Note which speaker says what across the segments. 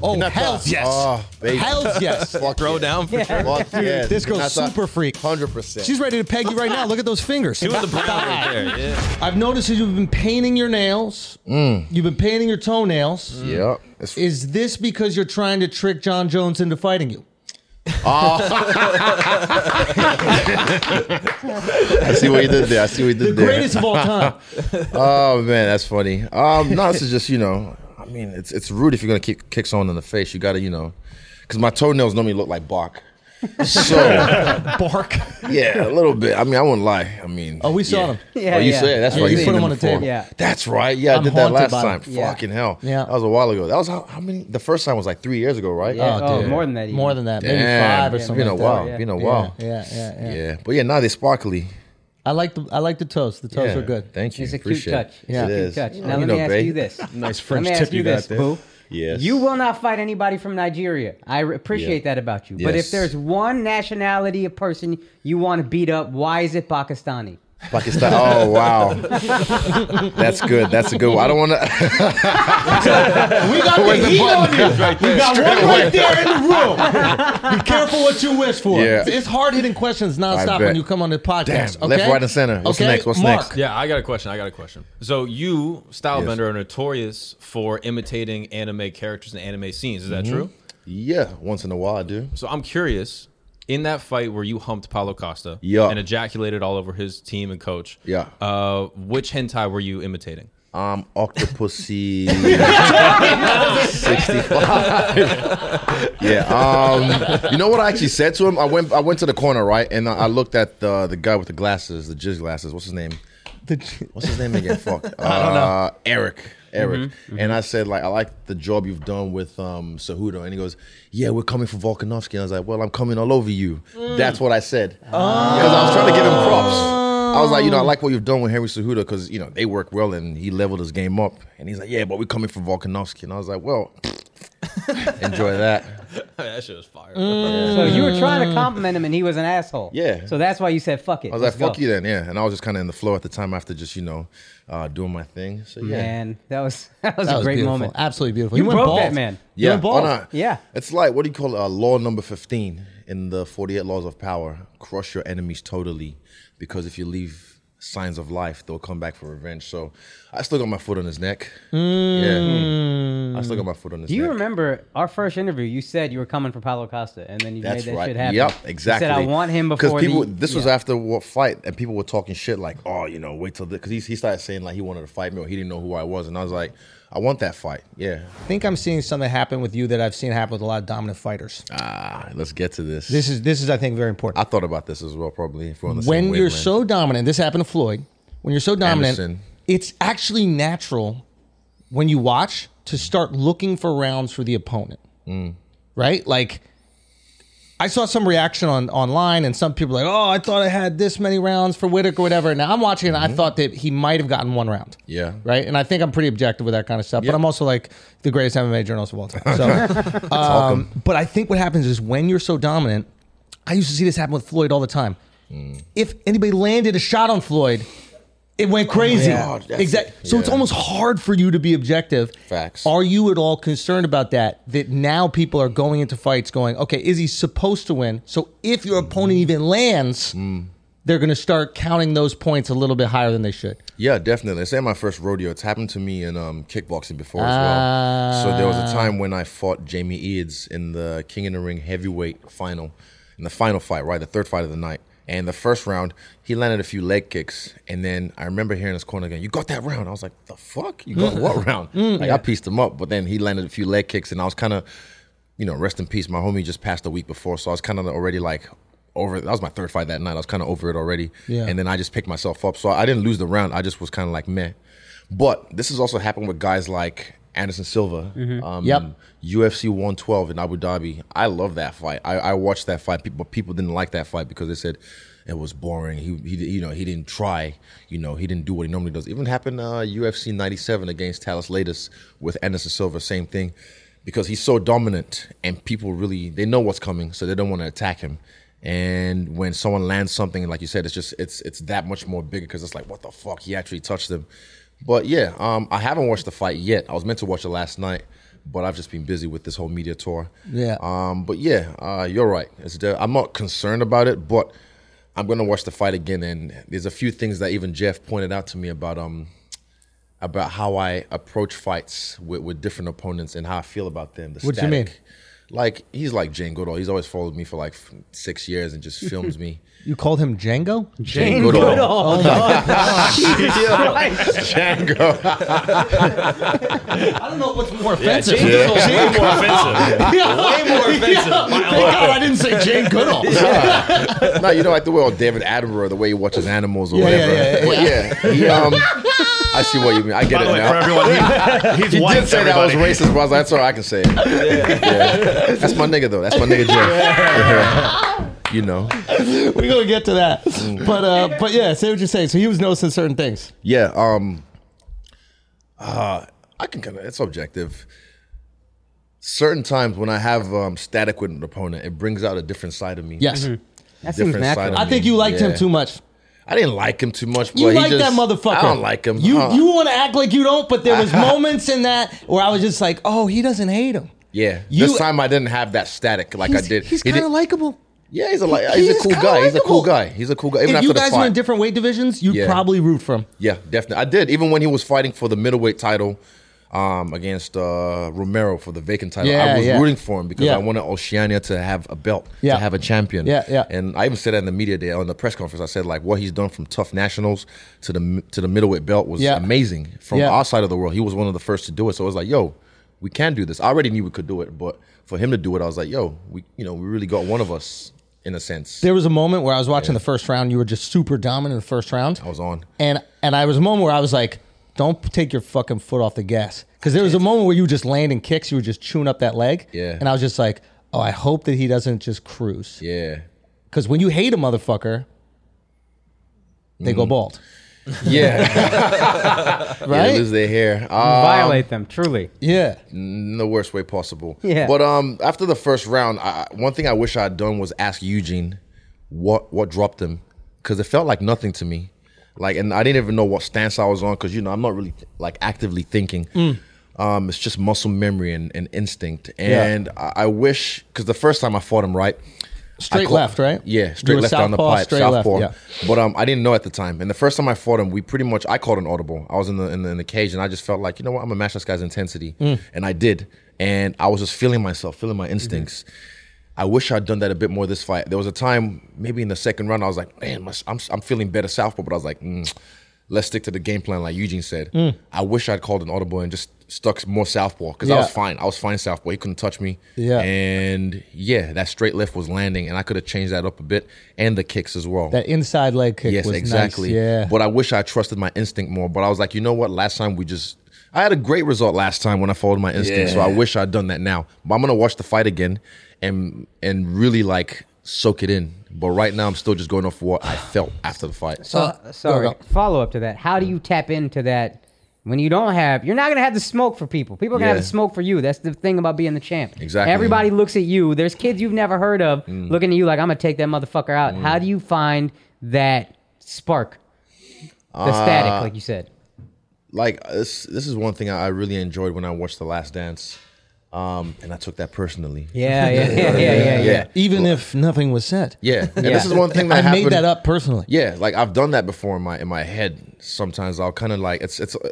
Speaker 1: Oh,
Speaker 2: Not
Speaker 1: hells
Speaker 2: that.
Speaker 1: yes.
Speaker 2: Oh, baby.
Speaker 1: Hells yes.
Speaker 2: Fuck
Speaker 3: Throw
Speaker 2: yeah.
Speaker 3: down for sure.
Speaker 2: Fuck
Speaker 1: Dude,
Speaker 2: yeah.
Speaker 1: this girl's
Speaker 2: That's a-
Speaker 1: super freak.
Speaker 2: 100%.
Speaker 1: She's ready to peg you right now. Look at those fingers.
Speaker 3: Two in the brown right there. Yeah.
Speaker 1: I've noticed that you've been painting your nails.
Speaker 2: Mm.
Speaker 1: You've been painting your toenails.
Speaker 2: Yeah. It's,
Speaker 1: Is this because you're trying to trick John Jones into fighting you?
Speaker 2: I see what you did there. I see what you
Speaker 1: The
Speaker 2: did there.
Speaker 1: greatest of all time.
Speaker 2: Oh man, that's funny. Um, no, this is just you know, I mean, it's it's rude if you're gonna kick kick someone in the face. You gotta you know, because my toenails normally look like bark. So
Speaker 1: Bark.
Speaker 2: yeah, a little bit. I mean, I wouldn't lie. I mean,
Speaker 1: Oh, we saw
Speaker 2: yeah.
Speaker 1: them.
Speaker 4: Yeah,
Speaker 2: oh, you
Speaker 4: yeah.
Speaker 2: saw it. That's
Speaker 1: Yeah,
Speaker 2: right.
Speaker 1: you
Speaker 2: seen
Speaker 1: put them on the
Speaker 2: before.
Speaker 1: table.
Speaker 4: Yeah.
Speaker 2: that's right. Yeah, I
Speaker 1: I'm
Speaker 2: did that
Speaker 1: haunted
Speaker 2: last
Speaker 1: by
Speaker 2: time.
Speaker 1: them.
Speaker 4: Yeah.
Speaker 2: Fucking hell.
Speaker 1: Yeah.
Speaker 2: that was a while ago. That was how, how many? The first time was like three years ago, right?
Speaker 4: Yeah. Oh,
Speaker 1: dude.
Speaker 4: more than that even.
Speaker 1: More than that. Maybe
Speaker 2: Damn,
Speaker 1: five or
Speaker 2: it's
Speaker 1: something.
Speaker 2: been a
Speaker 1: like
Speaker 2: while.
Speaker 1: That.
Speaker 2: Been a
Speaker 1: Yeah,
Speaker 2: while.
Speaker 1: Yeah, yeah, yeah.
Speaker 2: Yeah. but yeah, now they're sparkly.
Speaker 1: I like the I like the toes. The toes
Speaker 2: yeah.
Speaker 1: are good.
Speaker 2: Thank you.
Speaker 4: It's a cute
Speaker 2: Appreciate it.
Speaker 4: touch. It's
Speaker 1: Yeah.
Speaker 4: a
Speaker 2: It
Speaker 4: cute
Speaker 2: is.
Speaker 4: touch.
Speaker 2: You
Speaker 4: Now, let
Speaker 2: know,
Speaker 4: me ask
Speaker 2: babe.
Speaker 4: you this.
Speaker 5: Nice
Speaker 4: Let
Speaker 5: French
Speaker 4: me ask
Speaker 5: tip
Speaker 4: you
Speaker 5: you got
Speaker 4: this,
Speaker 5: there.
Speaker 4: boo.
Speaker 2: Yes.
Speaker 4: You will not fight anybody from Nigeria. I re- appreciate that about you. But if
Speaker 2: Yes.
Speaker 4: there's one nationality of person you want to beat up, why is it Pakistani?
Speaker 2: Pakistan. Oh wow, that's good. That's a good. One. I don't want to.
Speaker 1: We got the heat on you. We got one right there in the room. Be careful what you wish for.
Speaker 2: Yeah.
Speaker 1: It's hard hitting questions nonstop
Speaker 2: bet.
Speaker 1: when you come on the podcast.
Speaker 2: Damn.
Speaker 1: Okay?
Speaker 2: Left, right, and center. What's
Speaker 1: okay?
Speaker 2: next? What's
Speaker 1: Mark.
Speaker 2: next?
Speaker 3: Yeah, I got a question. I got a question. So you, Stylebender,
Speaker 2: Yes.
Speaker 3: are notorious for imitating anime characters and anime scenes. Is that
Speaker 2: Mm-hmm.
Speaker 3: true?
Speaker 2: Yeah, once in a while I do.
Speaker 3: So I'm curious. In that fight where you humped Paulo Costa
Speaker 2: Yeah.
Speaker 3: and ejaculated all over his team and coach,
Speaker 2: Yeah.
Speaker 3: uh, which hentai were you imitating?
Speaker 2: Um, Octopussy. Sixty-five. yeah. Um, you know what I actually said to him? I went. I went to the corner right, and I, I looked at the the guy with the glasses, the jizz glasses. What's his name?
Speaker 1: The-
Speaker 2: What's his name again? Fuck. I don't know. Mm-hmm, Eric. Eric. And I said, like, I like the job you've done with um Cejudo. And he goes, Yeah, we're coming for Volkanovski. And I was like, Well, I'm coming all over you. That's what I said. Because I was trying to give him props. I was like, you know, I like what you've done with Henry Cejudo because, you know, they work well and he leveled his game up. And he's like, Yeah, but we're coming for Volkanovski. And I was like, Well, enjoy that.
Speaker 3: that shit was fire.
Speaker 4: So you were trying to compliment him and he was an asshole.
Speaker 2: Mm. Yeah.
Speaker 4: So that's why you said fuck it.
Speaker 2: I was like, fuck you then, yeah. And I was just kind of in the flow at the time after just, you know, uh, doing my thing. So, yeah.
Speaker 4: Man, that was that was
Speaker 1: That
Speaker 4: a
Speaker 1: was
Speaker 4: great
Speaker 1: beautiful.
Speaker 2: Ah,
Speaker 4: moment.
Speaker 1: Absolutely beautiful.
Speaker 4: You
Speaker 1: went
Speaker 4: broke that
Speaker 1: bald.
Speaker 4: man.
Speaker 1: You
Speaker 2: Yeah.
Speaker 1: went bald.
Speaker 2: why not?
Speaker 4: Yeah.
Speaker 2: It's like what do you call it? Uh, law number fifteen in the forty-eight laws of power: crush your enemies totally, because if you leave signs of life, they'll come back for revenge. So, I still got my foot on his neck. Yeah, I still got my foot on his.
Speaker 4: Hmm. Do you
Speaker 2: neck.
Speaker 4: remember our first interview? You said you were coming for Paulo Costa, and then you
Speaker 2: That's
Speaker 4: made that
Speaker 2: right.
Speaker 4: shit happen.
Speaker 2: Yep,
Speaker 4: You
Speaker 2: exactly.
Speaker 4: said I want him before
Speaker 2: people.
Speaker 4: the-
Speaker 2: this was
Speaker 4: yeah.
Speaker 2: after what fight, and people were talking shit like, "Oh, you know, wait till because he, he started saying like he wanted to fight me or he didn't know who I was," and I was like, "I want that fight." Yeah.
Speaker 1: I think I'm seeing something happen with you that I've seen happen with a lot of dominant fighters.
Speaker 2: Ah, let's get to this.
Speaker 1: This is this is I think very important.
Speaker 2: I thought about this as well, probably. If we're on the
Speaker 1: when
Speaker 2: same
Speaker 1: you're
Speaker 2: wavelength.
Speaker 1: so dominant, this happened to Floyd. When you're so dominant,
Speaker 2: Anderson.
Speaker 1: it's actually natural when you watch to start looking for rounds for the opponent. Right? Like I saw some reaction on online and some people like, "Oh, I thought I had this many rounds for Whitaker or whatever." Now I'm watching and I thought that he might have gotten one round.
Speaker 2: Yeah.
Speaker 1: Right? And I think I'm pretty objective with that kind of stuff, but I'm also like the greatest MMA journalist of all time. So um, but I think what happens is when you're so dominant, I used to see this happen with Floyd all the time. If anybody landed a shot on Floyd, it went crazy.
Speaker 2: God, that's-
Speaker 1: exactly. So it's
Speaker 2: yeah.
Speaker 1: almost hard for you to be objective.
Speaker 2: Facts.
Speaker 1: Are you at all concerned about that? That now people are going into fights going, okay, is he supposed to win? So if your opponent even lands, they're going to start counting those points a little bit higher than they should.
Speaker 2: Yeah, definitely. It's ain't my first rodeo. It's happened to me in um, kickboxing before as well. So there was a time when I fought Jamie Eads in the King in the Ring heavyweight final, in the final fight, right, the third fight of the night. And the first round, he landed a few leg kicks, and then I remember hearing his corner again. You got that round? I was like, the fuck? You got what round? Like I pieced him up, but then he landed a few leg kicks, and I was kind of, you know, rest in peace. My homie just passed a week before, so I was kind of already like over. That was my third fight that night. I was kind of over it already.
Speaker 1: Yeah.
Speaker 2: And then I just picked myself up. So I didn't lose the round. I just was kind of like meh. But this has also happened with guys like Anderson Silva, um,
Speaker 1: Yep.
Speaker 2: UFC 112 in Abu Dhabi. I love that fight. I, I watched that fight, pe- but people didn't like that fight because they said it was boring. He, he, di- you know, he didn't try. You know, he didn't do what he normally does. Even happened uh, UFC 97 against Talis Latis with Anderson Silva. Same thing, because he's so dominant and people really they know what's coming, so they don't want to attack him. And when someone lands something, like you said, it's just it's it's that much more bigger because it's like what the fuck he actually touched them. But yeah, um, I haven't watched the fight yet. I was meant to watch it last night, But I've just been busy with this whole media tour.
Speaker 1: Yeah.
Speaker 2: Um. But yeah, uh, you're right. It's de- I'm not concerned about it, but I'm gonna watch the fight again. And there's a few things that even Jeff pointed out to me about um about how I approach fights with, with different opponents and how I feel about them. The
Speaker 1: What do you mean?
Speaker 2: static. Like he's like Jane Goodall. He's always followed me for like f- six years and just films me.
Speaker 1: You called him Django?
Speaker 2: Jane
Speaker 1: Oh my god.
Speaker 2: Django.
Speaker 1: I don't know what's more
Speaker 3: Yeah,
Speaker 1: offensive.
Speaker 3: Jane Goodall's way more offensive. Way more offensive.
Speaker 1: Thank God I didn't say Jane Goodall.
Speaker 2: no, you know, like the way old David Attenborough, the way he watches animals or
Speaker 1: Yeah, yeah,
Speaker 2: whatever.
Speaker 1: yeah,
Speaker 2: But yeah, he, um, I see what you mean. I get
Speaker 5: By
Speaker 2: it
Speaker 5: the way,
Speaker 2: now.
Speaker 5: for everyone, he, he's
Speaker 2: he
Speaker 5: white.
Speaker 2: did say that I was
Speaker 5: everybody.
Speaker 2: racist, but I was like, that's all right, I can say it. Yeah. That's my nigga, though. That's my nigga, Jeff. you know.
Speaker 1: We're gonna get to that.
Speaker 2: Mm.
Speaker 1: But uh but yeah, say what you say. So he was noticing certain things.
Speaker 2: Yeah. Um, uh, I can kind of, it's objective. Certain times when I have um, static with an opponent, it brings out a different side of me.
Speaker 1: Yes.
Speaker 2: Mm-hmm.
Speaker 4: That seems
Speaker 2: Different
Speaker 4: natural.
Speaker 2: side
Speaker 1: I think you liked him too much.
Speaker 2: I didn't like him too much. But
Speaker 1: You
Speaker 2: he
Speaker 1: like
Speaker 2: just-
Speaker 1: that motherfucker.
Speaker 2: I don't like him.
Speaker 1: You
Speaker 2: Uh,
Speaker 1: you want to act like you don't, but there was moments in that where I was just like, oh, he doesn't hate him.
Speaker 2: Yeah,
Speaker 1: You-
Speaker 2: this time I didn't have that static like I
Speaker 1: He's-
Speaker 2: did.
Speaker 1: He's
Speaker 2: He
Speaker 1: kind of
Speaker 2: did-
Speaker 1: likable.
Speaker 2: yeah, he's a li-
Speaker 1: he
Speaker 2: he's
Speaker 1: is
Speaker 2: a cool
Speaker 1: kinda
Speaker 2: guy. He's a cool
Speaker 1: likable.
Speaker 2: guy. He's a cool guy. Even
Speaker 1: if
Speaker 2: after
Speaker 1: you
Speaker 2: the
Speaker 1: guys
Speaker 2: fight,
Speaker 1: were in different weight divisions, you'd
Speaker 2: Yeah.
Speaker 1: probably root for him.
Speaker 2: yeah, definitely. I did. Even when he was fighting for the middleweight title um, against uh, Romero for the vacant title,
Speaker 1: Yeah,
Speaker 2: I was
Speaker 1: yeah.
Speaker 2: rooting for him because
Speaker 1: Yeah.
Speaker 2: I wanted Oceania to have a belt,
Speaker 1: Yeah.
Speaker 2: to have a champion.
Speaker 1: Yeah, yeah.
Speaker 2: And I even said that in the media day on the press conference. I said like what he's done from tough nationals to the to the middleweight belt was
Speaker 1: Yeah.
Speaker 2: amazing. From
Speaker 1: Yeah.
Speaker 2: our side of the world, he was one of the first to do it. So I was like, yo. We can do this. I already knew we could do it, but for him to do it, I was like, "Yo, we, you know, we really got one of us in a sense."
Speaker 1: There was a moment where I was watching the first round. You were just super dominant in the first round.
Speaker 2: I was on.
Speaker 1: and and I was a moment where I was like, "Don't take your fucking foot off the gas," because there was a moment where you were just landing kicks, you were just chewing up that leg,
Speaker 2: Yeah.
Speaker 1: And I was just like, "Oh, I hope that he doesn't just cruise,"
Speaker 2: Yeah.
Speaker 1: because when you hate a motherfucker, they go bald,
Speaker 2: Yeah. Mm-hmm. They
Speaker 1: right?
Speaker 2: lose Mm. their hair. Um,
Speaker 4: Violate them, truly.
Speaker 1: Yeah,
Speaker 2: in the worst way possible.
Speaker 4: Yeah.
Speaker 2: But um, after the first round, I, I- one thing I wish I had done was ask Eugene what what dropped him because it felt like nothing to me. Like, and I didn't even know what stance I was on because you know I'm not really like actively thinking.
Speaker 1: Mm.
Speaker 2: Um, it's just muscle memory and, and instinct. And I, I wish because the first time I fought him, right, I
Speaker 1: Straight
Speaker 2: caught-
Speaker 1: left, right?
Speaker 2: Yeah,
Speaker 1: You
Speaker 2: straight
Speaker 1: were
Speaker 2: left down the
Speaker 1: southpaw,
Speaker 2: pipe,
Speaker 1: straight left,
Speaker 2: southpaw.
Speaker 1: yeah.
Speaker 2: But um, I didn't know at the time. And the first time I fought him, we pretty much I called an audible. I was in the in the, in the cage, and I just felt like you know what, I'm gonna match this guy's intensity,
Speaker 1: Mm.
Speaker 2: and I did. And I was just feeling myself, feeling my instincts.
Speaker 1: Mm-hmm.
Speaker 2: I wish I'd done that a bit more this fight. There was a time, maybe in the second round, I was like, man, my, I'm I'm feeling better southpaw, but I was like. Mm, Let's stick to the game plan, like Eugene said.
Speaker 1: Mm.
Speaker 2: I wish I'd called an audible and just stuck more southpaw because I was
Speaker 1: Yeah.
Speaker 2: fine. I was fine southpaw. He couldn't touch me.
Speaker 1: Yeah.
Speaker 2: And yeah, that straight lift was landing, and I could have changed that up a bit, and the kicks as well.
Speaker 1: that inside leg kick
Speaker 2: yes,
Speaker 1: was
Speaker 2: exactly.
Speaker 1: nice. Yeah,
Speaker 2: But I wish I trusted my instinct more. But I was like, you know what? Last time we just, I had a great result last time when I followed my instinct. So I wish I'd done that now. But I'm gonna watch the fight again, and and really like soak it in. But right now, I'm still just going off what I felt after the fight.
Speaker 4: So, Oh, sorry.
Speaker 1: go, go.
Speaker 4: Follow up to that. How do you tap into that when you don't have? You're not gonna have the smoke for people. People are gonna
Speaker 2: Yeah.
Speaker 4: have the smoke for you. That's the thing about being the champ.
Speaker 2: Exactly.
Speaker 4: Everybody looks at you. There's kids you've never heard of looking at you like I'm gonna take that motherfucker out. How do you find that spark? The static, like you said.
Speaker 2: like this this is one thing I I really enjoyed when I watched The Last Dance. Um, and I took that personally.
Speaker 4: Yeah, yeah, yeah, yeah, yeah. yeah.
Speaker 1: even if nothing was said,
Speaker 2: Yeah. And this is one thing
Speaker 1: I
Speaker 2: that happened.
Speaker 1: made that up personally.
Speaker 2: Yeah, like I've done that before in my in my head. Sometimes I'll kind of like it's it's uh,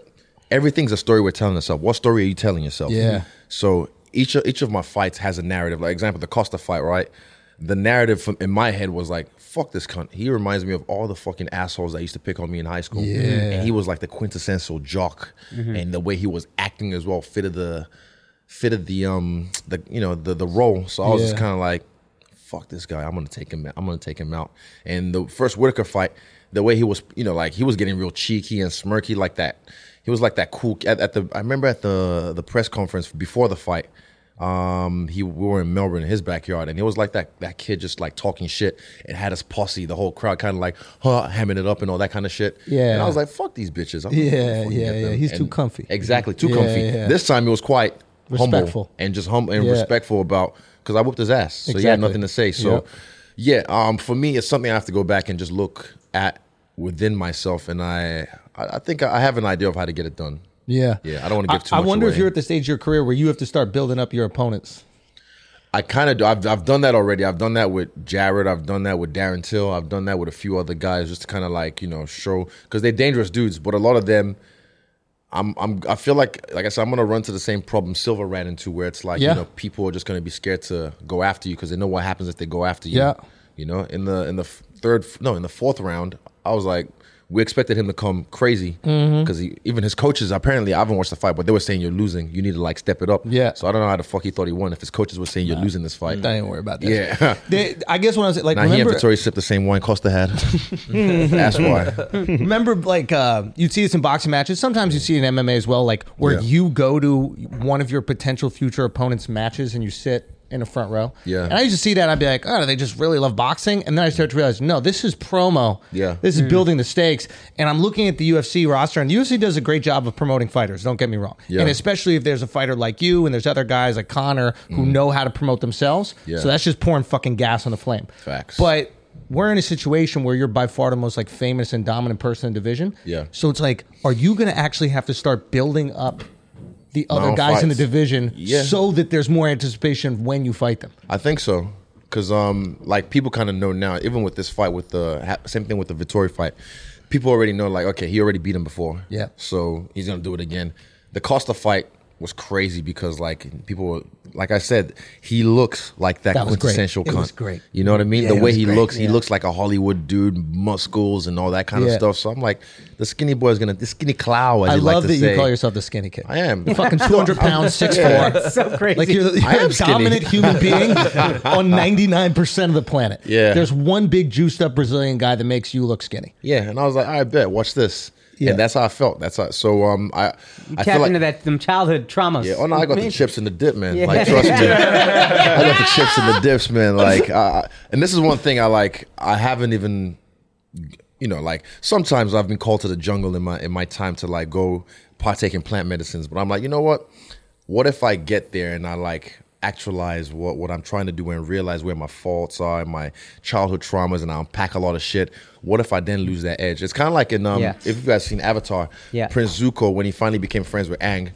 Speaker 2: everything's a story we're telling ourselves. What story are you telling yourself?
Speaker 1: Yeah.
Speaker 2: So each of, each of my fights has a narrative. Like example, the Costa fight, right? The narrative from, in my head was like, "Fuck this cunt." He reminds me of all the fucking assholes that used to pick on me in high school. Yeah. And he was like the quintessential jock, and the way he was acting as well fitted the fitted the um the you know the the role. So I was just
Speaker 1: Yeah.
Speaker 2: kind of like, "Fuck this guy! I'm gonna take him. out. I'm gonna take him out." And the first Whitaker fight, the way he was, you know, like he was getting real cheeky and smirky like that. He was like that cool at, at the. I remember at the the press conference before the fight. Um, he we were in Melbourne in his backyard, and it was like that that kid just like talking shit and had his posse, the whole crowd kind of like huh, hamming it up and all that kind of shit.
Speaker 1: Yeah.
Speaker 2: and I was like, "Fuck these bitches!" I'm
Speaker 1: Yeah,
Speaker 2: gonna fucking
Speaker 1: yeah,
Speaker 2: get
Speaker 1: yeah.
Speaker 2: them."
Speaker 1: He's too comfy.
Speaker 2: Exactly, too
Speaker 1: Yeah,
Speaker 2: comfy.
Speaker 1: yeah.
Speaker 2: This time it was quite
Speaker 1: Respectful.
Speaker 2: humble and just humble and
Speaker 1: Yeah.
Speaker 2: respectful about because I whooped his ass, so he had
Speaker 1: Exactly.
Speaker 2: nothing to say. So, yeah, um, for me, it's something I have to go back and just look at within myself, and I, I I think I have an idea of how to get it done.
Speaker 1: Yeah.
Speaker 2: Yeah, I don't wanna give too
Speaker 1: I,
Speaker 2: much
Speaker 1: I wonder if
Speaker 2: away.
Speaker 1: you're at the stage of your career where you have to start building up your opponents.
Speaker 2: I kind of do. I've, I've done that already. I've done that with Jared. I've done that with Darren Till. I've done that with a few other guys just to kind of like, you know, show because they're dangerous dudes. But a lot of them, I'm, I'm, I feel like, like I said, I'm going to run to the same problem Silver ran into where it's like,
Speaker 1: Yeah.
Speaker 2: you know, people are just going to be scared to go after you because they know what happens if they go after you.
Speaker 1: Yeah.
Speaker 2: You know, in the, in the f- third, no, in the fourth round, I was like, we expected him to come crazy
Speaker 1: Mm-hmm.
Speaker 2: because even his coaches apparently I haven't watched the fight, but they were saying you're losing. You need to like step it up.
Speaker 1: Yeah.
Speaker 2: So I don't know how the fuck he thought he won if his coaches were saying you're losing this fight.
Speaker 1: I didn't worry about that.
Speaker 2: Yeah.
Speaker 1: They- I guess when I was like,
Speaker 2: Now he and
Speaker 1: remember,
Speaker 2: Vittori sipped the same wine Costa had. That's why.
Speaker 1: remember like uh, you'd see this in boxing matches. Sometimes you see it in MMA as well, like where
Speaker 2: Yeah.
Speaker 1: you go to one of your potential future opponents' matches and you sit in a front row.
Speaker 2: Yeah.
Speaker 1: And I used to see that and I'd be like, oh, do they just really love boxing? And then I started to realize, no, this is promo.
Speaker 2: Yeah.
Speaker 1: This is building the stakes. And I'm looking at the UFC roster, and the UFC does a great job of promoting fighters, don't get me wrong.
Speaker 2: Yeah.
Speaker 1: And especially if there's a fighter like you and there's other guys like Connor who know how to promote themselves.
Speaker 2: Hmm. Yeah.
Speaker 1: So that's just pouring fucking gas on the flame.
Speaker 2: Facts.
Speaker 1: But but we're in a situation where you're by far the most like famous and dominant person in the division.
Speaker 2: Yeah.
Speaker 1: So it's like, are you going to actually have to start building up the other
Speaker 2: own
Speaker 1: guys in the
Speaker 2: fights.
Speaker 1: division
Speaker 2: Yeah.
Speaker 1: so that there's more anticipation when you fight them?
Speaker 2: I think so. Cause um like people kind of know now, even with this fight with the ha- same thing with the Vittori fight, people already know like, okay, he already beat him before.
Speaker 1: Yeah.
Speaker 2: So he's gonna do it again. The Costa fight was crazy because like people were like I said, he looks like that,
Speaker 1: That was great.
Speaker 2: quintessential
Speaker 1: It
Speaker 2: cunt.
Speaker 1: was great.
Speaker 2: You know what I mean?
Speaker 1: Yeah,
Speaker 2: the
Speaker 1: it
Speaker 2: way
Speaker 1: was
Speaker 2: he
Speaker 1: great.
Speaker 2: looks, he
Speaker 1: Yeah.
Speaker 2: looks like a Hollywood dude, muscles and all that kind
Speaker 1: Yeah.
Speaker 2: of stuff. So I'm like, the skinny boy is gonna the skinny clow as
Speaker 1: I
Speaker 2: he like
Speaker 1: love
Speaker 2: to
Speaker 1: that
Speaker 2: say.
Speaker 1: you call yourself the skinny kid.
Speaker 2: I am.
Speaker 1: You're fucking 200 pounds, 6'4.
Speaker 4: so crazy.
Speaker 1: Like you're, the-
Speaker 2: I
Speaker 1: you're
Speaker 2: am
Speaker 1: a
Speaker 2: skinny.
Speaker 1: dominant human being on 99% of the planet.
Speaker 2: Yeah.
Speaker 1: There's one big juiced up Brazilian guy that makes you look skinny.
Speaker 2: Yeah, and I was like, I bet. Watch this.
Speaker 1: Yeah.
Speaker 2: And that's how I felt. That's how. So um, I I
Speaker 4: Tapped
Speaker 2: feel like
Speaker 4: into that them childhood traumas.
Speaker 2: yeah. Oh no, I got the
Speaker 4: Man,
Speaker 2: chips in the dip, man.
Speaker 4: Yeah.
Speaker 2: Like trust me, I got the chips in the dips, man. Like, uh, and this is one thing I like. I haven't even, you know, like sometimes I've been called to the jungle in my in my time to like go partake in plant medicines, but I'm like, you know what? What if I get there and I like actualize what what I'm trying to do and realize where my faults are and my childhood traumas and I unpack a lot of shit. What if I then lose that edge? It's kind of like in um
Speaker 4: Yeah.
Speaker 2: if you guys seen Avatar,
Speaker 4: Yeah.
Speaker 2: Prince Zuko when he finally became friends with Ang,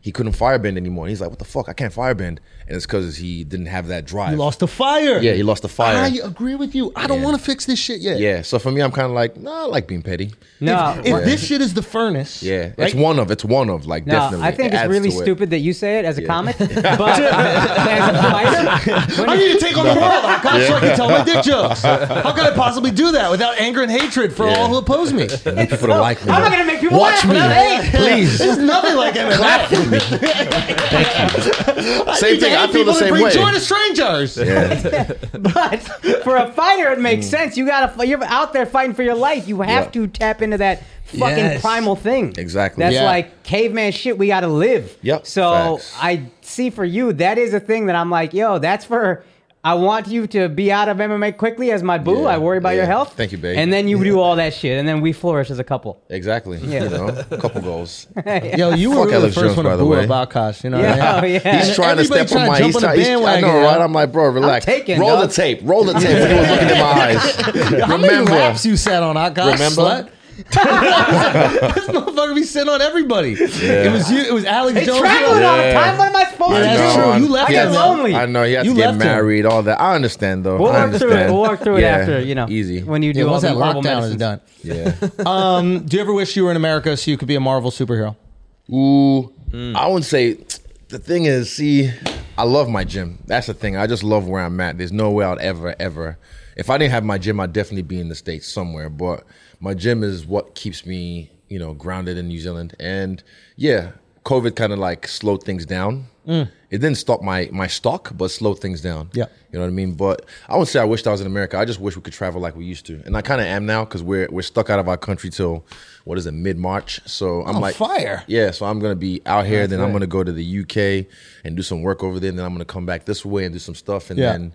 Speaker 2: he couldn't firebend anymore. He's like, "What the fuck? I can't firebend," and it's because he didn't have that drive.
Speaker 1: You lost the fire.
Speaker 2: Yeah, he lost the fire.
Speaker 1: I agree with you. I don't
Speaker 2: Yeah.
Speaker 1: want to fix this shit yet.
Speaker 2: yeah, so for me, I'm kind of like, nah, I like being petty.
Speaker 4: No,
Speaker 1: If this shit is the furnace,
Speaker 2: Yeah,
Speaker 1: right?
Speaker 2: it's one of it's one of like
Speaker 4: No,
Speaker 2: definitely.
Speaker 4: I think
Speaker 2: It
Speaker 4: it's
Speaker 2: adds
Speaker 4: really
Speaker 2: to it.
Speaker 4: stupid that you say it as a comic, but as a fighter,
Speaker 1: I need to take on the world. How come so I can tell my dick jokes? How could I possibly do that without anger and hatred for all who oppose me?
Speaker 2: I need people to like me.
Speaker 4: "Oh, I'm not gonna make people
Speaker 2: watch
Speaker 4: laugh
Speaker 2: me,
Speaker 4: without hate.
Speaker 2: please.
Speaker 1: There's nothing like MMA.
Speaker 2: Clap for me. Thank you. Same
Speaker 1: You
Speaker 2: thing.
Speaker 1: hate
Speaker 2: I feel
Speaker 1: people
Speaker 2: the
Speaker 1: that
Speaker 2: same
Speaker 1: bring
Speaker 2: way.
Speaker 1: Joy to strangers.
Speaker 4: but for a fighter, it makes sense. You gotta you're out there fighting for your life. You have
Speaker 2: Mm. Yeah.
Speaker 4: to tap into that fucking
Speaker 1: Yes.
Speaker 4: primal thing.
Speaker 2: Exactly.
Speaker 4: That's
Speaker 1: Yeah.
Speaker 4: like caveman shit. We gotta live.
Speaker 2: Yep.
Speaker 4: So
Speaker 2: Facts.
Speaker 4: I see for you that is a thing that I'm like, yo, that's for. I want you to be out of MMA quickly as my boo.
Speaker 2: Yeah.
Speaker 4: I worry about your
Speaker 2: Yeah.
Speaker 4: health.
Speaker 2: Thank you, babe.
Speaker 4: And then you do all that shit, and then we flourish as a couple.
Speaker 2: Exactly. You know, a couple goals.
Speaker 1: Yo, you were
Speaker 2: Fuck
Speaker 1: really the
Speaker 2: Alex
Speaker 1: first
Speaker 2: Jones,
Speaker 1: one
Speaker 2: by
Speaker 1: to
Speaker 2: the
Speaker 1: boo
Speaker 2: way.
Speaker 1: Balkash. You know what
Speaker 4: Yeah,
Speaker 1: I mean?
Speaker 4: yeah.
Speaker 2: He's trying to
Speaker 1: Everybody
Speaker 2: step on
Speaker 1: trying
Speaker 2: my.
Speaker 1: to jump
Speaker 2: He's
Speaker 1: on the
Speaker 2: trying, he's, I
Speaker 1: bandwagon,
Speaker 2: know,
Speaker 1: yo.
Speaker 2: right? I'm like, bro, relax.
Speaker 4: taken,
Speaker 2: roll
Speaker 4: dog.
Speaker 2: the tape. Roll the tape. Look at- look at my eyes.
Speaker 1: How many
Speaker 2: Remember,
Speaker 1: laps you sat on, Akash?
Speaker 2: Remember?
Speaker 1: Slut? this motherfucker be sitting on everybody. It was you. It was Alex
Speaker 4: They
Speaker 1: Jones.
Speaker 4: traveling all the
Speaker 2: Yeah.
Speaker 4: time. What am I supposed
Speaker 1: Yeah,
Speaker 4: to do?
Speaker 1: that's true. You left
Speaker 4: I
Speaker 1: him,
Speaker 4: get
Speaker 1: man.
Speaker 4: lonely.
Speaker 2: I know you have
Speaker 1: You
Speaker 2: to get
Speaker 1: left him.
Speaker 2: married, all that. I understand though.
Speaker 4: We'll
Speaker 2: I
Speaker 4: work
Speaker 2: understand.
Speaker 4: through it. We'll work through it
Speaker 2: Yeah.
Speaker 4: after. You know,
Speaker 2: Easy.
Speaker 4: when you do
Speaker 1: Yeah,
Speaker 4: all
Speaker 1: once
Speaker 4: the
Speaker 1: that
Speaker 4: horrible
Speaker 1: lockdown is
Speaker 4: medicines.
Speaker 1: done.
Speaker 2: yeah.
Speaker 1: Um, do you ever wish you were in America so you could be a Marvel superhero?
Speaker 2: Ooh,
Speaker 1: Hmm.
Speaker 2: I wouldn't say. The thing is, see, I love my gym. That's the thing. I just love where I'm at. There's no way I'd ever, ever. If I didn't have my gym, I'd definitely be in the states somewhere. But my gym is what keeps me, you know, grounded in New Zealand. And yeah, COVID kind of like slowed things down. It didn't stop my my stock, but slowed things down.
Speaker 1: Mm. Yeah.
Speaker 2: You know what I mean? But I wouldn't say I wished I was in America. I just wish we could travel like we used to. And I kind of am now because we're we're stuck out of our country till what is it mid March. So I'm
Speaker 1: Oh,
Speaker 2: like
Speaker 1: fire.
Speaker 2: Yeah. So I'm gonna be out here. then I'm gonna go to the UK and do some work over there. And then I'm gonna come back this way and do some stuff. And
Speaker 1: Yeah.
Speaker 2: then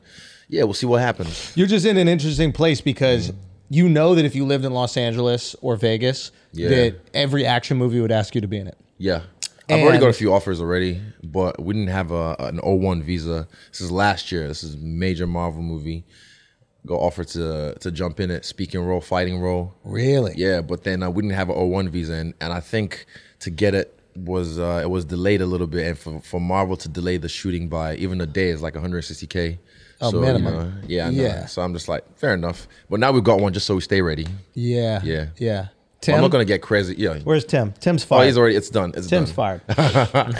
Speaker 2: yeah, we'll see what happens.
Speaker 1: You're just in an interesting place
Speaker 2: Mm.
Speaker 1: because you know that if you lived in Los Angeles or Vegas,
Speaker 2: Yeah.
Speaker 1: that every action movie would ask you to be in it.
Speaker 2: Yeah. I've already got a
Speaker 1: And-
Speaker 2: few offers already, but we didn't have a, an O1 visa. This is last year. This is major Marvel movie. Got offered to to jump in it, speaking role, fighting role.
Speaker 1: Really?
Speaker 2: Yeah, but then uh, we didn't have an O1 visa, and, and I think to get it, was uh, it was delayed a little bit, and for, for Marvel to delay the shooting by even a day is like 160k.
Speaker 1: Oh,
Speaker 2: so,
Speaker 1: minimum.
Speaker 2: know, yeah, I know.
Speaker 1: Yeah.
Speaker 2: So I'm just like, fair enough. But now we've got one just so we stay ready.
Speaker 1: Yeah.
Speaker 2: Yeah.
Speaker 1: Yeah. Tim,
Speaker 2: I'm not gonna get crazy. Yeah.
Speaker 1: where's Tim? Tim's
Speaker 2: Oh,
Speaker 1: fired.
Speaker 2: he's already. It's done. It's
Speaker 1: Tim's
Speaker 2: done.
Speaker 1: fired.
Speaker 2: Get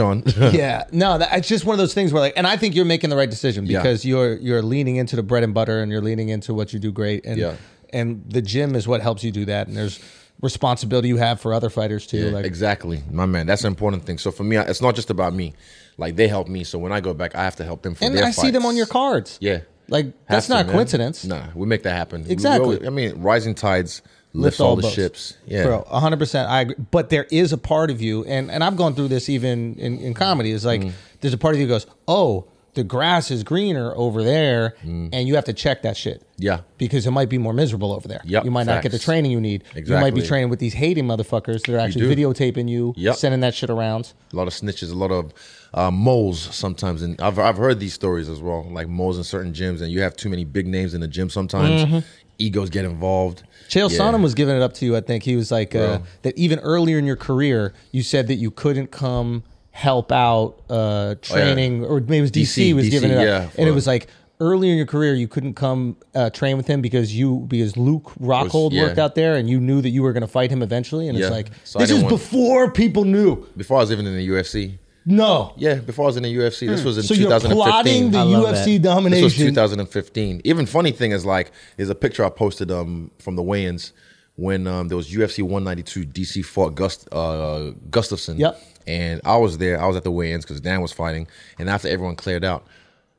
Speaker 2: on.
Speaker 1: yeah, no, that, it's just one of those things where like, and I think you're making the right decision
Speaker 2: Yeah.
Speaker 1: because you're you're leaning into the bread and butter and you're leaning into what you do great, and
Speaker 2: Yeah.
Speaker 1: and the gym is what helps you do that, and there's responsibility you have for other fighters too.
Speaker 2: Yeah,
Speaker 1: like,
Speaker 2: exactly, my man. That's an important thing. So for me, I- it's not just about me. Like they help me, so when I go back, I have to help them. For
Speaker 1: and
Speaker 2: their
Speaker 1: I see them
Speaker 2: fights.
Speaker 1: on your cards.
Speaker 2: Yeah,
Speaker 1: like that's
Speaker 2: Has to,
Speaker 1: not a
Speaker 2: man.
Speaker 1: coincidence.
Speaker 2: Nah, we make that happen. We
Speaker 1: Exactly.
Speaker 2: always- I mean, rising tides lifts all, the
Speaker 1: boats.
Speaker 2: ships. Yeah,
Speaker 1: bro, hundred percent. I agree. But there is a part of you, and and I've gone through this even in, in comedy. Is
Speaker 2: Mm.
Speaker 1: like there's a part of you that goes, oh, the grass is greener over there, and you have to check that shit.
Speaker 2: Mm. Yeah.
Speaker 1: because it might be more miserable over there.
Speaker 2: Yep,
Speaker 1: you might not get the
Speaker 2: facts.
Speaker 1: training you need. You might be
Speaker 2: Exactly.
Speaker 1: training with these hating motherfuckers that are actually
Speaker 2: do.
Speaker 1: videotaping you,
Speaker 2: Yep.
Speaker 1: sending that shit around.
Speaker 2: a lot of snitches, a lot of uh, moles sometimes, and I've I've heard these stories as well, like moles in certain gyms, and you have too many big names in the gym sometimes. Egos get involved.
Speaker 1: Mm-hmm. Chael
Speaker 2: Yeah.
Speaker 1: Sonnen was giving it up to you. I think he was like uh, that. Even earlier in your career, you said that you couldn't come help out
Speaker 2: Oh,
Speaker 1: uh, training, or maybe it was DC,
Speaker 2: DC,
Speaker 1: was giving it up,
Speaker 2: yeah,
Speaker 1: and it
Speaker 2: for-
Speaker 1: was like earlier in your career you couldn't come uh, train with him because you because Luke Rockhold
Speaker 2: yeah.
Speaker 1: worked out there, and you knew that you were going to fight him eventually, and
Speaker 2: Yeah.
Speaker 1: it's like
Speaker 2: So I
Speaker 1: this
Speaker 2: didn't
Speaker 1: is
Speaker 2: want-
Speaker 1: before people knew.
Speaker 2: before I was even in the UFC.
Speaker 1: No,
Speaker 2: Yeah, before I was in the UFC, this was in
Speaker 1: Hmm. so you're
Speaker 2: 2015.
Speaker 1: plotting the
Speaker 4: I love
Speaker 1: UFC
Speaker 4: that.
Speaker 1: domination.
Speaker 2: This was 2015. Even funny thing is like there's a picture I posted um from the weigh-ins when um there was UFC 192 DC fought Gust uh Gustafson.
Speaker 1: Yep.
Speaker 2: And I was there. I was at the weigh-ins because Dan was fighting. And after everyone cleared out,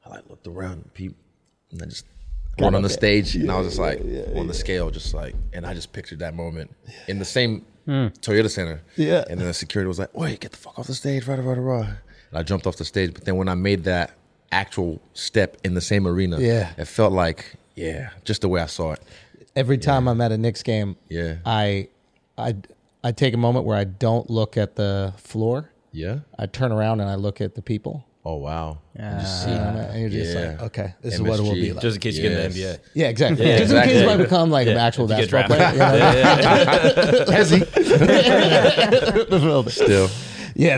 Speaker 2: I like looked around, and peep, and I just went on the stage, and I was just like on the scale, just like, and I just pictured that moment in the same Toyota Center.
Speaker 1: Yeah.
Speaker 2: And then the security was like, "Wait, get the fuck off the stage!" Rah, rah, rah, rah. And I jumped off the stage, but then when I made that actual step in the same arena,
Speaker 1: Yeah.
Speaker 2: it felt like, yeah, just the way I saw it.
Speaker 1: every time I'm at a Knicks game,
Speaker 2: Yeah.
Speaker 1: I, I, I take a moment where I don't look at the floor.
Speaker 2: Yeah.
Speaker 1: I turn around and I look at the people.
Speaker 2: Oh wow. Yeah.
Speaker 1: You know what I mean? and you're just
Speaker 2: Yeah.
Speaker 1: like, okay, this is what it will
Speaker 2: MSG.
Speaker 1: be like.
Speaker 3: Just in case you get in the
Speaker 2: Yes.
Speaker 3: NBA.
Speaker 1: yeah, exactly.
Speaker 3: Yeah,
Speaker 1: Just
Speaker 2: exactly.
Speaker 1: in case I become like an
Speaker 3: Yeah,
Speaker 1: actual
Speaker 3: if you get
Speaker 1: basketball player.
Speaker 3: drafted.
Speaker 1: you know? Yeah,
Speaker 2: Still,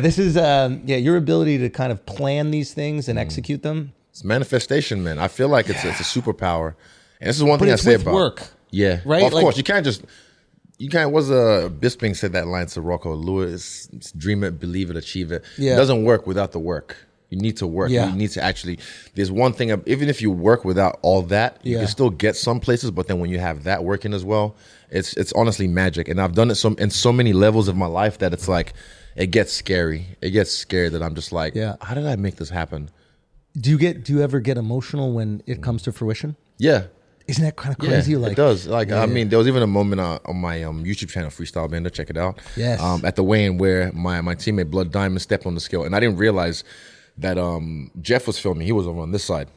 Speaker 1: this is um, yeah your ability to kind of plan these things and execute them,
Speaker 2: it's manifestation, man. I feel like it's it's a superpower, and this is one
Speaker 1: but
Speaker 2: thing
Speaker 1: it's
Speaker 2: I say
Speaker 1: with
Speaker 2: about
Speaker 1: work.
Speaker 2: Yeah.
Speaker 1: Right?
Speaker 2: Well, of
Speaker 1: Like-
Speaker 2: course, you can't just. You can't. Was uh, Bisping said that line to Rocco Lewis? It's dream it, believe it, achieve it.
Speaker 1: Yeah.
Speaker 2: It doesn't work without the work. You need to work.
Speaker 1: Yeah.
Speaker 2: You need to actually. There's one thing. Even if you work without all that, you
Speaker 1: Yeah.
Speaker 2: can still get some places. But then when you have that working as well, it's it's honestly magic. And I've done it some in so many levels of my life that it's like it gets scary. It gets scary that I'm just like,
Speaker 1: Yeah.
Speaker 2: How did I make this happen?
Speaker 1: Do you get? Do you ever get emotional when it comes to fruition?
Speaker 2: Yeah.
Speaker 1: Isn't that kind of
Speaker 2: Yeah,
Speaker 1: crazy? like
Speaker 2: it does. Like
Speaker 1: Yeah,
Speaker 2: I
Speaker 1: yeah.
Speaker 2: mean, there was even a moment uh, on my um, YouTube channel, Freestyle Bender, check it out.
Speaker 1: Yes.
Speaker 2: Um, at the weigh-in where my my teammate Blood Diamond stepped on the scale, and I didn't realize that um, Jeff was filming. He was over on this side,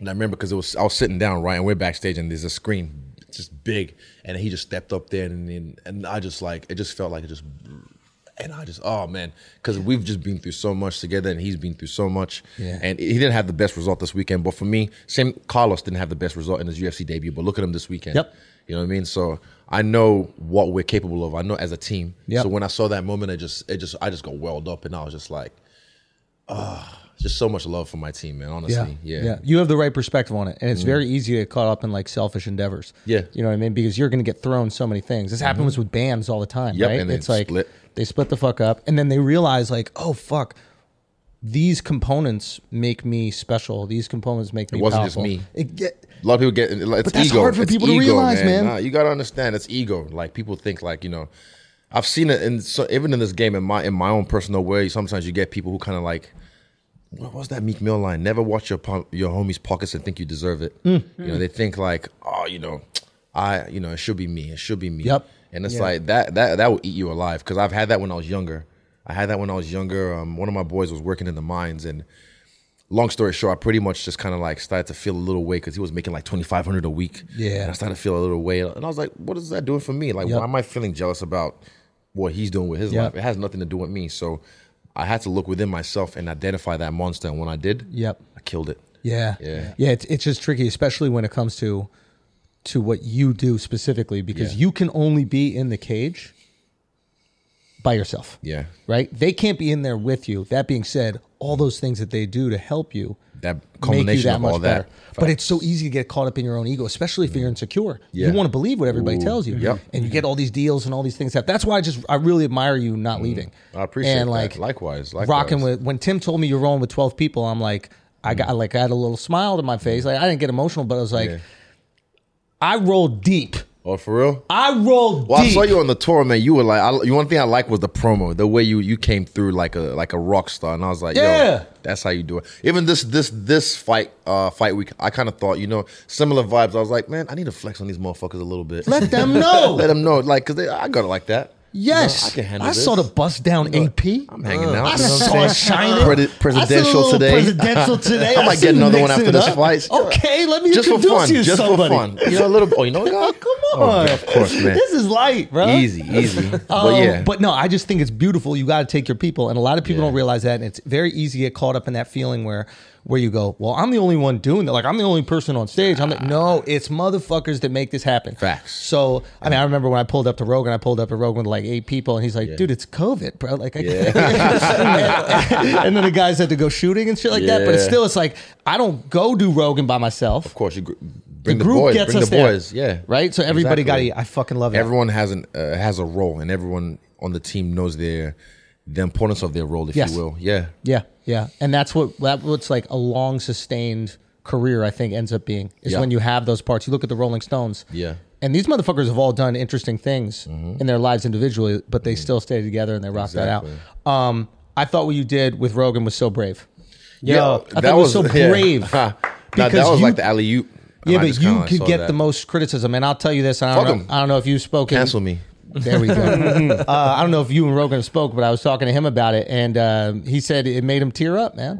Speaker 2: and I remember because it was I was sitting down right, and we're backstage, and there's a screen just big, and he just stepped up there, and and, and I just like it just felt like it just. And I just, oh man, because we've just been through so much together, and he's been through so much.
Speaker 1: Yeah.
Speaker 2: And he didn't have the best result this weekend, but for me, same Carlos didn't have the best result in his UFC debut. But look at him this weekend.
Speaker 1: Yep.
Speaker 2: You know what I mean? So I know what we're capable of. I know as a team.
Speaker 1: Yep.
Speaker 2: So when I saw that moment, it just, it just, I just got welled up, and I was just like, ah, just so much love for my team, man. Honestly, yeah. Mm.
Speaker 1: You have the right perspective on it, and it's very easy to get caught up in like selfish endeavors.
Speaker 2: Yeah. Mm-hmm.
Speaker 1: you know what I mean because you're going to get thrown so many things. This happens with bands all the time,
Speaker 2: Yep,
Speaker 1: right?
Speaker 2: and they
Speaker 1: it's like
Speaker 2: split.
Speaker 1: they split the fuck up, and then they realize like, oh fuck, these components make me special. These components make me.
Speaker 2: wasn't just
Speaker 1: powerful.
Speaker 2: me.
Speaker 1: It get,
Speaker 2: A lot of people get it's but
Speaker 1: that's
Speaker 2: ego.
Speaker 1: hard for
Speaker 2: It's
Speaker 1: people to
Speaker 2: ego,
Speaker 1: realize, man.
Speaker 2: Nah, you gotta understand it's ego. Like people think like you know, I've seen it in so even in this game in my in my own personal way. Sometimes you get people who kind of like. What was that Meek Mill line? Never watch your po- your homies' pockets and think you deserve it.
Speaker 1: Mm.
Speaker 2: You know they think like, oh, you know, I, you know, it should be me. It should be me.
Speaker 1: Yep.
Speaker 2: And it's
Speaker 1: Yeah.
Speaker 2: like that that that will eat you alive because I've had that when I was younger. I had that when I was younger. Um, one of my boys was working in the mines and long story short, I pretty much just kind of like started to feel a little way because he was making like twenty five hundred a week.
Speaker 1: Yeah.
Speaker 2: and I started to feel a little way, and I was like, "What is that doing for me? Like,
Speaker 1: Yep.
Speaker 2: why am I feeling jealous about what he's doing with his
Speaker 1: Yep.
Speaker 2: life? It has nothing to do with me." So, I had to look within myself and identify that monster. And when I did,
Speaker 1: Yep.
Speaker 2: I killed it.
Speaker 1: Yeah.
Speaker 2: Yeah.
Speaker 1: It's, it's just tricky, especially when it comes to to what you do specifically, because
Speaker 2: Yeah.
Speaker 1: you can only be in the cage, by yourself.
Speaker 2: Yeah.
Speaker 1: Right? They can't be in there with you. That being said, all those things that they do to help you
Speaker 2: That
Speaker 1: make you
Speaker 2: culmination
Speaker 1: that
Speaker 2: of
Speaker 1: much
Speaker 2: all
Speaker 1: better.
Speaker 2: that.
Speaker 1: But it's so easy to get caught up in your own ego, especially if you're insecure.
Speaker 2: Yeah.
Speaker 1: You want to believe what everybody
Speaker 2: Ooh,
Speaker 1: tells you.
Speaker 2: yep.
Speaker 1: And you get all these deals and all these things. That that's why I just I really admire you not leaving.
Speaker 2: Mm. I appreciate
Speaker 1: and
Speaker 2: that.
Speaker 1: like
Speaker 2: Likewise, likewise.
Speaker 1: rocking with when Tim told me you're rolling with 12 people, I'm like I got like I had a little smile to my face. Like I didn't get emotional, but I was like
Speaker 2: Mm. Yeah.
Speaker 1: I rolled deep.
Speaker 2: Oh, for real?
Speaker 1: I rolled
Speaker 2: Well,
Speaker 1: deep.
Speaker 2: I saw you on the tour, man. You were like, I, you one thing I like was the promo, the way you you came through like a like a rock star, and I was like,
Speaker 1: Yeah.
Speaker 2: yo, that's how you do it. Even this this this fight uh fight week, I kind of thought, you know, similar vibes. I was like, man, I need to flex on these motherfuckers a little bit.
Speaker 1: Let them know.
Speaker 2: Let them know, like, cause they, I got it like that.
Speaker 1: Yes,
Speaker 2: I can handle
Speaker 1: saw the
Speaker 2: this.
Speaker 1: bus down AP.
Speaker 2: I'm hanging out.
Speaker 1: I
Speaker 2: you know what I'm
Speaker 1: saw it
Speaker 2: saying?
Speaker 1: shining.
Speaker 2: Predi-
Speaker 1: I saw a
Speaker 2: presidential
Speaker 1: little
Speaker 2: today.
Speaker 1: Presidential today.
Speaker 2: I
Speaker 1: I
Speaker 2: might
Speaker 1: see
Speaker 2: get
Speaker 1: you
Speaker 2: another one
Speaker 1: mixing
Speaker 2: after
Speaker 1: it
Speaker 2: this
Speaker 1: up.
Speaker 2: fight.
Speaker 1: Okay, let me
Speaker 2: Just for
Speaker 1: introduce
Speaker 2: fun,
Speaker 1: you to
Speaker 2: just
Speaker 1: somebody.
Speaker 2: for fun. You know, a little. Oh, you know, what?
Speaker 1: Come
Speaker 2: Oh,
Speaker 1: on,
Speaker 2: yeah, of course, man.
Speaker 1: This is light, bro.
Speaker 2: easy, easy.
Speaker 1: Um,
Speaker 2: but yeah,
Speaker 1: but no, I just think it's beautiful. You got to take your people, and a lot of people
Speaker 2: Yeah.
Speaker 1: don't realize that. And it's very easy to get caught up in that feeling where, where you go, well, I'm the only one doing that. Like I'm the only person on stage. I'm like, no, it's motherfuckers that make this happen.
Speaker 2: Facts.
Speaker 1: So I mean, I remember when I pulled up to Rogan, I pulled up to Rogan with like eight people, and he's like, dude, it's COVID, bro. Like, I and then the guys had to go shooting and shit like that. But it's
Speaker 2: Yeah.
Speaker 1: still, it's like I don't go do Rogan by myself.
Speaker 2: of course, you gr- bring the,
Speaker 1: group
Speaker 2: boys,
Speaker 1: gets
Speaker 2: bring
Speaker 1: us
Speaker 2: the
Speaker 1: there,
Speaker 2: boys. Yeah,
Speaker 1: Right. So everybody
Speaker 2: Exactly.
Speaker 1: got. to I fucking love it.
Speaker 2: everyone has an uh, has a role, and everyone on the team knows their the importance of their role, if
Speaker 1: Yes.
Speaker 2: you will. Yeah,
Speaker 1: Yeah, yeah, and that's what that what's like a long sustained career. I think ends up being is
Speaker 2: Yeah.
Speaker 1: when you have those parts. You look at the Rolling Stones.
Speaker 2: Yeah. Mm-hmm.
Speaker 1: and these motherfuckers have all done interesting things in their lives individually, but they still stay together and they rock
Speaker 2: Exactly.
Speaker 1: that out. Um, I thought what you did with Rogan was so brave.
Speaker 2: yeah.
Speaker 1: I thought it was so brave.
Speaker 2: now, that
Speaker 1: Because
Speaker 2: was
Speaker 1: you-
Speaker 2: like the alley oop.
Speaker 1: Yeah, but you could get the most criticism, and I'll tell you this. and I
Speaker 2: Fuck
Speaker 1: don't, know,
Speaker 2: 'em.
Speaker 1: I don't know if you've spoken.
Speaker 2: Cancel me.
Speaker 1: There we go.
Speaker 2: Mm-hmm.
Speaker 1: uh, I don't know if you and Rogan spoke, but I was talking to him about it, and uh, he said it made him tear up, man.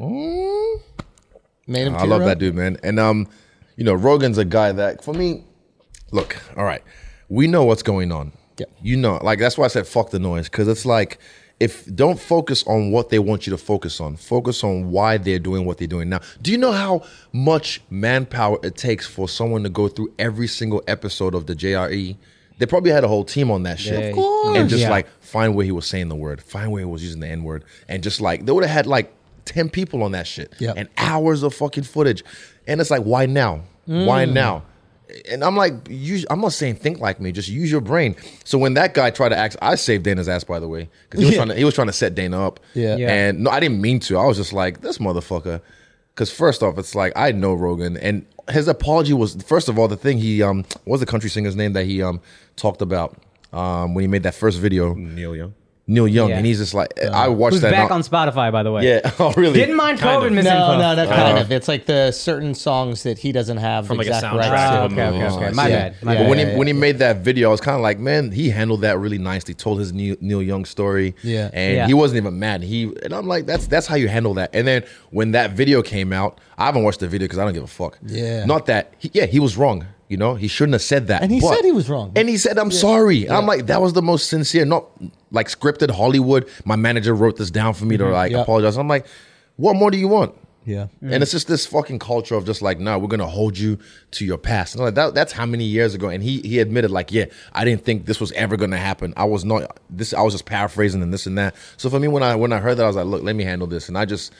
Speaker 1: Made him.
Speaker 2: Mm-hmm. Oh, I
Speaker 1: tear
Speaker 2: love
Speaker 1: up.
Speaker 2: that dude, man. And um, you know, Rogan's a guy that for me, look, all right, we know what's going on.
Speaker 1: Yeah.
Speaker 2: You know, like that's why I said fuck the noise because it's like if don't focus on what they want you to focus on, focus on why they're doing what they're doing now. Do you know how much manpower it takes for someone to go through every single episode of the JRE? They probably had a whole team on that shit,
Speaker 4: Of
Speaker 1: course.
Speaker 2: and just
Speaker 4: Yeah.
Speaker 2: like find where he was saying the word, find where he was using the n word, and just like they would have had like ten people on that shit,
Speaker 1: Yeah.
Speaker 2: and hours of fucking footage. And it's like, why now? Why now? And I'm like, use, I'm not saying think like me, just use your brain. So when that guy tried to ask, I saved Dana's ass by the way, because he was
Speaker 1: Yeah.
Speaker 2: trying to he was trying to set Dana up.
Speaker 1: Yeah.
Speaker 4: Yeah.
Speaker 2: And no, I didn't mean to. I was just like, this motherfucker. Because first off, it's like I know Rogan, and his apology was first of all the thing he um what was the country singer's name that he um talked about um when he made that first video
Speaker 3: Neil Young.
Speaker 2: Neil Young,
Speaker 4: Yeah. Uh,
Speaker 2: and he's just like I watched
Speaker 4: Who's
Speaker 2: that.
Speaker 4: back
Speaker 2: and I-
Speaker 4: on Spotify, by the way.
Speaker 2: yeah, oh really?
Speaker 4: Didn't mind
Speaker 3: Kind
Speaker 4: COVID
Speaker 3: of.
Speaker 1: No,
Speaker 4: misinfo.
Speaker 1: no,
Speaker 2: Uh-huh.
Speaker 1: no, kind of. It's like the certain songs that he doesn't have
Speaker 3: From, like, a
Speaker 1: exact
Speaker 3: soundtrack
Speaker 1: rights to.
Speaker 3: to
Speaker 4: Ah,
Speaker 3: Yeah.
Speaker 4: okay, okay, okay. My
Speaker 1: Yeah.
Speaker 4: bad. My
Speaker 1: Yeah.
Speaker 2: But
Speaker 4: bad.
Speaker 2: when he when he made that video, I was kind of like, man, he handled that really nicely. Told his Neil, Neil Young story,
Speaker 1: Yeah.
Speaker 2: and
Speaker 4: Yeah.
Speaker 2: he wasn't even mad. He and I'm like, that's that's how you handle that. And then when that video came out, I haven't watched the video because I don't give a fuck.
Speaker 1: Yeah.
Speaker 2: not that. He, yeah, he was wrong. You know, he shouldn't have said that.
Speaker 1: And he
Speaker 2: but-
Speaker 1: said he was wrong.
Speaker 2: And he said, "I'm sorry." And I'm like, that was the most sincere, not like scripted Hollywood. My manager wrote this down for me to like
Speaker 1: Yep.
Speaker 2: apologize. I'm like, what more do you want?
Speaker 1: Yeah.
Speaker 2: And it's just this fucking culture of just like, nah, we're gonna hold you to your past. And I'm like that, that's how many years ago. And he he admitted like, yeah, I didn't think this was ever gonna happen. I was not this. I was just paraphrasing and this and that. So for me, when I when I heard that, I was like, look, let me handle this. And I just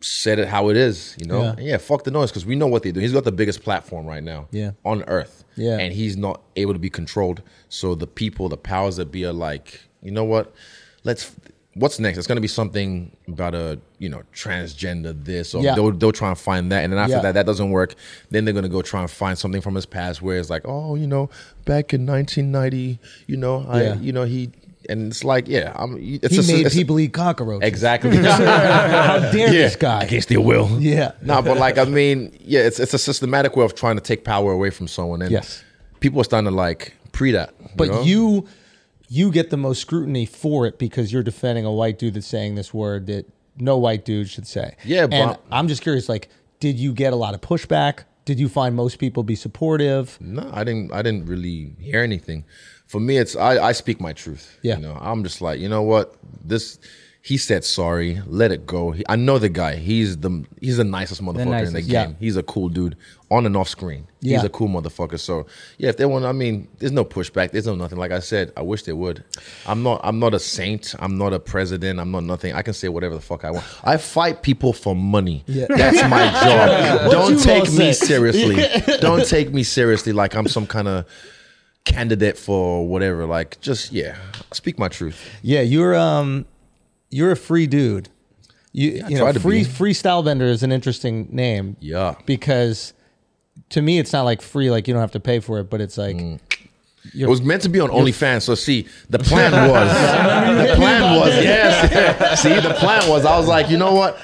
Speaker 2: said it how it is, you know.
Speaker 1: Yeah.
Speaker 2: And Yeah, fuck the noise because we know what they do. He's got the biggest platform right now,
Speaker 1: Yeah.
Speaker 2: on earth.
Speaker 1: Yeah.
Speaker 2: and he's not able to be controlled. So the people, the powers that be, are like, you know what? Let's. What's next? It's going to be something about a you know transgender this or
Speaker 1: Yeah.
Speaker 2: they'll they'll try and find that, and then after
Speaker 1: Yeah.
Speaker 2: that that doesn't work, then they're going to go try and find something from his past where it's like, oh, you know, back in 1990, you know, I
Speaker 1: Yeah.
Speaker 2: you know he, and it's like, yeah, I'm. It's
Speaker 1: He
Speaker 2: just-
Speaker 1: made
Speaker 2: it's-
Speaker 1: people eat cockroaches.
Speaker 2: exactly.
Speaker 1: How dare this guy?
Speaker 2: Against their will.
Speaker 1: Yeah.
Speaker 2: No, but like I mean, yeah, it's it's a systematic way of trying to take power away from someone, and
Speaker 1: Yes.
Speaker 2: people are starting to like pre that.
Speaker 1: But
Speaker 2: know?
Speaker 1: you you get the most scrutiny for it because you're defending a white dude that's saying this word that no white dude should say.
Speaker 2: Yeah, but-
Speaker 1: and I'm just curious, like, did you get a lot of pushback? Did you find most people be supportive?
Speaker 2: no, I didn't. I didn't really hear anything. For me, it's I I speak my truth.
Speaker 1: Yeah.
Speaker 2: you know, I'm just like you know what this. He said sorry, let it go. He, I know the guy. He's the he's the nicest motherfucker in the
Speaker 4: nicest,
Speaker 2: game.
Speaker 1: yeah.
Speaker 2: He's a cool dude on and off screen.
Speaker 1: Yeah.
Speaker 2: He's a cool motherfucker. So yeah, if they want, I mean, there's no pushback. There's no nothing. Like I said, I wish they would. I'm not. I'm not a saint. I'm not a president. I'm not nothing. I can say whatever the fuck I want. I fight people for money.
Speaker 1: Yeah.
Speaker 2: That's my job. Don't
Speaker 1: you
Speaker 2: take
Speaker 1: gonna
Speaker 2: me
Speaker 1: say?
Speaker 2: seriously. Don't take me seriously. Like I'm some kind of candidate for whatever. Like just yeah, speak my truth.
Speaker 1: Yeah, you're um, you're a free dude. You, you know,
Speaker 2: try to
Speaker 1: free
Speaker 2: be.
Speaker 1: freestyle bender is an interesting name.
Speaker 2: Yeah.
Speaker 1: because to me, it's not like free, like you don't have to pay for it, but it's like
Speaker 2: Mm. It was meant to be on OnlyFans. So see, the plan was the plan was yes. see, the plan was I was like, you know what?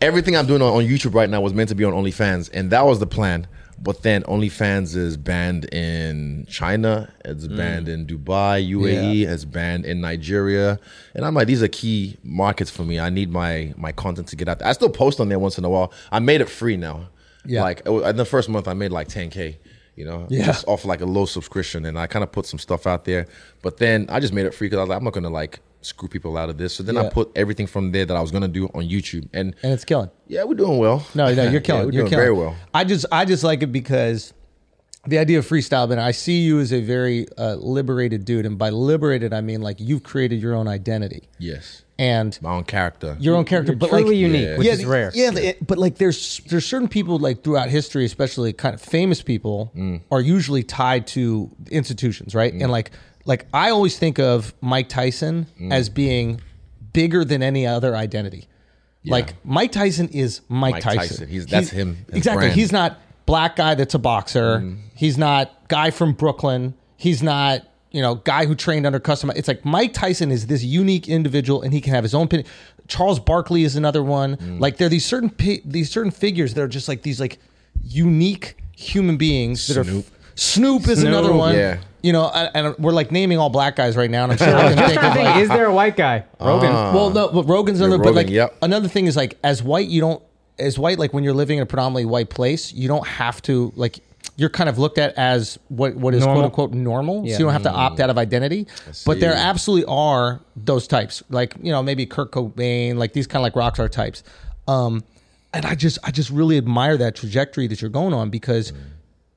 Speaker 2: Everything I'm doing on, on YouTube right now was meant to be on OnlyFans, and that was the plan. But then OnlyFans is banned in China. It's
Speaker 1: Mm.
Speaker 2: banned in Dubai, UAE. It's banned in Nigeria, and I'm like, these are key markets for me. I need my my content to get out there. I still post on there once in a while. I made it free now.
Speaker 1: Yeah.
Speaker 2: Like it wa- in the first month, I made like 10k. You know,
Speaker 1: Yeah.
Speaker 2: just off like a low subscription, and I kind of put some stuff out there. But then I just made it free because I was like, I'm not gonna like screw people out of this. So then
Speaker 1: Yeah.
Speaker 2: I put everything from there that I was gonna do on YouTube, and
Speaker 1: and it's killing.
Speaker 2: yeah, we're doing well.
Speaker 1: No, no,
Speaker 2: Yeah,
Speaker 1: you're killing.
Speaker 2: we're
Speaker 1: you're
Speaker 2: doing
Speaker 1: killing
Speaker 2: very well.
Speaker 1: I just, I just like it because the idea of freestyle, and I see you as a very uh, liberated dude, and by liberated, I mean like you've created your own identity
Speaker 2: Yes,
Speaker 1: and
Speaker 2: my own character.
Speaker 1: your own character,
Speaker 4: You're
Speaker 1: but
Speaker 4: truly
Speaker 1: like
Speaker 4: unique,
Speaker 2: Yeah.
Speaker 4: which
Speaker 1: yeah,
Speaker 4: is
Speaker 1: the-
Speaker 4: rare.
Speaker 1: Yeah, the- but like there's there's certain people like throughout history, especially kind of famous people, are usually tied to institutions, right? And like like I always think of Mike Tyson as being bigger than any other identity. Like Mike Tyson is Mike,
Speaker 2: Mike
Speaker 1: Tyson.
Speaker 2: Tyson. He's- that's him, his
Speaker 1: Exactly.
Speaker 2: brand.
Speaker 1: He's not black guy that's a boxer.
Speaker 2: Mm.
Speaker 1: He's not guy from Brooklyn. He's not you know guy who trained under custom. It's like Mike Tyson is this unique individual, and he can have his own opinion. Charles Barkley is another one.
Speaker 2: Mm.
Speaker 1: Like there are these certain pi- these certain figures that are just like these like unique human beings that are.
Speaker 2: Snoop.
Speaker 1: Snoop is another one.
Speaker 2: yeah.
Speaker 1: You know, and, and we're like naming all black guys right now, and I'm sure I can
Speaker 4: Just
Speaker 1: think
Speaker 4: trying
Speaker 1: of
Speaker 4: to
Speaker 1: like
Speaker 4: think, is there a white guy? Rogan.
Speaker 1: well, no, but Rogan's another. but
Speaker 2: Ah. Rogan,
Speaker 1: like
Speaker 2: yep.
Speaker 1: another thing is like as white, you don't as white like when you're living in a predominantly white place, you don't have to like you're kind of looked at as what what is
Speaker 4: Normal.
Speaker 1: quote unquote normal.
Speaker 4: Yeah.
Speaker 1: So you don't have to opt out of identity. But there
Speaker 2: Mm. see.
Speaker 1: absolutely are those types, like you know maybe Kurt Cobain, like these kind of like rock star types. Um, and I just I just really admire that trajectory that you're going on because.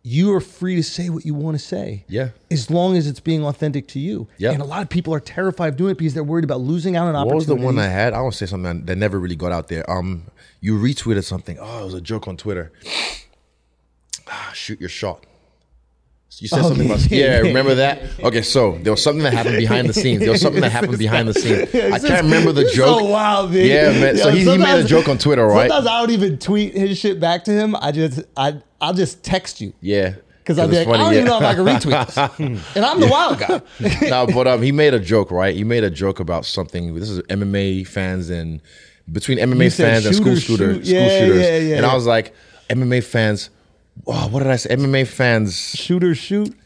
Speaker 1: You are free to say what you want to say
Speaker 2: Mm. Yeah.
Speaker 1: as long as it's being authentic to you.
Speaker 2: Yeah.
Speaker 1: And a lot of people are terrified of doing it because they're worried about losing out on
Speaker 2: What was
Speaker 1: opportunities.
Speaker 2: the one I had? I want to say something that never really got out there. Um, you retweeted something. Oh, it was a joke on Twitter. Ah, shoot your shot. You said something
Speaker 1: Okay.
Speaker 2: about yeah. Remember that? Okay, so there was something that happened behind the scenes. There was something that happened behind the scenes. I can't remember the
Speaker 1: This is
Speaker 2: joke.
Speaker 1: So wild, dude.
Speaker 2: Yeah, man. So
Speaker 1: Yo,
Speaker 2: he, he made a
Speaker 1: sometimes-
Speaker 2: joke on Twitter, right?
Speaker 1: Sometimes I don't even tweet his shit back to him. I just I I'll just text you
Speaker 2: Yeah,
Speaker 1: because I'll be
Speaker 2: it's
Speaker 1: like, I don't
Speaker 2: funny,
Speaker 1: even
Speaker 2: yeah.
Speaker 1: know if I can retweet this, and I'm the wild guy.
Speaker 2: no, but um, he made a joke, right? He made a joke about something. This is MMA fans and between MMA
Speaker 1: said
Speaker 2: fans and school
Speaker 1: shooters
Speaker 2: shooter,
Speaker 1: shoot-
Speaker 2: school
Speaker 1: yeah,
Speaker 2: shooters.
Speaker 1: yeah, yeah,
Speaker 2: and
Speaker 1: yeah.
Speaker 2: I was like, MMA fans. Oh, what did I say? MMA fans
Speaker 1: Shoot or shoot.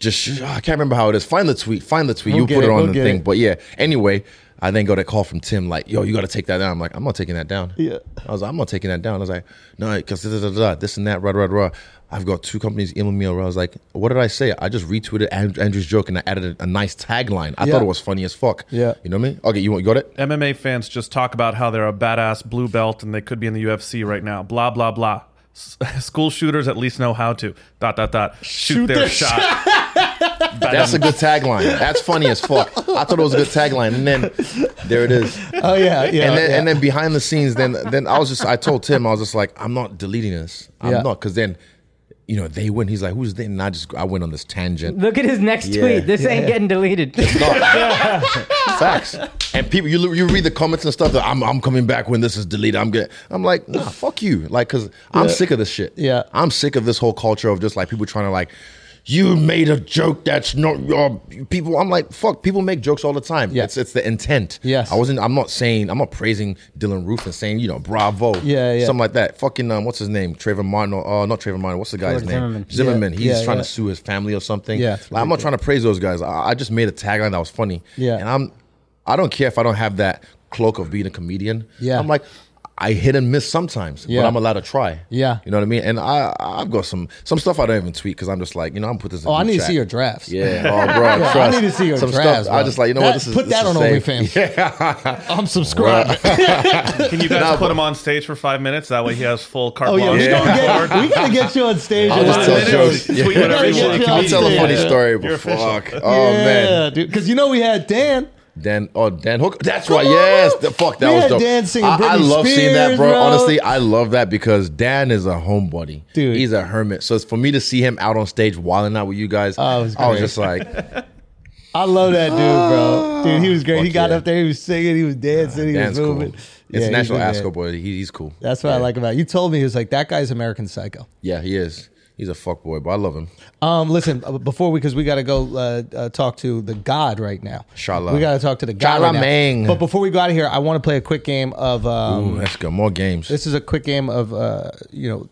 Speaker 2: just shoot. Oh, I can't remember how it is. Find the tweet. Find the tweet.
Speaker 1: We'll
Speaker 2: you
Speaker 1: get
Speaker 2: put
Speaker 1: it,
Speaker 2: it, on
Speaker 1: we'll
Speaker 2: the
Speaker 1: get
Speaker 2: thing.
Speaker 1: it.
Speaker 2: But yeah. Anyway, I then got a call from Tim like, "Yo, you got to take that down." I'm like, "I'm not taking that down."
Speaker 1: Yeah.
Speaker 2: I was like, "I'm not taking that down." I was like, "No, because this and that, rah rah rah." I've got two companies emailing me. Where I was like, "What did I say?" I just retweeted And- Andrew's joke and I added a, a nice tagline. I
Speaker 1: Yeah.
Speaker 2: thought it was funny as fuck.
Speaker 1: Yeah.
Speaker 2: You know what I mean? Okay, you want- you got it?
Speaker 5: MMA fans just talk about how they're a badass blue belt and they could be in the UFC right now. Blah blah blah. S- School shooters at least know how to dot dot dot shoot,
Speaker 1: Shoot
Speaker 5: their,
Speaker 1: their
Speaker 5: shot.
Speaker 2: That's a good tagline. That's funny as fuck. I thought it was a good tagline, and then there it is.
Speaker 1: Oh yeah, yeah.
Speaker 2: and then
Speaker 1: yeah.
Speaker 2: and then behind the scenes, then then I was just I told Tim I was just like I'm not deleting this. I'm
Speaker 1: Yeah.
Speaker 2: not because then, you know, they win. He's like, who's then? And I just I went on this tangent.
Speaker 4: Look at his next
Speaker 2: Yeah.
Speaker 4: tweet. This ain't getting deleted.
Speaker 2: Facts. And people, you you read the comments and stuff that I'm I'm coming back when this is deleted. I'm good. I'm like, nah, fuck you. Like, cause I'm sick of this shit.
Speaker 1: Yeah.
Speaker 2: I'm sick of this whole culture of just like people trying to like. You made a joke that's not your people. I'm like, fuck. People make jokes all the time.
Speaker 1: Yeah.
Speaker 2: It's it's the intent.
Speaker 1: Yes.
Speaker 2: I wasn't. I'm not saying. I'm not praising Dylan Roof and saying you know bravo.
Speaker 1: Yeah, yeah.
Speaker 2: Something like that. Fucking um, what's his name? Trayvon Martin. Or, uh, not Trayvon Martin. What's the guy's
Speaker 4: George
Speaker 2: name?
Speaker 4: Zimmerman.
Speaker 2: Zimmerman.
Speaker 1: Yeah,
Speaker 2: He's
Speaker 1: yeah,
Speaker 2: trying
Speaker 1: yeah.
Speaker 2: to sue his family or something.
Speaker 1: Yeah.
Speaker 2: Like, I'm not trying to praise those guys. I, I just made a tagline that was funny.
Speaker 1: Yeah.
Speaker 2: And I'm I don't care if I don't have that cloak of being a comedian.
Speaker 1: Yeah.
Speaker 2: I'm like, I hit and miss sometimes,
Speaker 1: Yeah.
Speaker 2: but I'm allowed to try.
Speaker 1: Yeah.
Speaker 2: you know what I mean. And I, I've got some some stuff I don't even tweet because I'm just like, you know, I'm gonna put this. In
Speaker 1: Oh, I need
Speaker 2: group
Speaker 1: to
Speaker 2: chat.
Speaker 1: see your drafts.
Speaker 2: Yeah, oh, bro,
Speaker 1: Yeah, I
Speaker 2: trust.
Speaker 1: need to see your
Speaker 2: some
Speaker 1: drafts.
Speaker 2: stuff. I
Speaker 1: bro.
Speaker 2: just like, you know
Speaker 1: That-
Speaker 2: what? This is
Speaker 1: put
Speaker 2: this
Speaker 1: that on
Speaker 2: is safe.
Speaker 1: OnlyFans. I'm subscribed.
Speaker 5: Can you guys put him on stage for five minutes? That way he has full carte
Speaker 1: Oh yeah,
Speaker 5: blanche
Speaker 1: we
Speaker 5: to
Speaker 1: gonna
Speaker 5: record.
Speaker 1: get we gotta get you on stage.
Speaker 2: I'll
Speaker 1: and
Speaker 2: just
Speaker 1: do
Speaker 2: tell
Speaker 1: it.
Speaker 2: jokes.
Speaker 5: Tweet whatever you
Speaker 1: Yeah.
Speaker 5: want.
Speaker 1: Yeah.
Speaker 2: I'll
Speaker 5: Comedian.
Speaker 2: tell a funny
Speaker 1: Yeah.
Speaker 2: story,
Speaker 5: You're
Speaker 2: but
Speaker 5: official.
Speaker 2: fuck. Oh
Speaker 1: yeah,
Speaker 2: man,
Speaker 1: dude. Because you know we had Dan.
Speaker 2: Dan. Oh, Dan Hooker. That's
Speaker 1: Come
Speaker 2: right.
Speaker 1: on,
Speaker 2: Yes.
Speaker 1: bro.
Speaker 2: The, fuck, that
Speaker 1: We
Speaker 2: was
Speaker 1: had
Speaker 2: dope.
Speaker 1: Dan singing
Speaker 2: I, I
Speaker 1: Britney
Speaker 2: love seeing
Speaker 1: Spears,
Speaker 2: that, bro.
Speaker 1: bro.
Speaker 2: Honestly, I love that because Dan is a homebody.
Speaker 1: Dude.
Speaker 2: he's a hermit. So it's for me to see him out on stage wilding out with you guys.
Speaker 1: Oh, it was
Speaker 2: I was
Speaker 1: great.
Speaker 2: just like,
Speaker 1: I love that dude, bro. Dude, he was great. He
Speaker 2: Fuck
Speaker 1: got
Speaker 2: yeah.
Speaker 1: up there, he was singing, he was dancing, he
Speaker 2: Dan's
Speaker 1: was
Speaker 2: cool.
Speaker 1: moving. Yeah, he's
Speaker 2: International
Speaker 1: the man.
Speaker 2: Asco boy. He, he's cool.
Speaker 1: That's what I like about it. you. Told me he was like that guy's American Psycho.
Speaker 2: Yeah, he is. He's a fuck boy, but I love him.
Speaker 1: Um, listen, uh, before we because we got to go uh, uh, talk to the God right now.
Speaker 2: Shala.
Speaker 1: We got to talk to the God. Right now.
Speaker 2: Shalamang.
Speaker 1: But before we go out of here, I want to play a quick game of um,
Speaker 2: Ooh, let's go. More games.
Speaker 1: this is a quick game of uh, you know,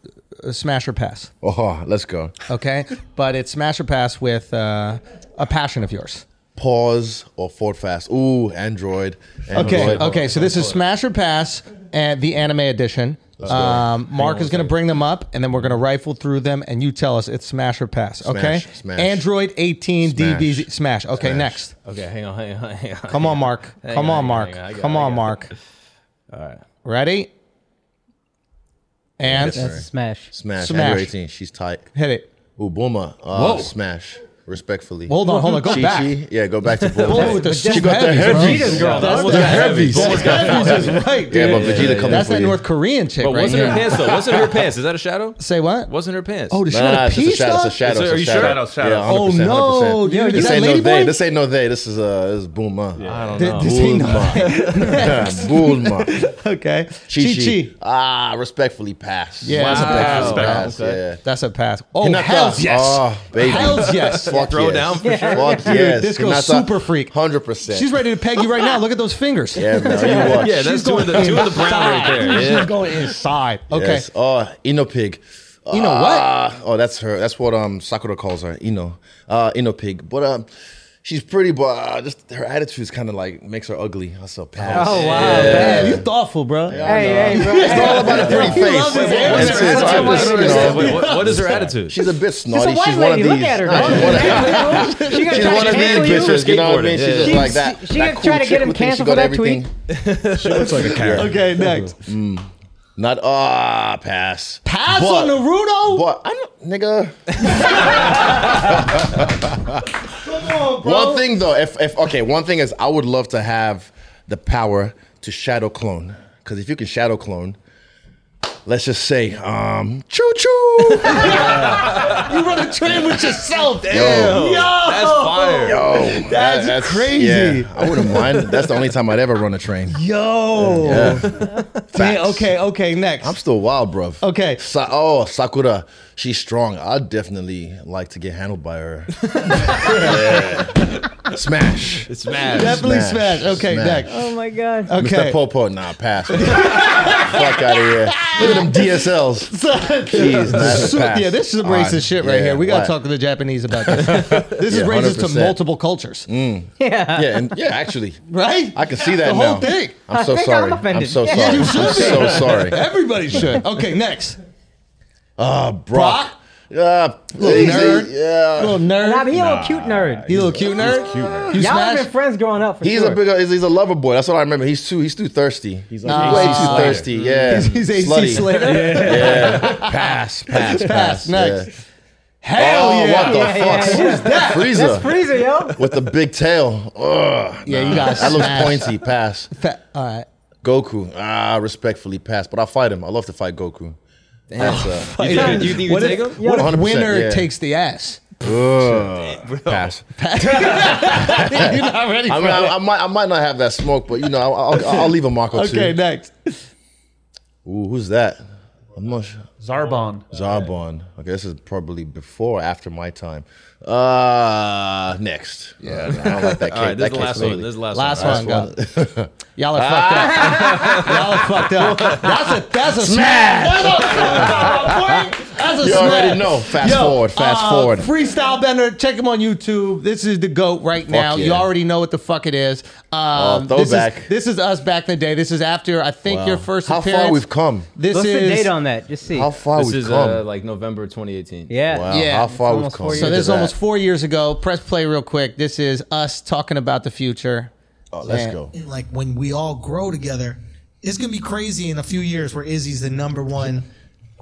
Speaker 1: uh, smash or pass.
Speaker 2: Oh, let's go.
Speaker 1: Okay, but it's smash or pass with uh, a passion of yours.
Speaker 2: Pause or forward fast. Ooh, Android.
Speaker 1: Okay,
Speaker 2: Android.
Speaker 1: okay. So this is Smash or Pass and the anime edition. Um, Mark is going to bring them up, and then we're going to rifle through them, and you tell us it's Smash or Pass. Okay.
Speaker 2: smash.
Speaker 1: Android 18
Speaker 2: Smash.
Speaker 1: DBZ Smash. Okay,
Speaker 2: Smash.
Speaker 1: next.
Speaker 3: Okay, hang on, hang on, hang on.
Speaker 1: Come on, Mark.
Speaker 3: Hang
Speaker 1: Come
Speaker 3: on,
Speaker 1: on,
Speaker 3: hang on,
Speaker 1: Mark.
Speaker 3: hang on. I got it,
Speaker 1: Come
Speaker 3: I
Speaker 1: on,
Speaker 3: got it.
Speaker 1: Mark. All right. Ready? And
Speaker 2: Yes,
Speaker 4: That's a
Speaker 2: Sorry.
Speaker 4: smash.
Speaker 2: Smash.
Speaker 1: Smash.
Speaker 2: Android 18. She's tight.
Speaker 1: hit it.
Speaker 2: Ooh, Boomer. Uh, Smash. Respectfully.
Speaker 1: Hold on, hold on. Go
Speaker 2: Chi-Chi.
Speaker 1: back.
Speaker 2: Yeah, go back to
Speaker 1: Boy,
Speaker 2: Boomer.
Speaker 1: with the
Speaker 2: she got the
Speaker 1: heavies, bro.
Speaker 2: heavies.
Speaker 3: girl.
Speaker 1: That's
Speaker 3: That was
Speaker 1: the
Speaker 3: the
Speaker 1: heavies.
Speaker 3: heavies.
Speaker 1: That's the heavies is right, dude.
Speaker 2: Yeah, but Vegeta coming
Speaker 1: That's
Speaker 2: for
Speaker 1: that
Speaker 2: you.
Speaker 1: North Korean chick
Speaker 3: But
Speaker 1: right
Speaker 3: wasn't
Speaker 1: here.
Speaker 3: her pants though? Wasn't her pants? Is that a shadow?
Speaker 1: Say what?
Speaker 3: Wasn't her pants?
Speaker 1: Oh, does she
Speaker 2: Nah, nah,
Speaker 1: have
Speaker 2: it's
Speaker 1: a
Speaker 2: just a
Speaker 1: piece?
Speaker 2: shadow. It's a
Speaker 1: dog?
Speaker 2: shadow.
Speaker 3: Is
Speaker 2: It's
Speaker 3: it- are
Speaker 2: a
Speaker 3: you
Speaker 2: shadow.
Speaker 3: sure?
Speaker 5: Shadow, shadow.
Speaker 2: Yeah, 100%,
Speaker 1: Oh, no,
Speaker 2: 100%.
Speaker 1: dude, is
Speaker 2: This
Speaker 1: that
Speaker 2: ain't no they.
Speaker 1: Ladyboy?
Speaker 2: This ain't no they. This is uh, this is Boomer.
Speaker 3: I don't
Speaker 1: Th-
Speaker 3: know.
Speaker 1: this
Speaker 2: Oh,
Speaker 1: ain't no-
Speaker 2: Bulma. Bulma.
Speaker 1: Okay.
Speaker 2: Chi
Speaker 1: Chi-Chi.
Speaker 2: Chi. Ah, respectfully pass.
Speaker 1: Yeah, that's a pass.
Speaker 2: Respectfully pass.
Speaker 3: Okay.
Speaker 2: Yeah.
Speaker 1: That's a pass. Oh,
Speaker 2: Hinata.
Speaker 1: hell's yes.
Speaker 2: Oh, baby.
Speaker 1: Hell's yes.
Speaker 2: Fuck
Speaker 3: Throw
Speaker 2: yes.
Speaker 3: down for Yeah. sure.
Speaker 2: Fuck
Speaker 1: Dude,
Speaker 2: yes.
Speaker 1: this girl's
Speaker 2: Hinata,
Speaker 1: super freak.
Speaker 2: 100%.
Speaker 1: She's ready to peg you right now. Look at those fingers.
Speaker 2: Yeah, man. You watch.
Speaker 3: Yeah, that's two of the two of the brown right there.
Speaker 1: She's
Speaker 3: Yeah.
Speaker 1: going inside. Okay.
Speaker 2: Yes. Oh, Ino Pig.
Speaker 1: You know what?
Speaker 2: Ah, oh, that's her. That's what um Sakura calls her. Ino. Uh, Ino Pig. But um, she's pretty, but uh, just her attitude is kind of like makes her ugly. I so pass.
Speaker 4: Oh wow.
Speaker 1: Damn, you thoughtful, bro.
Speaker 4: Hey, hey, bro.
Speaker 2: It's all about a pretty
Speaker 1: You
Speaker 2: face.
Speaker 1: love his hair.
Speaker 2: It's- it's-
Speaker 4: That's
Speaker 2: I
Speaker 4: what
Speaker 2: just,
Speaker 4: I
Speaker 2: you know,
Speaker 3: Wait, what- what is her attitude?
Speaker 2: She's a bit
Speaker 4: She's
Speaker 2: snotty.
Speaker 4: a
Speaker 2: She's,
Speaker 4: white
Speaker 2: one of
Speaker 4: lady.
Speaker 2: these.
Speaker 4: Look at her.
Speaker 2: She's one of-
Speaker 4: bro. She gonna
Speaker 2: She's
Speaker 4: try
Speaker 2: one
Speaker 4: to
Speaker 2: of these
Speaker 4: handle you.
Speaker 2: bitches, you know what I mean?
Speaker 3: Skateboarding.
Speaker 2: She's just
Speaker 4: Yeah.
Speaker 2: like that.
Speaker 4: She- she
Speaker 2: that
Speaker 4: gonna try to
Speaker 2: chick
Speaker 4: get him
Speaker 2: who thinks she
Speaker 4: canceled
Speaker 2: got
Speaker 4: for that
Speaker 2: everything.
Speaker 1: Okay, next.
Speaker 2: Not ah pass.
Speaker 1: Pass on
Speaker 2: But-
Speaker 1: Naruto?
Speaker 2: But Oh, I don't, nigga. One thing though, if if okay, one thing is I would love to have the power to shadow clone because if you can shadow clone, let's just say um choo choo.
Speaker 1: You run a train with yourself.
Speaker 2: Yo.
Speaker 1: Damn. Yo.
Speaker 3: That's fire.
Speaker 2: Oh,
Speaker 1: That's crazy.
Speaker 2: I wouldn't mind. That's the only time I'd ever run a train.
Speaker 1: Yo.
Speaker 2: Yeah.
Speaker 1: Damn, okay, okay, next.
Speaker 2: I'm still wild, bruv.
Speaker 1: Okay.
Speaker 2: Sa- oh, Sakura, she's strong. I'd definitely like to get handled by her. Yeah. Smash.
Speaker 3: It's mad.
Speaker 1: Definitely smash.
Speaker 2: Smash.
Speaker 1: Okay,
Speaker 2: Smash.
Speaker 1: next.
Speaker 4: Oh my god.
Speaker 1: Okay.
Speaker 2: Mr. Popo, nah, pass. Fuck out of here. Look at them DSLs. Jeez, that's
Speaker 1: Su-
Speaker 2: a pass.
Speaker 1: yeah, this is some
Speaker 2: All right.
Speaker 1: racist shit right
Speaker 2: Yeah,
Speaker 1: here. We got to
Speaker 2: what?
Speaker 1: talk to the Japanese about this. This is
Speaker 2: Yeah,
Speaker 1: racist to
Speaker 2: 100%.
Speaker 1: multiple cultures,
Speaker 4: Yeah.
Speaker 2: Yeah, and yeah, actually,
Speaker 1: right?
Speaker 2: Mm. I can see that
Speaker 1: the whole
Speaker 2: now.
Speaker 1: thing.
Speaker 2: I'm so
Speaker 4: I think I'm
Speaker 2: sorry. I'm,
Speaker 4: offended.
Speaker 2: so
Speaker 4: Yeah,
Speaker 2: sorry.
Speaker 1: you
Speaker 2: I'm
Speaker 1: should be.
Speaker 2: so sorry.
Speaker 1: Everybody should. Okay, next.
Speaker 2: Uh, Brock. Uh,
Speaker 1: Little
Speaker 2: easy,
Speaker 1: nerd.
Speaker 2: Yeah.
Speaker 1: Little
Speaker 4: Nah, but
Speaker 1: nerd.
Speaker 4: he a little cute nerd.
Speaker 1: You little cute nerd. You
Speaker 4: Y'all have been
Speaker 1: smash.
Speaker 4: friends growing up for
Speaker 2: He's
Speaker 4: sure.
Speaker 2: a big. He's, he's a lover boy. That's all I remember. He's too. He's too thirsty. He's like,
Speaker 1: Nah.
Speaker 2: way
Speaker 1: AC
Speaker 2: too
Speaker 1: Slater.
Speaker 2: thirsty. Yeah.
Speaker 1: He's AC
Speaker 2: Slutty.
Speaker 1: Slater.
Speaker 2: Yeah. Pass. Pass.
Speaker 1: Pass,
Speaker 2: Pass.
Speaker 1: next.
Speaker 2: yeah.
Speaker 1: Hell
Speaker 2: oh,
Speaker 1: yeah.
Speaker 2: what the
Speaker 4: Yeah,
Speaker 2: fuck?
Speaker 4: yeah, yeah.
Speaker 2: Who's that? Freezer.
Speaker 4: That's freezer, yo.
Speaker 2: with the big tail. Ugh.
Speaker 1: Yeah, you
Speaker 2: Nah,
Speaker 1: gotta
Speaker 2: That looks
Speaker 1: smash.
Speaker 2: pointy. Pass.
Speaker 1: Fa- all right.
Speaker 2: Goku. Ah, respectfully pass. But I'll fight him. I love to fight Goku. That's uh,
Speaker 3: You think you, think you
Speaker 1: What
Speaker 3: take
Speaker 1: if,
Speaker 3: him?
Speaker 1: what if
Speaker 2: 100%,
Speaker 1: winner
Speaker 2: yeah.
Speaker 1: takes the ass?
Speaker 2: ugh, pass.
Speaker 1: You're not ready for
Speaker 2: I mean,
Speaker 1: that.
Speaker 2: I, I might, I might not have that smoke, but you know, I'll, I'll, I'll leave a mark or
Speaker 1: Okay,
Speaker 2: two.
Speaker 1: next.
Speaker 2: Ooh, who's that? I'm not sure.
Speaker 5: Zarbon.
Speaker 2: Zarbon. Okay, this is probably before or after my time. Uh next. Yeah, I don't like that cake.
Speaker 3: All right, this
Speaker 2: that
Speaker 3: is
Speaker 2: cake's
Speaker 3: the last one.
Speaker 2: really-
Speaker 3: This is the last,
Speaker 1: Last
Speaker 3: one.
Speaker 1: one, go. Y'all are fucked up. Y'all are fucked up. That's a that's a smash. That's a That's a
Speaker 2: You
Speaker 1: smash.
Speaker 2: already know. Fast forward, fast
Speaker 1: uh,
Speaker 2: forward.
Speaker 1: Freestyle Bender, check him on YouTube. This is the GOAT right now. You
Speaker 2: yeah.
Speaker 1: already know what the fuck it is. Um,
Speaker 2: Oh,
Speaker 1: this is-
Speaker 2: throwback.
Speaker 1: This is, us back in the day. This is after, I think,
Speaker 2: Wow.
Speaker 1: your first
Speaker 2: How far
Speaker 1: appearance.
Speaker 2: we've come.
Speaker 1: This
Speaker 4: What's
Speaker 1: is,
Speaker 4: the date on that? Just see.
Speaker 2: How
Speaker 1: Oh,
Speaker 2: far
Speaker 3: this
Speaker 2: we've
Speaker 3: is
Speaker 2: come.
Speaker 3: uh, like November 2018.
Speaker 4: yeah.
Speaker 2: wow,
Speaker 1: Uh, Yeah,
Speaker 2: how
Speaker 1: it's
Speaker 2: far we've
Speaker 4: almost
Speaker 2: come.
Speaker 4: four
Speaker 1: So
Speaker 4: Look
Speaker 1: this
Speaker 4: at
Speaker 1: is almost four years ago. Press play real quick. This is us talking about the future.
Speaker 2: Oh, let's
Speaker 1: Yeah.
Speaker 2: go.
Speaker 6: and, like when we all grow together, it's gonna be crazy in a few years where Izzy's the number one,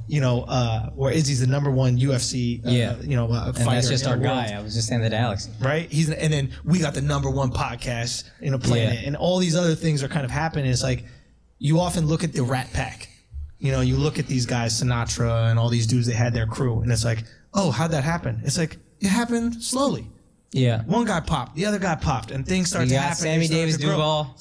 Speaker 6: you know, uh, where Izzy's the number one UFC, uh,
Speaker 7: Yeah.
Speaker 6: you know, uh,
Speaker 7: And
Speaker 6: fighter.
Speaker 7: that's just
Speaker 6: in
Speaker 7: our
Speaker 6: the world,
Speaker 7: guy. I was just saying that to Alex.
Speaker 6: right? He's and then we got the number one podcast in the planet,
Speaker 7: Yeah.
Speaker 6: and all these other things are kind of happening. It's like you often look at the Rat Pack, you know, you look at these guys, Sinatra and all these dudes that had their crew, and it's like, oh, how'd that happen? It's like it happened slowly.
Speaker 7: Yeah.
Speaker 6: One guy popped, the other guy popped, and things
Speaker 7: We
Speaker 6: started to
Speaker 7: got
Speaker 6: happen.
Speaker 7: Sammy
Speaker 6: They started
Speaker 7: Davis
Speaker 6: to grow.
Speaker 7: Duval.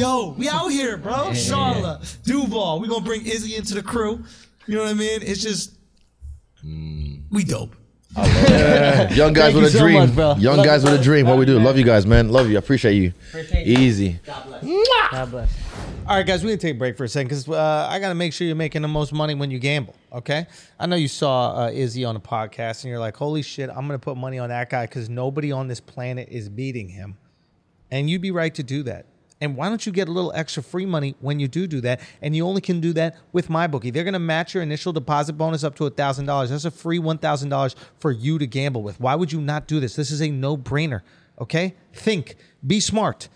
Speaker 6: Yo, we out here, bro. Charla, Duval. We're gonna bring Izzy into the crew. You know what I mean? It's just we dope.
Speaker 2: Young guys
Speaker 1: Thank you
Speaker 2: with
Speaker 1: so
Speaker 2: a dream.
Speaker 1: much, bro.
Speaker 2: Young
Speaker 1: Love
Speaker 2: guys
Speaker 1: you,
Speaker 2: with a dream. What we do. Love you guys, man. Love you. I appreciate you.
Speaker 4: Appreciate you.
Speaker 2: Easy.
Speaker 4: God bless.
Speaker 1: All right, guys, we're gonna take a break for a second because uh, I gotta make sure you're making the most money when you gamble. Okay, I know you saw uh, Izzy on a podcast and you're like, "Holy shit, I'm gonna put money on that guy because nobody on this planet is beating him," and you'd be right to do that. And why don't you get a little extra free money when you do do that? And you only can do that with MyBookie. They're gonna match your initial deposit bonus up to thousand dollars. That's a free one thousand dollars for you to gamble with. Why would you not do this? This is a no brainer. Okay, think, be smart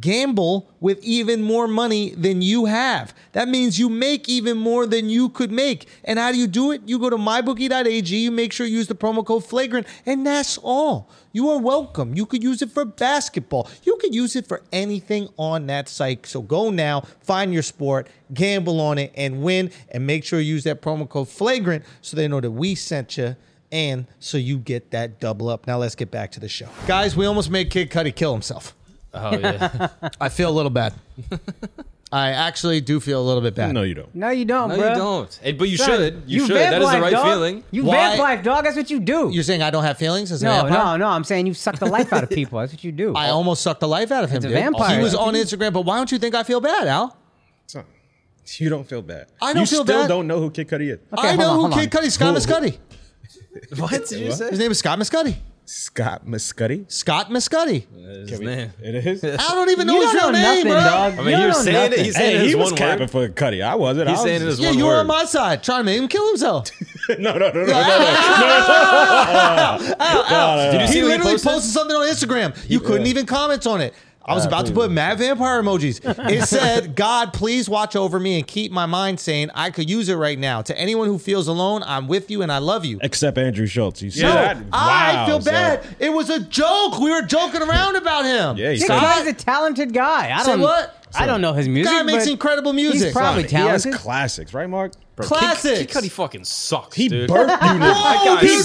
Speaker 1: gamble with even more money than you have. That means you make even more than you could make. And how do you do it? You go to mybookie.ag, you make sure you use the promo code flagrant, and that's all. You are welcome. You could use it for basketball. You could use it for anything on that site. So go now, find your sport, gamble on it, and win. And make sure you use that promo code flagrant so they know that we sent you and so you get that double up. Now let's get back to the show. Guys, we almost made Kid Cudi kill himself.
Speaker 3: Oh yeah.
Speaker 1: I feel a little bad. I actually do feel a little bit bad.
Speaker 8: No, you don't.
Speaker 4: No, you don't,
Speaker 3: no,
Speaker 4: bro.
Speaker 3: you don't. Hey, but you
Speaker 4: Son,
Speaker 3: should. You, should.
Speaker 4: vamp
Speaker 3: That is the
Speaker 4: life,
Speaker 3: right
Speaker 4: dog.
Speaker 3: feeling.
Speaker 4: You
Speaker 1: Why-
Speaker 4: vamp life, dog. That's what you do.
Speaker 1: You're saying I don't have feelings as a
Speaker 4: no,
Speaker 1: vampire?
Speaker 4: no, no. I'm saying you suck the life out of people. That's what you do.
Speaker 1: I almost sucked the life out of him,
Speaker 4: It's a
Speaker 1: dude.
Speaker 4: vampire.
Speaker 1: He was on Instagram, but why don't you think I feel bad, Al?
Speaker 8: It's not- You don't feel bad.
Speaker 1: I don't
Speaker 8: you
Speaker 1: feel
Speaker 8: still
Speaker 1: bad.
Speaker 8: don't know who Kid Cudi is.
Speaker 4: Okay,
Speaker 1: I
Speaker 4: hold
Speaker 1: know
Speaker 4: on,
Speaker 1: who
Speaker 4: hold
Speaker 1: Kid
Speaker 4: on.
Speaker 1: Cudi. Scott Miscuddy.
Speaker 3: What did you
Speaker 1: His
Speaker 3: say?
Speaker 1: name is Scott Miscuddy.
Speaker 8: Scott Muscuddy.
Speaker 1: Scott Miscuddy.
Speaker 3: His name.
Speaker 8: It is.
Speaker 1: I don't even know
Speaker 4: you
Speaker 1: his real
Speaker 4: don't know
Speaker 1: name,
Speaker 4: nothing,
Speaker 1: bro.
Speaker 4: dog.
Speaker 3: I
Speaker 4: You
Speaker 3: mean,
Speaker 4: don't
Speaker 3: you're
Speaker 4: know
Speaker 3: saying it.
Speaker 4: nothing.
Speaker 3: He's saying
Speaker 8: hey,
Speaker 3: it
Speaker 8: he
Speaker 3: as
Speaker 8: was
Speaker 3: one
Speaker 8: capping
Speaker 3: word.
Speaker 8: for Cudi. I wasn't.
Speaker 3: He's
Speaker 8: I was
Speaker 3: saying it as
Speaker 1: Yeah,
Speaker 3: one
Speaker 1: you were
Speaker 3: word.
Speaker 1: on my side trying to make him kill himself.
Speaker 8: no, no, no, no, no, no.
Speaker 1: Oh,
Speaker 3: Did
Speaker 1: he
Speaker 3: you see what he
Speaker 1: literally
Speaker 3: posted?
Speaker 1: posted? something on Instagram. You couldn't even comment on it. I was about to put mad vampire emojis. It said, God, please watch over me and keep my mind sane. I could use it right now. To anyone who feels alone, I'm with you and I love you.
Speaker 8: Except Andrew Schultz. You
Speaker 1: No,
Speaker 8: said that.
Speaker 1: I
Speaker 8: Wow,
Speaker 1: feel
Speaker 8: so-
Speaker 1: bad. It was a joke. We were joking around about him.
Speaker 8: Yeah, he
Speaker 4: Kid
Speaker 8: said-
Speaker 4: Cudi's a talented guy. I
Speaker 1: Say
Speaker 4: don't
Speaker 1: what?
Speaker 4: I don't know his music.
Speaker 1: Guy makes
Speaker 4: but
Speaker 1: incredible music.
Speaker 4: He's probably
Speaker 8: He has
Speaker 4: talented.
Speaker 8: classics, right, Mark?
Speaker 1: Classics.
Speaker 3: Kid, Kid Cudi fucking sucks.
Speaker 8: He
Speaker 3: dude.
Speaker 8: burped you.
Speaker 1: Whoa,
Speaker 3: guy
Speaker 1: Oh, dude, why are you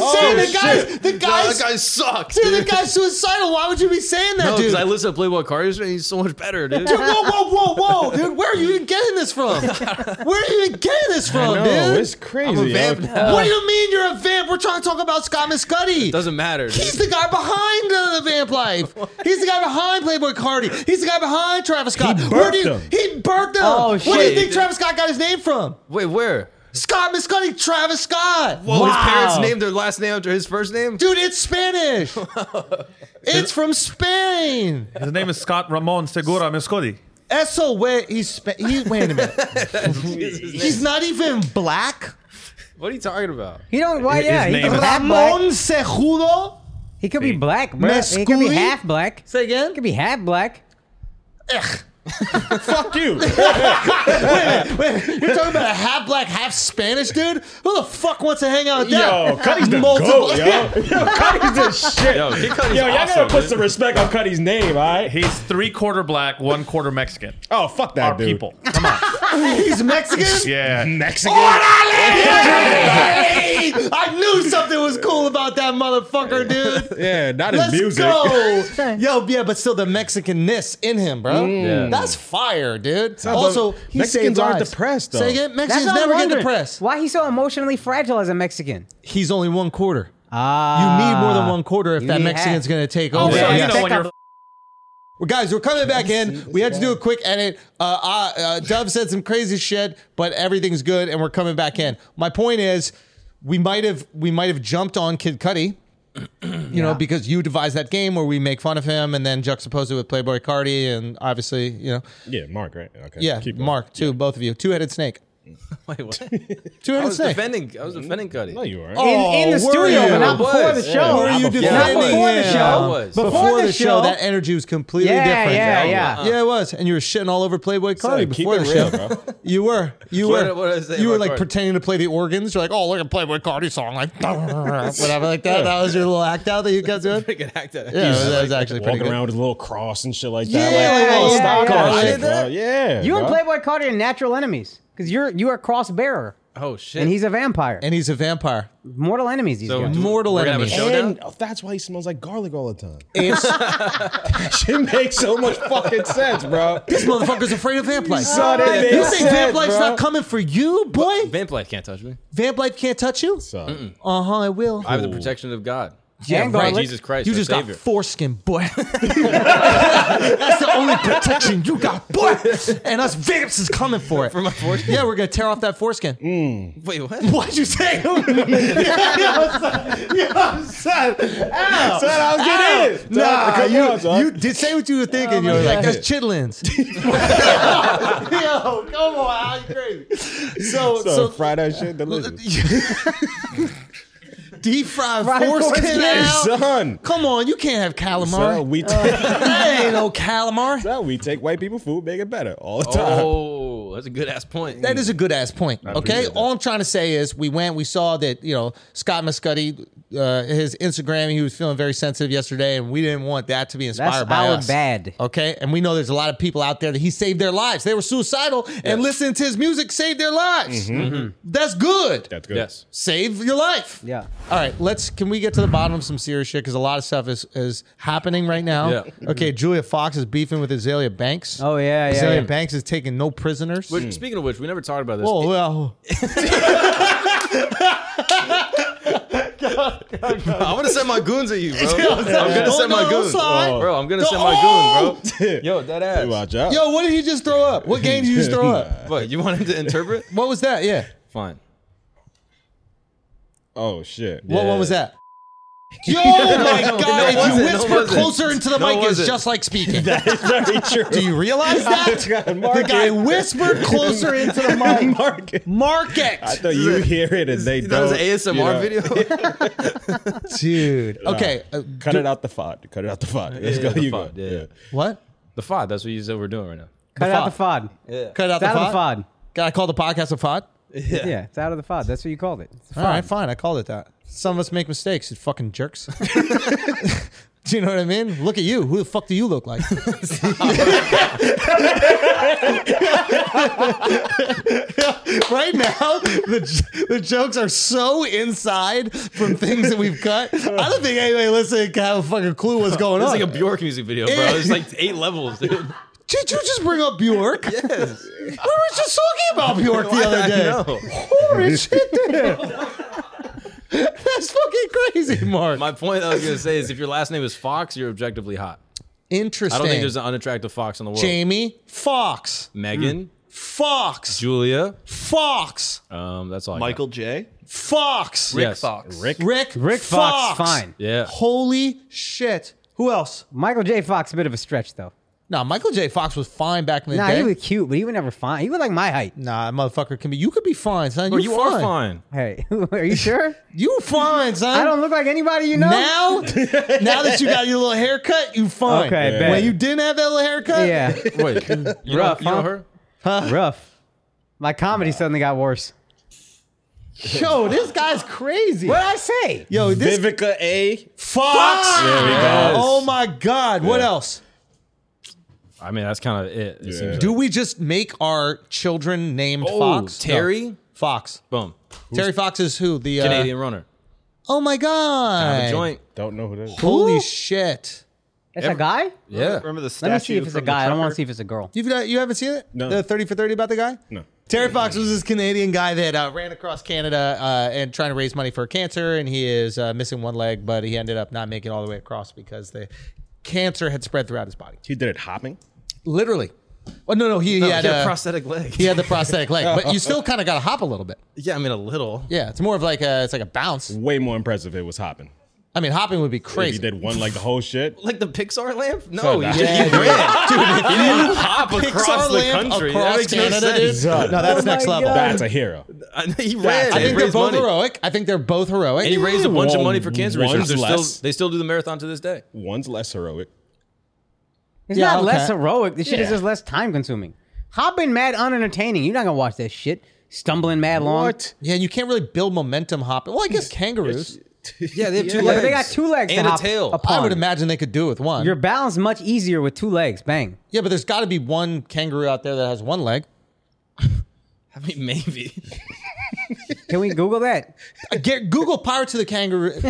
Speaker 3: sucks.
Speaker 1: saying
Speaker 3: Oh,
Speaker 1: the guy's the guy's
Speaker 3: that guy sucks,
Speaker 1: dude,
Speaker 3: dude.
Speaker 1: the guy's suicidal? Why would you be saying that,
Speaker 3: No,
Speaker 1: dude?
Speaker 3: because I listen to Playboy Carter and he's so much better, dude.
Speaker 1: Dude, whoa, whoa, whoa, whoa, dude! Where are you even getting this from? Where are you even getting this from,
Speaker 8: No,
Speaker 1: dude?
Speaker 8: it's crazy.
Speaker 3: I'm a
Speaker 8: yo.
Speaker 3: vamp now.
Speaker 1: what do you mean you're a vamp? We're trying to talk about Scott Miscuddy.
Speaker 3: Doesn't matter. Dude.
Speaker 1: He's the guy behind uh, the vamp life. He's the guy behind Playboy Cardi. He's the guy behind Travis Scott.
Speaker 8: He
Speaker 1: Where do
Speaker 8: birthed
Speaker 1: you,
Speaker 8: him.
Speaker 1: He birthed him.
Speaker 4: Oh,
Speaker 1: Where do you
Speaker 4: shit.
Speaker 1: think Travis Scott got his name from?
Speaker 3: Wait, where?
Speaker 1: Scott Miscuddy, Travis Scott.
Speaker 3: Whoa, his parents
Speaker 4: Wow.
Speaker 3: named their last name after his first name.
Speaker 1: Dude, it's Spanish. it's from Spain.
Speaker 5: His name is Scott Ramon Segura Miscodi.
Speaker 1: Eso, wait, E, he's Spa- he, wait a minute. he's not even black.
Speaker 3: What are you talking about?
Speaker 4: He don't. Why?
Speaker 5: His
Speaker 4: yeah, he
Speaker 5: name
Speaker 4: could be
Speaker 5: is-
Speaker 4: half black.
Speaker 1: Ramon Sejudo.
Speaker 4: He could be black, bro. He could be
Speaker 1: Masculi?
Speaker 4: half black. He
Speaker 1: Say again.
Speaker 4: could be half black.
Speaker 8: Fuck you.
Speaker 1: Wait, you're talking about a half black, half Spanish dude? Who the fuck wants to hang out with that?
Speaker 8: Yo, Cuddy's the
Speaker 1: Multiple-
Speaker 8: goat, yo. Yo, Cuddy's the shit.
Speaker 3: Yo, Kid Cudi's
Speaker 8: Yo, y'all
Speaker 3: awesome,
Speaker 8: gotta put
Speaker 3: dude.
Speaker 8: some respect on Cuddy's name, all right?
Speaker 5: He's three quarter black, one quarter Mexican.
Speaker 8: Oh, fuck that
Speaker 5: Our
Speaker 8: dude.
Speaker 5: people. Come on.
Speaker 1: He's Mexican?
Speaker 5: Yeah.
Speaker 8: Mexican.
Speaker 1: Hey! I knew something was cool about that motherfucker, dude.
Speaker 8: Yeah, not his
Speaker 1: Let's
Speaker 8: music.
Speaker 1: go. Mm. Yo, yeah, but still the Mexicanness in him, bro.
Speaker 3: Yeah.
Speaker 1: That's fire, dude.
Speaker 8: not-
Speaker 1: also,
Speaker 8: but
Speaker 1: he
Speaker 8: Mexicans
Speaker 1: saved
Speaker 8: aren't
Speaker 1: lives.
Speaker 8: depressed, though.
Speaker 1: Say again? Mexicans
Speaker 4: what I'm
Speaker 1: never get
Speaker 4: wondering.
Speaker 1: depressed.
Speaker 4: Why he's so emotionally fragile as a Mexican?
Speaker 1: He's only one quarter.
Speaker 4: Ah,
Speaker 1: you need more than one quarter if
Speaker 4: You
Speaker 1: that
Speaker 4: need
Speaker 1: Mexican's
Speaker 4: half.
Speaker 1: going to take
Speaker 5: Oh,
Speaker 1: over.
Speaker 5: so
Speaker 1: Yeah.
Speaker 5: you know when you're
Speaker 1: Well, guys, we're coming back in. We had to do a quick edit. Uh, uh, uh, Dove said some crazy shit, but everything's good, and we're coming back in. My point is, we might have we might have jumped on Kid Cudi, you know, because you devised that game where we make fun of him and then juxtapose it with Playboy Cardi and obviously, you know,
Speaker 8: Yeah, Mark, right? Okay.
Speaker 1: yeah,
Speaker 8: Keep going.
Speaker 1: Mark too, both of you, two headed snake,
Speaker 3: Wait, what?
Speaker 1: two
Speaker 3: I
Speaker 1: headed
Speaker 3: was
Speaker 1: snake.
Speaker 3: defending. I was defending Cuddy.
Speaker 8: No, you are.
Speaker 3: Oh,
Speaker 4: In, in the
Speaker 1: were
Speaker 4: studio,
Speaker 1: you?
Speaker 4: but not
Speaker 3: It was.
Speaker 4: before the show.
Speaker 1: Were you
Speaker 3: Not
Speaker 1: defending
Speaker 4: before the
Speaker 1: him?
Speaker 4: show.
Speaker 3: I was.
Speaker 4: Before,
Speaker 1: Before
Speaker 4: the, show.
Speaker 1: that energy was completely
Speaker 4: Yeah,
Speaker 1: different.
Speaker 4: yeah, yeah.
Speaker 1: yeah, it was, and you were shitting all over Playboy Cardi
Speaker 8: keep
Speaker 1: before
Speaker 8: it
Speaker 1: the
Speaker 8: real,
Speaker 1: show.
Speaker 8: bro.
Speaker 1: You were, you
Speaker 3: What-
Speaker 1: were,
Speaker 3: what did I say
Speaker 1: you were
Speaker 3: about
Speaker 1: like
Speaker 3: Cardi?
Speaker 1: pretending to play the organs. You're like, oh, look at Playboy Cardi song, like whatever, like that. That was your little act out that you guys doing.
Speaker 3: Freaking act out.
Speaker 1: Yeah, that was actually pretty
Speaker 8: Walking
Speaker 1: good.
Speaker 8: around with a little cross and shit like
Speaker 1: Yeah,
Speaker 8: that. like,
Speaker 1: yeah,
Speaker 8: oh,
Speaker 1: yeah,
Speaker 8: stop
Speaker 4: yeah.
Speaker 8: that
Speaker 4: I
Speaker 8: shit,
Speaker 3: did that?
Speaker 8: bro. Yeah.
Speaker 4: You and
Speaker 8: bro.
Speaker 4: Playboy Cardi are natural enemies because you're you are cross bearer
Speaker 3: Oh shit.
Speaker 4: and he's a vampire.
Speaker 1: And he's a vampire.
Speaker 4: Mortal enemies. These
Speaker 3: So
Speaker 4: guys.
Speaker 3: do-
Speaker 1: Mortal
Speaker 3: we're gonna have a
Speaker 1: enemy.
Speaker 3: showdown?
Speaker 8: And Oh, that's why he smells like garlic all the time.
Speaker 1: Apes.
Speaker 8: It makes so much fucking sense, bro.
Speaker 1: this motherfucker's afraid of vamp life.
Speaker 8: Son, it makes
Speaker 1: You think vamp
Speaker 8: sense,
Speaker 1: life's
Speaker 8: bro.
Speaker 1: not coming for you, boy?
Speaker 3: Vamp life can't touch me.
Speaker 1: Vamp life can't touch you?
Speaker 8: Son.
Speaker 1: Uh huh, I will.
Speaker 3: I have the protection of God.
Speaker 4: and
Speaker 1: right.
Speaker 4: garlic.
Speaker 3: Jesus Christ,
Speaker 1: you
Speaker 3: our
Speaker 1: just
Speaker 3: Savior.
Speaker 1: got foreskin, boy. That's the only protection you got, boy. And us vamps is coming for Mm. it.
Speaker 3: For my foreskin?
Speaker 1: Yeah, we're gonna tear off that foreskin.
Speaker 3: Wait, what?
Speaker 1: What'd you say? yo, son, yo, son, ow, son, I was
Speaker 8: getting in. Son,
Speaker 1: Nah,
Speaker 8: come
Speaker 1: you,
Speaker 8: on, son.
Speaker 1: you did say what you were thinking. you were like, that's chitlins. yo, come on, how you crazy? So,
Speaker 8: So,
Speaker 1: so,
Speaker 8: fry that shit delicious.
Speaker 1: deep fried
Speaker 4: Fried
Speaker 1: foreskin
Speaker 4: foreskin.
Speaker 1: out.
Speaker 8: Son.
Speaker 1: Come Uh. on, you can't have calamari.
Speaker 8: Son, we take,
Speaker 1: that ain't no calamari.
Speaker 8: son, we take white people food, make it better all the time.
Speaker 3: Oh, that's a good ass point.
Speaker 1: That is a good ass point. okay, all I'm trying to say is we went, we saw that you know Scott Muscutty, uh, his Instagram, he was feeling very sensitive yesterday, and we didn't want that to be inspired by
Speaker 4: our
Speaker 1: us.
Speaker 4: bad.
Speaker 1: Okay, and we know there's a lot of people out there that he saved their lives. They were suicidal, and listening to his music saved their lives.
Speaker 3: Mm-hmm.
Speaker 1: That's good.
Speaker 8: That's good.
Speaker 3: yes.
Speaker 1: Save your life.
Speaker 4: Yeah.
Speaker 1: All right. Let's. Can we get to the bottom of some serious shit? Because a lot of stuff is is happening right now.
Speaker 3: Yeah.
Speaker 1: Okay. Julia Fox is beefing with Azalea Banks.
Speaker 4: Oh, yeah, yeah,
Speaker 1: Azalea
Speaker 4: yeah.
Speaker 1: Banks is taking no prisoners.
Speaker 3: Which, Speaking of which, we never talked about this.
Speaker 1: Oh well.
Speaker 3: I'm gonna send my goons at you, bro. I'm
Speaker 1: Don't
Speaker 3: gonna send my
Speaker 1: know,
Speaker 3: goons, Oh.
Speaker 1: son.
Speaker 3: bro. I'm gonna
Speaker 1: Don't-
Speaker 3: send my goons, bro. Yo, that
Speaker 8: You
Speaker 3: ass.
Speaker 8: Watch out.
Speaker 1: Yo, what did he just throw up? What game did you just throw up?
Speaker 3: What you want him to interpret?
Speaker 1: What was that? Yeah.
Speaker 3: Fine.
Speaker 8: Oh shit.
Speaker 1: What one was that? Yo, my God! if you
Speaker 3: No, it wasn't. No, it
Speaker 1: whisper
Speaker 3: wasn't.
Speaker 1: closer into the
Speaker 3: No, it
Speaker 1: mic, it's
Speaker 3: wasn't.
Speaker 1: just like speaking.
Speaker 8: It's very true.
Speaker 1: Do you realize that?
Speaker 8: God,
Speaker 1: The
Speaker 8: Mark
Speaker 1: guy
Speaker 8: it.
Speaker 1: whispered closer into the mic.
Speaker 8: Mark it.
Speaker 1: Mark
Speaker 8: I
Speaker 1: it,
Speaker 8: thought you hear it and they
Speaker 3: That was
Speaker 8: don't.
Speaker 3: an ASMR
Speaker 8: you know.
Speaker 3: video.
Speaker 1: dude. Okay, uh,
Speaker 8: Cut it out the fod. Cut it out the fod. Let's
Speaker 3: yeah,
Speaker 8: go.
Speaker 3: the
Speaker 8: You
Speaker 3: fod,
Speaker 8: go.
Speaker 3: yeah.
Speaker 1: what?
Speaker 3: the five. That's what you said we're doing right now.
Speaker 4: Cut out the fod.
Speaker 1: Cut out
Speaker 4: It's out of the fod.
Speaker 1: Can I call the podcast a fod?
Speaker 4: Yeah. it's out of the fod. That's what you called it. It's a
Speaker 1: All
Speaker 4: fod.
Speaker 1: right, fine. I called it that. Some of us make mistakes. You fucking jerks. do you know what I mean? Look at you. Who the fuck do you look like? right now, the j- the jokes are so inside from things that we've cut. I don't think anybody listening can have a fucking clue what's going
Speaker 3: It's
Speaker 1: on.
Speaker 3: like a Bjork music video, bro.
Speaker 1: Yeah.
Speaker 3: It's like eight levels, dude.
Speaker 1: Did you just bring up Bjork? Yes. We were just talking about Bjork the other day. Holy shit, dude. That's fucking crazy, Mark.
Speaker 3: My point I was gonna say is, if your last name is Fox, you're objectively hot. I
Speaker 1: Interesting.
Speaker 3: don't think there's an unattractive Fox in the world.
Speaker 1: Jamie Fox.
Speaker 3: Megan,
Speaker 1: Fox.
Speaker 3: Julia.
Speaker 1: Fox.
Speaker 3: Um, that's all. I got.
Speaker 7: Michael J.
Speaker 1: Fox.
Speaker 3: Yes.
Speaker 7: Fox.
Speaker 8: Rick.
Speaker 1: Rick.
Speaker 4: Rick Fox, fine.
Speaker 3: Yeah.
Speaker 1: Holy shit. Who else?
Speaker 4: Michael J. Fox, a bit of a stretch though.
Speaker 1: Nah, Michael J. Fox was fine back in the
Speaker 4: Nah,
Speaker 1: day.
Speaker 4: he was cute, but he was never fine. He was like my height.
Speaker 1: nah, motherfucker can be. You could be fine, son.
Speaker 3: Bro,
Speaker 1: you
Speaker 3: Oh, you are fine.
Speaker 4: Hey, are you sure?
Speaker 1: You fine, son.
Speaker 4: I don't look like anybody you know.
Speaker 1: Now, now that you got your little haircut, you fine.
Speaker 4: Okay,
Speaker 1: when
Speaker 4: bet.
Speaker 1: you didn't have that little haircut,
Speaker 4: yeah,
Speaker 3: Wait, you know, you
Speaker 4: Rough,
Speaker 3: know
Speaker 4: huh?
Speaker 3: her?
Speaker 4: rough. My comedy suddenly got worse.
Speaker 1: yo, this guy's crazy.
Speaker 4: What did I say?
Speaker 1: Yo, this
Speaker 8: Vivica A.
Speaker 1: Fox.
Speaker 8: There we go.
Speaker 1: Oh my God! What else?
Speaker 3: I mean, that's kind of it. It seems.
Speaker 1: Do we just make our children named
Speaker 3: Oh,
Speaker 1: Fox?
Speaker 3: Terry?
Speaker 1: No. Fox.
Speaker 3: Boom.
Speaker 1: Terry Fox is who? The uh,
Speaker 3: Canadian runner.
Speaker 1: Oh my God!
Speaker 3: Have a joint.
Speaker 8: Don't know who that is.
Speaker 1: Holy shit!
Speaker 4: It's a guy.
Speaker 3: Yeah.
Speaker 7: Remember the
Speaker 4: Let
Speaker 7: statue?
Speaker 4: me see if it's a
Speaker 7: from the
Speaker 4: guy. I don't want
Speaker 7: trucker?
Speaker 4: to see if it's a girl.
Speaker 1: You've not, you haven't seen it?
Speaker 8: No.
Speaker 1: The thirty for thirty about the guy?
Speaker 8: No.
Speaker 1: Terry Fox was this Canadian guy that uh, ran across Canada uh, and trying to raise money for cancer, and he is uh, missing one leg, but he ended up not making it all the way across because the cancer had spread throughout his body.
Speaker 8: He did it hopping.
Speaker 1: Literally, Oh no, no, he, he had
Speaker 3: yeah,
Speaker 1: a
Speaker 3: prosthetic leg.
Speaker 1: he had the prosthetic leg, but you still kind of got to hop a little bit.
Speaker 3: yeah, I mean a little.
Speaker 1: Yeah, it's more of like a it's like a bounce.
Speaker 8: Way more impressive if it was hopping.
Speaker 1: I mean, hopping would be
Speaker 8: If
Speaker 1: crazy.
Speaker 8: you did one like the whole shit.
Speaker 3: Like the Pixar lamp? No,
Speaker 8: So
Speaker 3: you
Speaker 8: nice.
Speaker 3: just you
Speaker 1: Yeah,
Speaker 3: ran. Dude, you hop across
Speaker 1: Pixar
Speaker 3: the
Speaker 1: lamp
Speaker 3: country.
Speaker 1: across
Speaker 3: that makes
Speaker 1: Canada,
Speaker 3: no sense.
Speaker 1: dude. No, that's next level.
Speaker 8: That's a hero.
Speaker 3: I know he ran.
Speaker 1: I
Speaker 3: They
Speaker 1: think they're
Speaker 3: raised
Speaker 1: both
Speaker 3: money.
Speaker 1: heroic. I think they're both heroic.
Speaker 3: And he raised a bunch of
Speaker 8: Well,
Speaker 3: money for cancer
Speaker 8: one's
Speaker 3: research. They're
Speaker 8: less.
Speaker 3: still, they still do the marathon to this day.
Speaker 8: One's less heroic.
Speaker 4: It's
Speaker 1: Yeah,
Speaker 4: not
Speaker 1: okay.
Speaker 4: less heroic. This shit is
Speaker 8: Yeah.
Speaker 4: just less time consuming. Hopping mad unentertaining. You're not gonna watch that shit. Stumbling mad long.
Speaker 1: yeah, and you can't really build momentum hopping. Well, I guess kangaroos.
Speaker 3: Yeah, they have two
Speaker 4: Like,
Speaker 3: legs.
Speaker 4: they got two legs to
Speaker 3: and a
Speaker 4: hop
Speaker 3: tail.
Speaker 4: upon.
Speaker 1: I would imagine they could do it with one.
Speaker 4: Your balance much easier with two legs. Bang.
Speaker 1: yeah, but there's got to be one kangaroo out there that has one leg.
Speaker 3: I mean, maybe.
Speaker 4: Can we Google that?
Speaker 1: Uh, Get, Google Pirates of the Kangaroo.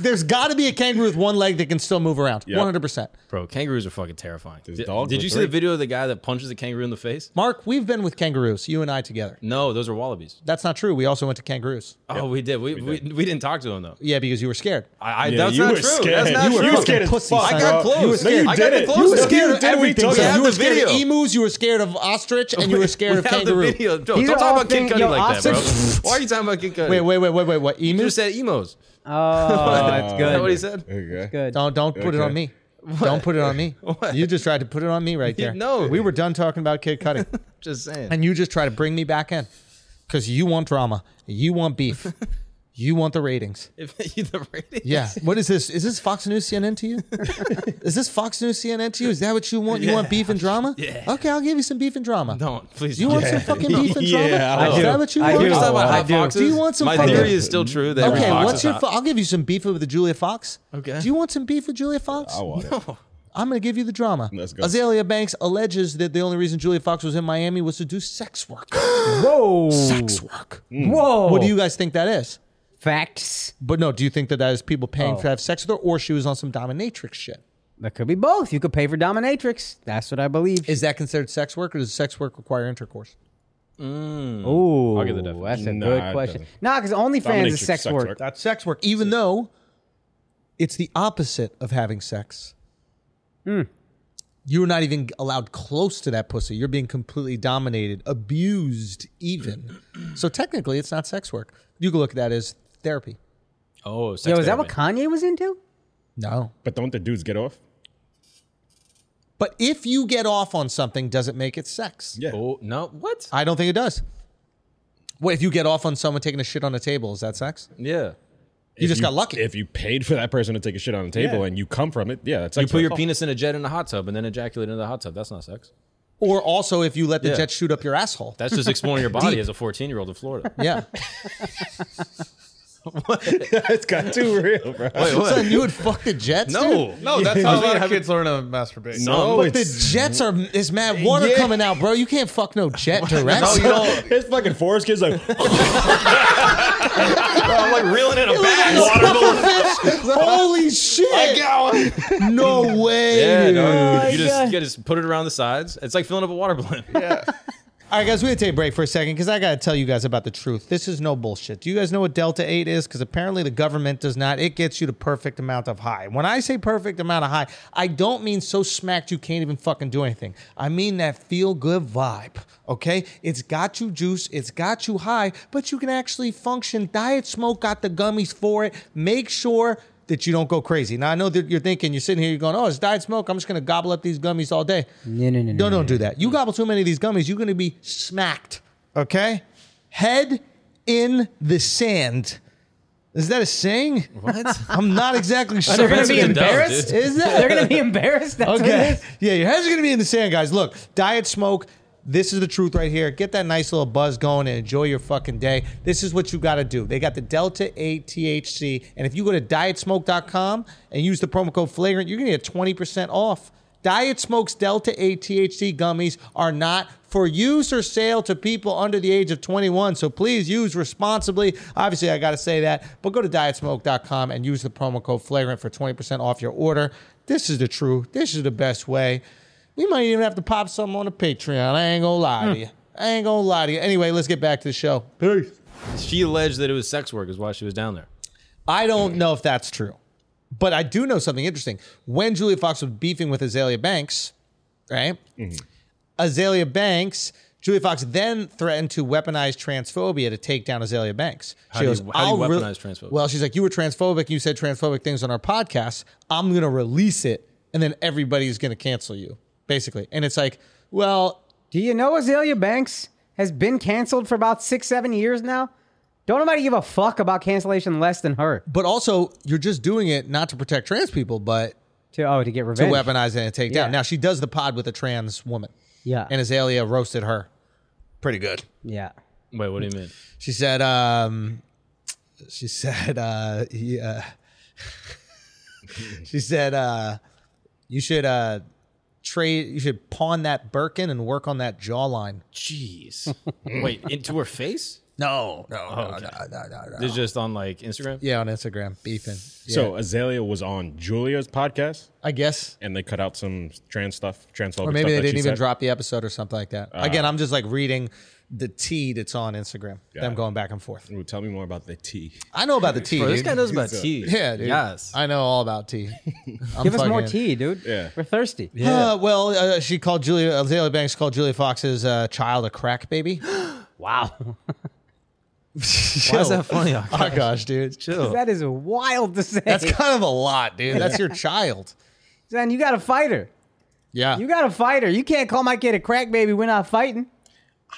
Speaker 1: there's got to be a kangaroo with one leg that can still move around.
Speaker 8: Yeah.
Speaker 1: 100%.
Speaker 3: Bro, kangaroos are fucking terrifying. Did,
Speaker 8: dogs
Speaker 3: did
Speaker 8: with
Speaker 3: you see
Speaker 8: three.
Speaker 3: the video of the guy that punches the kangaroo in the face?
Speaker 1: Mark, we've been with kangaroos, you and I together.
Speaker 3: No, those are wallabies.
Speaker 1: That's not true. We also went to kangaroos.
Speaker 3: Oh, we did. We, we, we didn't talk to him though.
Speaker 1: Yeah, because you were scared.
Speaker 3: I, I,
Speaker 8: Yeah,
Speaker 3: that's
Speaker 8: you
Speaker 3: not
Speaker 8: were
Speaker 3: true.
Speaker 8: scared.
Speaker 3: That's not
Speaker 8: You were
Speaker 3: true.
Speaker 8: fucking
Speaker 1: scared as
Speaker 8: pussy,
Speaker 1: fuck,
Speaker 3: I got
Speaker 8: bro.
Speaker 3: close.
Speaker 8: You were scared.
Speaker 3: I
Speaker 8: No, you
Speaker 3: got
Speaker 8: didn't.
Speaker 3: close.
Speaker 8: You were
Speaker 3: I got
Speaker 8: scared of
Speaker 3: close.
Speaker 8: everything,
Speaker 3: We
Speaker 8: son.
Speaker 3: have
Speaker 1: you
Speaker 3: the
Speaker 1: were scared
Speaker 3: video.
Speaker 1: of emus, you were scared of ostrich, and you were scared
Speaker 3: we
Speaker 1: of
Speaker 3: have the
Speaker 1: kangaroo.
Speaker 3: video. Bro,
Speaker 4: These
Speaker 3: don't
Speaker 4: are
Speaker 3: talk
Speaker 4: all
Speaker 3: about Kid
Speaker 4: things-
Speaker 3: Cudi
Speaker 4: yo,
Speaker 3: like that, bro.
Speaker 4: Austin-
Speaker 3: Why are you talking about Kid Cudi?
Speaker 1: Wait, wait, wait, wait, wait, what?
Speaker 3: You
Speaker 1: Emus?
Speaker 3: just said emos.
Speaker 4: Oh, it's
Speaker 3: Is that what
Speaker 4: good.
Speaker 3: he said?
Speaker 8: Okay.
Speaker 4: Good.
Speaker 1: Don't don't put it
Speaker 8: Okay.
Speaker 1: on me. Don't put it on me. You just tried to put it on me right there.
Speaker 3: no.
Speaker 1: we were done talking about Kid Cudi,
Speaker 3: Just saying.
Speaker 1: and you just try to bring me back in because you want drama, you want beef, you want the ratings.
Speaker 3: If you the rating.
Speaker 1: Yeah. What is this? Is this Fox News CNN to you? is this Fox News CNN to you? Is that what you want? You want beef and drama? Yeah. Okay, I'll give you some beef and drama.
Speaker 3: Don't please.
Speaker 1: You
Speaker 3: don't.
Speaker 1: want some fucking beef and drama?
Speaker 8: Yeah, I
Speaker 1: is
Speaker 8: do.
Speaker 1: that what you
Speaker 4: I
Speaker 1: want?
Speaker 4: do.
Speaker 3: Let's talk about
Speaker 4: I
Speaker 3: hot
Speaker 4: do.
Speaker 3: foxes.
Speaker 1: Do you want some
Speaker 3: My
Speaker 1: fucking-
Speaker 3: theory is still true that every
Speaker 1: Okay,
Speaker 3: fox
Speaker 1: what's
Speaker 3: is
Speaker 1: your?
Speaker 3: hot.
Speaker 1: Fo- I'll give you some beef with the Julia Fox.
Speaker 3: Okay.
Speaker 1: Do you want some beef with Julia Fox?
Speaker 8: I want it.
Speaker 1: I'm going to give you the drama.
Speaker 8: Let's go.
Speaker 1: Azalea Banks alleges that the only reason Julia Fox was in Miami was to do sex work.
Speaker 4: Whoa.
Speaker 1: sex work.
Speaker 4: Whoa.
Speaker 1: What do you guys think that is?
Speaker 4: Facts.
Speaker 1: But no, do you think that that is people paying
Speaker 4: Oh.
Speaker 1: to have sex with her, or she was on some dominatrix shit?
Speaker 4: That could be both. You could pay for dominatrix. That's what I believe.
Speaker 1: Is that considered sex work, or does sex work require intercourse?
Speaker 4: Ooh,
Speaker 3: get the
Speaker 4: that's a
Speaker 8: Nah,
Speaker 4: good
Speaker 8: it
Speaker 4: question.
Speaker 8: doesn't.
Speaker 4: Nah, because OnlyFans
Speaker 8: Dominatrix
Speaker 4: is sex
Speaker 8: sex
Speaker 4: work.
Speaker 8: work.
Speaker 1: That's sex work, even though it's the opposite of having sex. You're not even allowed close to that pussy. You're being completely dominated, abused, even. so technically, it's not sex work. You can look at that as therapy.
Speaker 3: Oh, sex
Speaker 4: Yo, is that
Speaker 3: therapy.
Speaker 4: what Kanye was into?
Speaker 1: No.
Speaker 8: But don't the dudes get off?
Speaker 1: But if you get off on something, does it make it sex?
Speaker 8: Yeah.
Speaker 3: Oh no, what?
Speaker 1: I don't think it does. What if you get off on someone taking a shit on a table? Is that sex?
Speaker 3: Yeah.
Speaker 1: You just got lucky.
Speaker 8: If you paid for that person to take a shit on the table
Speaker 5: Yeah.
Speaker 8: and you come from it, yeah, that's
Speaker 3: You put your penis in a jet in a hot tub and then ejaculate into the hot tub. That's not sex.
Speaker 1: or also if you let the
Speaker 3: Yeah.
Speaker 1: jet shoot up your asshole.
Speaker 3: That's just exploring your body as a 14 year old in Florida.
Speaker 1: yeah.
Speaker 8: it's got too real, bro.
Speaker 1: So you would fuck the jets? dude?
Speaker 3: No,
Speaker 5: No, that's how a lot of kids learn to masturbate.
Speaker 8: No,
Speaker 1: But the
Speaker 8: it's,
Speaker 1: jets are is mad water
Speaker 8: Yeah.
Speaker 1: coming out, bro. You can't fuck no jet direct.
Speaker 3: no, you don't.
Speaker 8: it's fucking Forrest Kids like,
Speaker 3: I'm like reeling in a bag.
Speaker 1: Water Holy shit! No way.
Speaker 3: Yeah,
Speaker 1: dude.
Speaker 3: no, you just you gotta just put it around the sides. It's like filling up a water balloon.
Speaker 1: All right, guys, we're gonna take a break for a second because I gotta tell you guys about the truth. This is no bullshit. Do you guys know what Delta 8 is? Because apparently the government does not. It gets you the perfect amount of high. When I say perfect amount of high, I don't mean so smacked you can't even fucking do anything. I mean that feel good vibe, okay? It's got you juice, it's got you high, but you can actually function. Diet Smoke got the gummies for it. Make sure that you don't go crazy. Now I know that you're thinking, you're sitting here, you're going, "Oh, it's diet smoke. I'm just gonna gobble up these gummies all day."
Speaker 4: No, no, no, no,
Speaker 1: Don't don't do that. You gobble too many of these gummies, you're gonna be smacked. Okay, head in the sand. Is that a saying? What? I'm not exactly sure.
Speaker 4: They're gonna be
Speaker 3: Offensive and dumb,
Speaker 4: embarrassed.
Speaker 3: dude.
Speaker 1: Is that
Speaker 4: They're gonna be embarrassed. That's what it
Speaker 1: Okay.
Speaker 4: is.
Speaker 1: Yeah, your head's gonna be in the sand, guys. Look, diet smoke. This is the truth right here. Get that nice little buzz going and enjoy your fucking day. This is what you got to do. They got the Delta 8 THC. And if you go to dietsmoke.com and use the promo code flagrant, you're going to get 20% off. Diet Smoke's Delta 8 THC gummies are not for use or sale to people under the age of 21. So please use responsibly. Obviously, I got to say that, but go to dietsmoke.com and use the promo code flagrant for 20% off your order. This is the truth. This is the best way. We might even have to pop something on the Patreon. I ain't gonna lie to you. I ain't gonna lie to you. Anyway, let's get back to the show.
Speaker 3: She alleged that it was sex work, is why she was down there.
Speaker 1: I don't know if that's true, but I do know something interesting. When Julia Fox was beefing with Azalea Banks, right?
Speaker 3: Mm-hmm.
Speaker 1: Azalea Banks, Julia Fox then threatened to weaponize transphobia to take down Azalea Banks.
Speaker 3: How do you- how do you
Speaker 1: "I'll re-
Speaker 3: weaponize transphobia?"
Speaker 1: Well, she's like, you were transphobic. You said transphobic things on our podcast. I'm going to release it, and then everybody's going to cancel you, basically. And it's like, well,
Speaker 4: Do you know Azalea Banks has been canceled for about six, seven years now? Don't nobody give a fuck about cancellation less than her.
Speaker 1: but also you're just doing it not to protect trans people, but
Speaker 4: To oh, to get
Speaker 1: to
Speaker 4: revenge.
Speaker 1: weaponize it and take down.
Speaker 4: Yeah.
Speaker 1: Now she does the pod with a trans woman,
Speaker 4: Yeah.
Speaker 1: and Azalea roasted her. Pretty good.
Speaker 4: yeah.
Speaker 3: Wait, what do you mean?
Speaker 1: She said, um, she said, uh, he, uh, she said, uh, you should, uh, trade, you should pawn that Birkin and work on that jawline.
Speaker 3: Jeez. Wait, into her face?
Speaker 1: No, no, no,
Speaker 3: okay.
Speaker 1: no, no, no, no.
Speaker 3: This is just on like Instagram.
Speaker 1: Oh, Yeah, on Instagram, beefing. Yeah.
Speaker 8: So Azalea was on Julia's podcast,
Speaker 1: I guess,
Speaker 8: and they cut out some trans stuff, transphobic
Speaker 1: or maybe
Speaker 8: stuff
Speaker 1: they
Speaker 8: that she
Speaker 1: didn't even
Speaker 8: said.
Speaker 1: drop the episode or something like that. Again, I'm just like reading the tea that's on Instagram. Them
Speaker 8: it.
Speaker 1: going back and forth.
Speaker 8: Ooh, tell me more about the tea.
Speaker 1: I know about the tea.
Speaker 3: Bro, this
Speaker 1: dude.
Speaker 3: guy knows about tea.
Speaker 1: Yeah, dude.
Speaker 3: Yes.
Speaker 1: I know all about tea. I'm
Speaker 4: Give us more
Speaker 1: fucking-
Speaker 4: tea, dude.
Speaker 8: Yeah.
Speaker 4: We're thirsty.
Speaker 1: Uh, well, uh, she called Julia Azalea Banks called Julia Fox's uh, child a crack baby. Oh,
Speaker 4: Wow.
Speaker 3: Why is that funny?
Speaker 1: Oh gosh, dude, chill.
Speaker 4: that is wild to say.
Speaker 1: That's kind of a lot, dude. That's your child.
Speaker 4: Son, you got to fight her.
Speaker 1: Yeah.
Speaker 4: You got to fight her. You can't call my kid a crack baby. We're not fighting.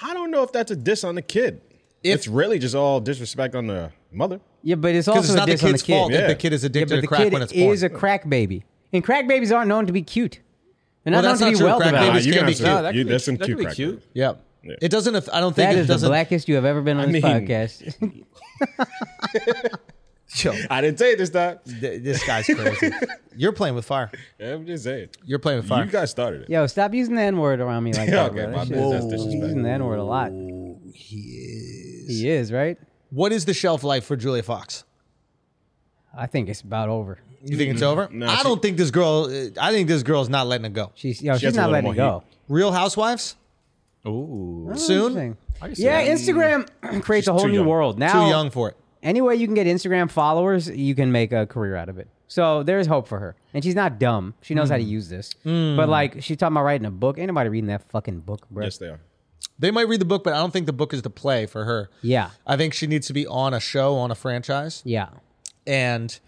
Speaker 8: I don't know if that's a diss on the kid.
Speaker 1: If-
Speaker 8: it's really just all disrespect on the mother.
Speaker 4: Yeah, but it's also
Speaker 1: because it's not
Speaker 4: a
Speaker 1: the
Speaker 4: diss on
Speaker 1: kid's
Speaker 4: the kid.
Speaker 1: fault
Speaker 8: Yeah.
Speaker 1: if the kid is
Speaker 4: Yeah,
Speaker 1: addicted
Speaker 4: but
Speaker 1: to
Speaker 4: the
Speaker 1: crack
Speaker 4: kid
Speaker 1: when it's born.
Speaker 4: is a crack baby, and crack babies aren't known to be cute. They're
Speaker 1: Well,
Speaker 4: not known
Speaker 1: that's
Speaker 4: to
Speaker 1: not
Speaker 4: be
Speaker 1: true.
Speaker 4: well
Speaker 1: Crack
Speaker 4: developed.
Speaker 1: babies
Speaker 8: you
Speaker 1: can
Speaker 8: can
Speaker 1: be
Speaker 8: have
Speaker 1: cute.
Speaker 8: some-
Speaker 3: that
Speaker 8: you-
Speaker 3: could be-
Speaker 8: There's some
Speaker 3: that could
Speaker 8: cute
Speaker 3: be
Speaker 8: crack
Speaker 3: cute.
Speaker 8: babies.
Speaker 1: yeah. It doesn't. aff- I don't think
Speaker 4: That
Speaker 1: it
Speaker 4: is the
Speaker 1: doesn't.
Speaker 4: blackest you have ever been on this
Speaker 8: mean-
Speaker 4: podcast.
Speaker 1: Yo,
Speaker 8: I didn't say this, Doc.
Speaker 1: th- this guy's crazy. You're playing with fire.
Speaker 8: I'm just saying.
Speaker 1: You're playing with fire.
Speaker 8: You guys started it.
Speaker 4: Yo, stop using the N word around me like
Speaker 8: Yeah,
Speaker 4: that.
Speaker 8: okay,
Speaker 4: bro.
Speaker 8: my
Speaker 4: That
Speaker 8: bad.
Speaker 4: shit is-
Speaker 8: That's
Speaker 4: He's
Speaker 8: disrespectful.
Speaker 4: using the N word a lot. He is. He is right.
Speaker 1: what is the shelf life for Julia Fox?
Speaker 4: I think it's about over.
Speaker 1: You think it's over?
Speaker 8: No,
Speaker 1: I
Speaker 8: she-
Speaker 1: don't think this girl. uh, I think this girl's not letting it go.
Speaker 4: She's yo,
Speaker 8: has
Speaker 4: she's
Speaker 8: a
Speaker 4: not
Speaker 8: little
Speaker 4: letting it
Speaker 8: more
Speaker 4: go.
Speaker 1: Real Housewives
Speaker 3: Ooh.
Speaker 1: soon.
Speaker 3: see
Speaker 4: Yeah, Instagram creates a whole
Speaker 8: too
Speaker 4: new
Speaker 8: young.
Speaker 4: world. Now,
Speaker 1: Too young for it.
Speaker 4: any way you can get Instagram followers, you can make a career out of it. So there's hope for her, and she's not dumb. She knows how to use this. But like, she's talking about writing a book. Ain't nobody reading that fucking book, bro.
Speaker 8: Yes, they are.
Speaker 1: They might read the book, but I don't think the book is the play for her.
Speaker 4: Yeah.
Speaker 1: I think she needs to be on a show, on a franchise,
Speaker 4: Yeah.
Speaker 1: and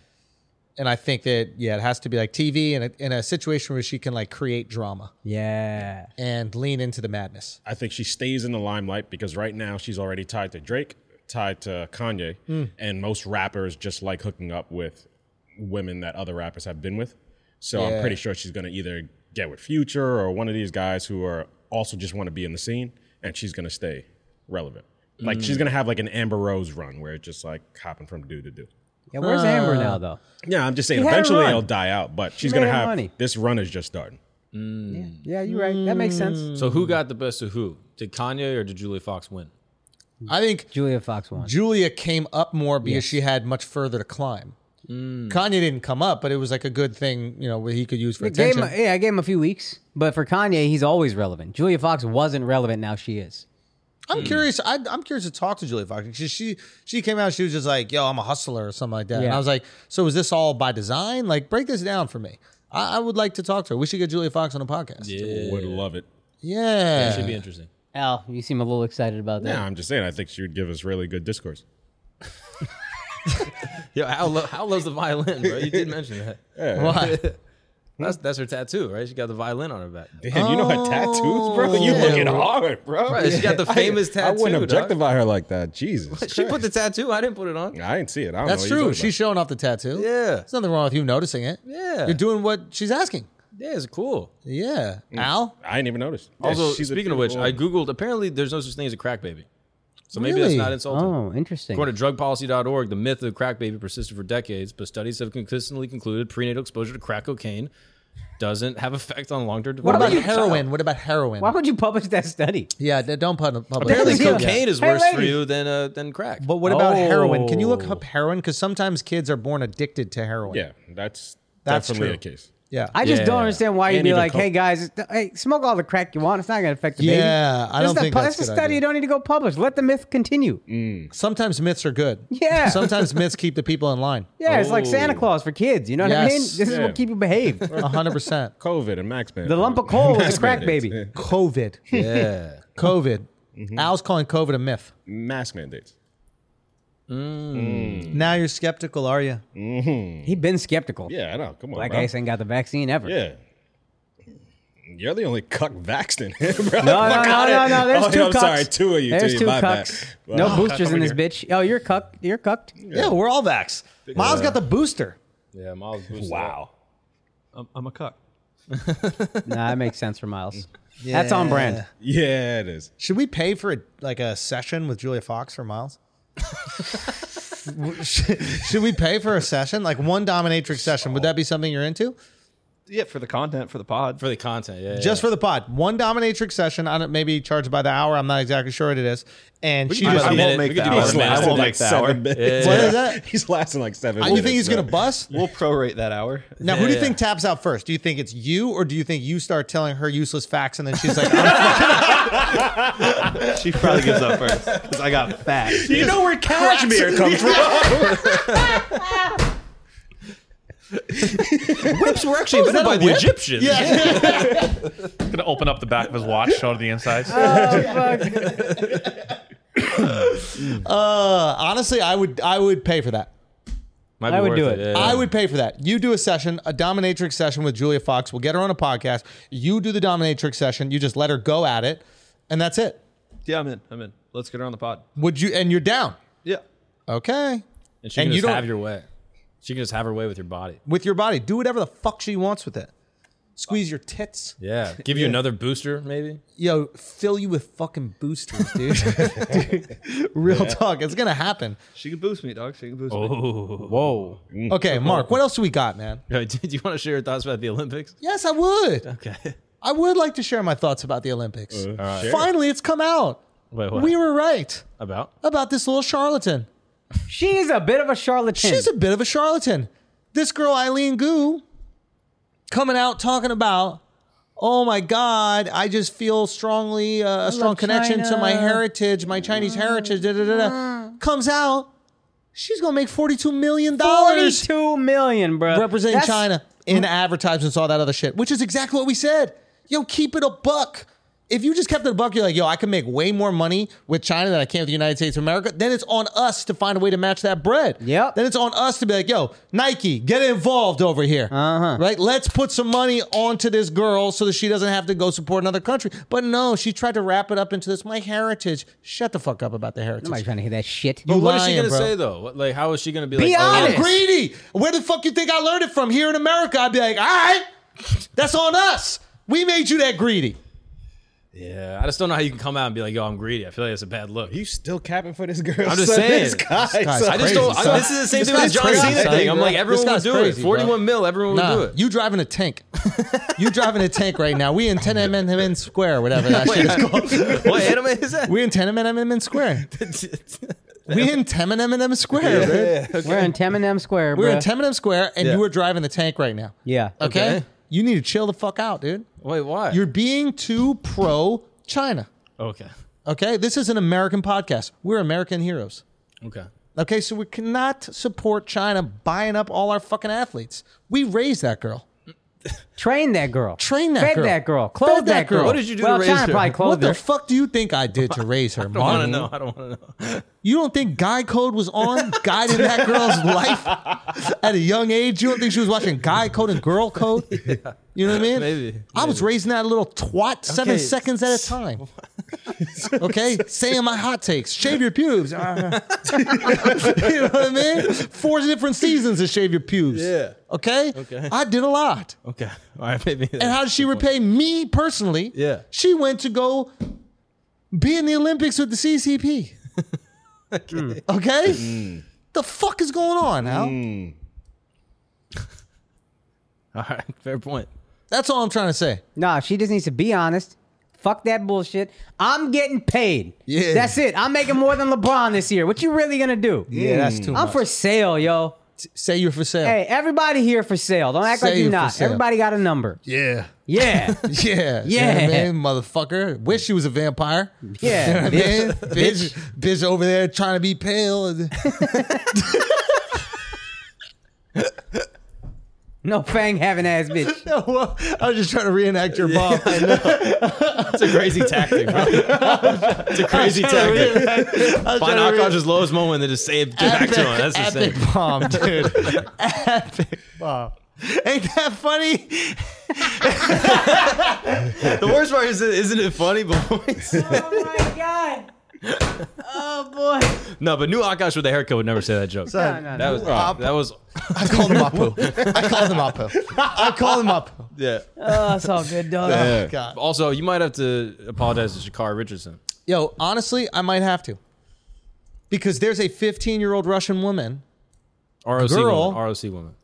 Speaker 1: and I think that yeah, it has to be like TV and a, in a situation where she can like create drama
Speaker 4: Yeah.
Speaker 1: and lean into the madness.
Speaker 8: I think she stays in the limelight because right now she's already tied to Drake, tied to Kanye,
Speaker 4: Hmm.
Speaker 8: and most rappers just like hooking up with women that other rappers have been with. So
Speaker 1: Yeah.
Speaker 8: I'm pretty sure she's going to either get with Future or one of these guys who are also just want to be in the scene, and she's going to stay relevant. Like
Speaker 4: Hmm.
Speaker 8: she's going to have like an Amber Rose run where it's just like hopping from dude to dude.
Speaker 4: Yeah. Where's Amber now, though?
Speaker 8: Yeah, I'm just saying.
Speaker 4: She had a
Speaker 8: Eventually,
Speaker 4: run.
Speaker 8: it'll die out, but she's
Speaker 4: made
Speaker 8: going to
Speaker 4: her
Speaker 8: have
Speaker 4: money.
Speaker 8: this run is just starting.
Speaker 4: Yeah, you're right. That makes sense.
Speaker 3: So who got the best of who? Did Kanye or did Julia Fox win?
Speaker 1: I think
Speaker 4: Julia Fox won.
Speaker 1: Julia came up more because she had much further to climb. Kanye didn't come up, but it was like a good thing, you know, where he could use for
Speaker 4: Gave
Speaker 1: attention.
Speaker 4: him, yeah, I gave him a few weeks, but for Kanye, he's always relevant. Julia Fox wasn't relevant. Now she is.
Speaker 1: I'm curious. I, I'm curious to talk to Julia Fox. She, she she came out. She was just like, "Yo, I'm a hustler" or something like that. And
Speaker 4: Yeah.
Speaker 1: I was like, "So is this all by design? Like, break this down for me. I, I would like to talk to her. We should get Julia Fox on a podcast. Yeah,
Speaker 8: Would love it.
Speaker 1: yeah.
Speaker 3: Should be interesting.
Speaker 4: Al, you seem a little excited about that.
Speaker 8: Yeah, I'm just saying. I think she would give us really good discourse.
Speaker 3: Yo, Al, lo- Al loves the violin, bro. You did mention that.
Speaker 1: Why?
Speaker 3: That's that's her tattoo, right? She got the violin on her back.
Speaker 8: Damn, you know her tattoos, bro. You
Speaker 1: yeah,
Speaker 8: looking hard, bro.
Speaker 3: Right, she got the famous
Speaker 8: I,
Speaker 3: tattoo.
Speaker 8: I wouldn't
Speaker 3: dog.
Speaker 8: objectify her like that. Jesus,
Speaker 3: She put the
Speaker 8: Christ.
Speaker 3: tattoo. I didn't put it on.
Speaker 8: I didn't see it. I don't
Speaker 1: That's
Speaker 8: know what
Speaker 1: true.
Speaker 8: you're talking
Speaker 1: She's showing off the tattoo.
Speaker 3: Yeah.
Speaker 1: there's nothing wrong with you noticing it.
Speaker 3: Yeah.
Speaker 1: you're doing what she's asking.
Speaker 3: Yeah, it's cool.
Speaker 1: Yeah, Al.
Speaker 8: about. I didn't even notice. Yeah,
Speaker 3: also,
Speaker 8: she's a
Speaker 3: speaking of which,
Speaker 8: beautiful
Speaker 3: I
Speaker 8: woman.
Speaker 3: googled. Apparently, there's no such thing as a crack baby. So maybe that's
Speaker 1: Really?
Speaker 3: not insulting.
Speaker 4: Oh, interesting.
Speaker 3: According to drugpolicy.org, the myth of crack baby persisted for decades, but studies have consistently concluded prenatal exposure to crack cocaine doesn't have effect on long-term
Speaker 1: What
Speaker 3: development.
Speaker 1: about heroin? What about heroin?
Speaker 4: Why would you publish that study?
Speaker 1: yeah, d- don't put public.
Speaker 3: Apparently,
Speaker 4: Yeah.
Speaker 3: cocaine is
Speaker 4: Hey,
Speaker 3: worse for
Speaker 4: ladies.
Speaker 3: you than uh, than crack.
Speaker 1: But what about
Speaker 4: Oh.
Speaker 1: heroin? Can you look up heroin? Because sometimes kids are born addicted to heroin.
Speaker 8: yeah, that's
Speaker 1: That's
Speaker 8: definitely
Speaker 1: true.
Speaker 8: the case.
Speaker 1: Yeah.
Speaker 4: I just
Speaker 3: Yeah.
Speaker 4: don't understand why you'd
Speaker 8: And
Speaker 4: be
Speaker 8: even
Speaker 4: like,
Speaker 8: coke.
Speaker 4: "Hey guys, it's- hey, smoke all the crack you want. It's not going to affect the baby."
Speaker 1: Yeah, I
Speaker 4: This
Speaker 1: don't
Speaker 4: is a
Speaker 1: think
Speaker 4: pu-
Speaker 1: that's
Speaker 4: this is
Speaker 1: a
Speaker 4: a
Speaker 1: good
Speaker 4: study
Speaker 1: idea.
Speaker 4: you don't need to go publish. Let the myth continue.
Speaker 1: Sometimes myths are good.
Speaker 4: Yeah.
Speaker 1: Sometimes myths keep the people in line.
Speaker 4: Yeah, it's like
Speaker 3: Oh.
Speaker 4: Santa Claus for kids. You know what I mean?
Speaker 1: Yes.
Speaker 4: This is
Speaker 8: Yeah.
Speaker 4: what keep you behaved.
Speaker 1: A hundred percent.
Speaker 8: COVID and Max Band.
Speaker 4: The lump of coal is a crack
Speaker 8: mandates.
Speaker 4: baby.
Speaker 1: COVID. Mm-hmm. Yeah. COVID. Al's calling COVID a myth.
Speaker 8: Mask mandates.
Speaker 1: Now you're skeptical, are you?
Speaker 4: He been skeptical.
Speaker 8: Yeah, I know. Come on,
Speaker 4: Black
Speaker 8: bro.
Speaker 4: Ace ain't got the vaccine ever.
Speaker 8: Yeah. You're the only cuck vaxxed in here, bro.
Speaker 4: No, no,
Speaker 8: Fuck
Speaker 4: no,
Speaker 8: outta
Speaker 4: no,
Speaker 8: here.
Speaker 4: no. There's
Speaker 8: oh,
Speaker 4: two
Speaker 8: yeah, I'm
Speaker 4: cucks.
Speaker 8: sorry, two of you.
Speaker 4: There's
Speaker 8: two,
Speaker 4: two
Speaker 8: my
Speaker 4: cucks.
Speaker 8: Bad.
Speaker 4: No
Speaker 8: Wow.
Speaker 4: boosters in this
Speaker 5: here.
Speaker 4: bitch. Oh, you're cucked. You're cucked.
Speaker 1: Yeah, we're all vaxxed. Miles got the booster.
Speaker 3: Yeah, Miles.
Speaker 5: I'm, I'm a cuck.
Speaker 4: nah, that makes sense for Miles. That's on brand.
Speaker 8: Yeah, it is.
Speaker 1: Should we pay for a, like a session with Julia Fox for Miles? should, should we pay for a session, like one dominatrix session? Would that be something you're into?
Speaker 7: Yeah, for the content, for the pod.
Speaker 3: For the content, yeah.
Speaker 1: Just for the pod, one dominatrix session. I don't maybe charged by the hour. I'm not exactly sure what it is. And she
Speaker 7: I,
Speaker 1: just.
Speaker 7: I
Speaker 3: minute.
Speaker 7: won't make
Speaker 3: We could
Speaker 7: that.
Speaker 3: do
Speaker 7: hour.
Speaker 3: this
Speaker 7: I
Speaker 3: last
Speaker 7: won't
Speaker 8: like
Speaker 7: make that hour.
Speaker 8: seven minutes.
Speaker 1: What is that?
Speaker 8: He's lasting like seven.
Speaker 1: You think
Speaker 8: minutes,
Speaker 1: he's gonna
Speaker 8: bro.
Speaker 1: bust?
Speaker 7: We'll prorate that hour.
Speaker 1: Now, who do you
Speaker 3: Yeah.
Speaker 1: think taps out first? Do you think it's you, or do you think you start telling her useless facts and then she's like, I'm
Speaker 7: She probably gives up first because I got fat.
Speaker 8: You know where cashmere comes from?
Speaker 7: Whips were
Speaker 3: Oh,
Speaker 7: actually invented by the Egyptians.
Speaker 5: Gonna open up the back of his watch, show to the inside.
Speaker 1: uh, honestly, I would, I would pay for that.
Speaker 3: Might
Speaker 4: I would do it.
Speaker 3: yeah.
Speaker 1: I would pay for that. You do a session, a dominatrix session with Julia Fox. We'll get her on a podcast. You do the dominatrix session. You just let her go at it, and that's it.
Speaker 7: Yeah, I'm in. I'm in. Let's get her on the pod.
Speaker 1: Would you? And you're down.
Speaker 7: Yeah.
Speaker 1: Okay.
Speaker 3: And she
Speaker 1: And
Speaker 3: can
Speaker 1: you
Speaker 3: just
Speaker 1: don't-
Speaker 3: have your way. She can just have her way with your body.
Speaker 1: With your body, do whatever the fuck she wants with it. Squeeze your tits.
Speaker 3: Yeah. Give you another booster, maybe.
Speaker 1: Yo, fill you with fucking boosters, dude. Dude, Real talk. It's gonna happen.
Speaker 7: She can boost me, dog. She can boost me.
Speaker 3: Whoa.
Speaker 1: Okay, Mark. What else do we got, man?
Speaker 3: Do you want to share your thoughts about the Olympics?
Speaker 1: Yes, I would.
Speaker 3: Okay.
Speaker 1: I would like to share my thoughts about the Olympics.
Speaker 8: Sure.
Speaker 1: Finally, it's come out.
Speaker 3: Wait, what?
Speaker 1: We were right
Speaker 3: about?
Speaker 1: about this little charlatan.
Speaker 4: She is a bit of a charlatan.
Speaker 1: She's a bit of a charlatan. This girl, Eileen Gu, coming out talking about, oh my God, I just feel strongly uh, a strong connection to my
Speaker 4: China." Mm.
Speaker 1: heritage, my Chinese heritage, da da da da. Comes out, she's going to make $42 million
Speaker 4: forty-two million, bro.
Speaker 1: representing
Speaker 4: That's-
Speaker 1: China
Speaker 3: Mm.
Speaker 1: in advertisements, all that other shit, which is exactly what we said. Yo, keep it a buck. If you just kept it a buck, you're like, yo, I can make way more money with China than I can with the United States of America. Then it's on us to find a way to match that bread.
Speaker 4: Yep.
Speaker 1: Then it's on us to be like, yo, Nike, get involved over here. Uh-huh. Right? Let's put some money onto this girl so that she doesn't have to go support another country. But no, she tried to wrap it up into this. My heritage. Shut the fuck up about the heritage.
Speaker 4: Nobody's trying to hear that shit.
Speaker 1: You
Speaker 3: What is she
Speaker 1: lying,
Speaker 3: gonna
Speaker 1: bro.
Speaker 3: say though? What, like, how is she gonna be,
Speaker 4: Be
Speaker 3: like? oh,
Speaker 4: honest.
Speaker 1: I'm greedy. Where the fuck you think I learned it from? Here in America, I'd be like, all right, that's on us. We made you that greedy.
Speaker 3: yeah, I just don't know how you can come out and be like, "Yo, I'm greedy." I feel like it's a bad look.
Speaker 8: You still capping for this girl?
Speaker 3: I'm just
Speaker 8: son?
Speaker 3: saying.
Speaker 8: This guy's
Speaker 1: guy's
Speaker 8: so
Speaker 3: I just
Speaker 1: crazy,
Speaker 3: don't. I,
Speaker 1: son.
Speaker 3: this is the same
Speaker 1: This
Speaker 3: thing with
Speaker 1: guy's
Speaker 3: the John
Speaker 1: crazy,
Speaker 3: Cena
Speaker 1: son.
Speaker 3: thing. I'm like,
Speaker 1: This
Speaker 3: everyone would
Speaker 1: guy's
Speaker 3: do
Speaker 1: crazy,
Speaker 3: it.
Speaker 1: bro.
Speaker 3: 41 mil, everyone would do
Speaker 1: Nah,
Speaker 3: it.
Speaker 1: you driving a tank. you driving a tank right now. We in Tiananmen Square, whatever that shit is called.
Speaker 3: what anime is that?
Speaker 1: We in Tiananmen Square. We in Tiananmen Square, dude.
Speaker 4: We're in Temenem Square, bro.
Speaker 1: We're in Tiananmen Square, and you are driving the tank right now.
Speaker 4: yeah.
Speaker 1: Okay?
Speaker 3: Okay.
Speaker 1: You need to chill the fuck out, dude.
Speaker 3: Wait, why?
Speaker 1: You're being too pro China.
Speaker 3: okay.
Speaker 1: Okay? This is an American podcast. We're American heroes.
Speaker 3: Okay.
Speaker 1: Okay, so we cannot support China buying up all our fucking athletes. We raised that girl.
Speaker 4: Train that girl.
Speaker 1: Train that
Speaker 4: Fed
Speaker 1: girl.
Speaker 4: that girl.
Speaker 1: Fed
Speaker 4: Clothe
Speaker 1: that
Speaker 4: that,
Speaker 1: girl.
Speaker 4: girl.
Speaker 1: What
Speaker 3: did you do to
Speaker 4: well,
Speaker 3: raise
Speaker 4: China
Speaker 3: her?
Speaker 4: probably
Speaker 1: What
Speaker 4: clothed
Speaker 1: the
Speaker 4: her.
Speaker 1: fuck do you think I did to raise her?
Speaker 3: I want to
Speaker 1: Martin?
Speaker 3: know. I don't want to know.
Speaker 1: You don't think Guy Code was on guiding that girl's life at a young age? You don't think she was watching Guy Code and Girl Code? You know what I mean?
Speaker 3: Maybe,
Speaker 1: I was raising that little twat seven
Speaker 3: Okay.
Speaker 1: seconds at a time. okay, saying my hot takes. Shave your pubes. Ah. you know what I mean? Four different seasons to shave your pubes.
Speaker 3: Yeah.
Speaker 1: Okay.
Speaker 3: Okay.
Speaker 1: I did a lot.
Speaker 3: Okay. All right. Maybe.
Speaker 1: And how did she repay me personally?
Speaker 3: Yeah.
Speaker 1: She went to go be in the Olympics with the CCP. Mm. okay. Mm. The fuck is going on, Al?
Speaker 3: All right. Fair point.
Speaker 1: That's all I'm trying to say.
Speaker 4: Nah, she just needs to be honest. Fuck that bullshit. I'm getting paid.
Speaker 1: Yeah.
Speaker 4: That's it. I'm making more than LeBron this year. What you really gonna do?
Speaker 1: Yeah, that's too
Speaker 4: I'm for sale, yo.
Speaker 1: t- say you're for sale.
Speaker 4: Hey, everybody here for sale. Don't act
Speaker 1: Say
Speaker 4: like you're
Speaker 1: you're for
Speaker 4: not.
Speaker 1: sale.
Speaker 4: Everybody got a number.
Speaker 1: Yeah.
Speaker 4: Yeah.
Speaker 1: Yeah.
Speaker 4: Yeah.
Speaker 1: You know what I mean? motherfucker. Wish she was a vampire. You know
Speaker 4: Yeah.
Speaker 1: what I mean? bitch, bitch over there trying to be pale.
Speaker 4: no fang having ass bitch.
Speaker 1: No, well, I was just trying to reenact your bomb.
Speaker 7: It's a crazy tactic, bro. It's a crazy tactic. Find Akash's lowest moment and just say it back to him. That's
Speaker 1: epic
Speaker 7: insane.
Speaker 1: bomb, dude. epic bomb. Ain't that funny?
Speaker 7: The worst part is, isn't it funny? But
Speaker 4: Oh my god. Oh boy.
Speaker 7: no, but new Akash with a haircut would never say that joke.
Speaker 4: No, no,
Speaker 7: That
Speaker 4: no.
Speaker 7: was that was
Speaker 1: I called him Apu. I called him Apu. I called him Apu.
Speaker 7: yeah.
Speaker 4: Oh, it's all good, dog.
Speaker 1: God.
Speaker 7: Also, you might have to apologize to Shakar Richardson.
Speaker 1: Yo, honestly, I might have to. Because there's a 15 year old Russian woman.
Speaker 7: ROC
Speaker 1: Girl.
Speaker 7: woman. ROC woman.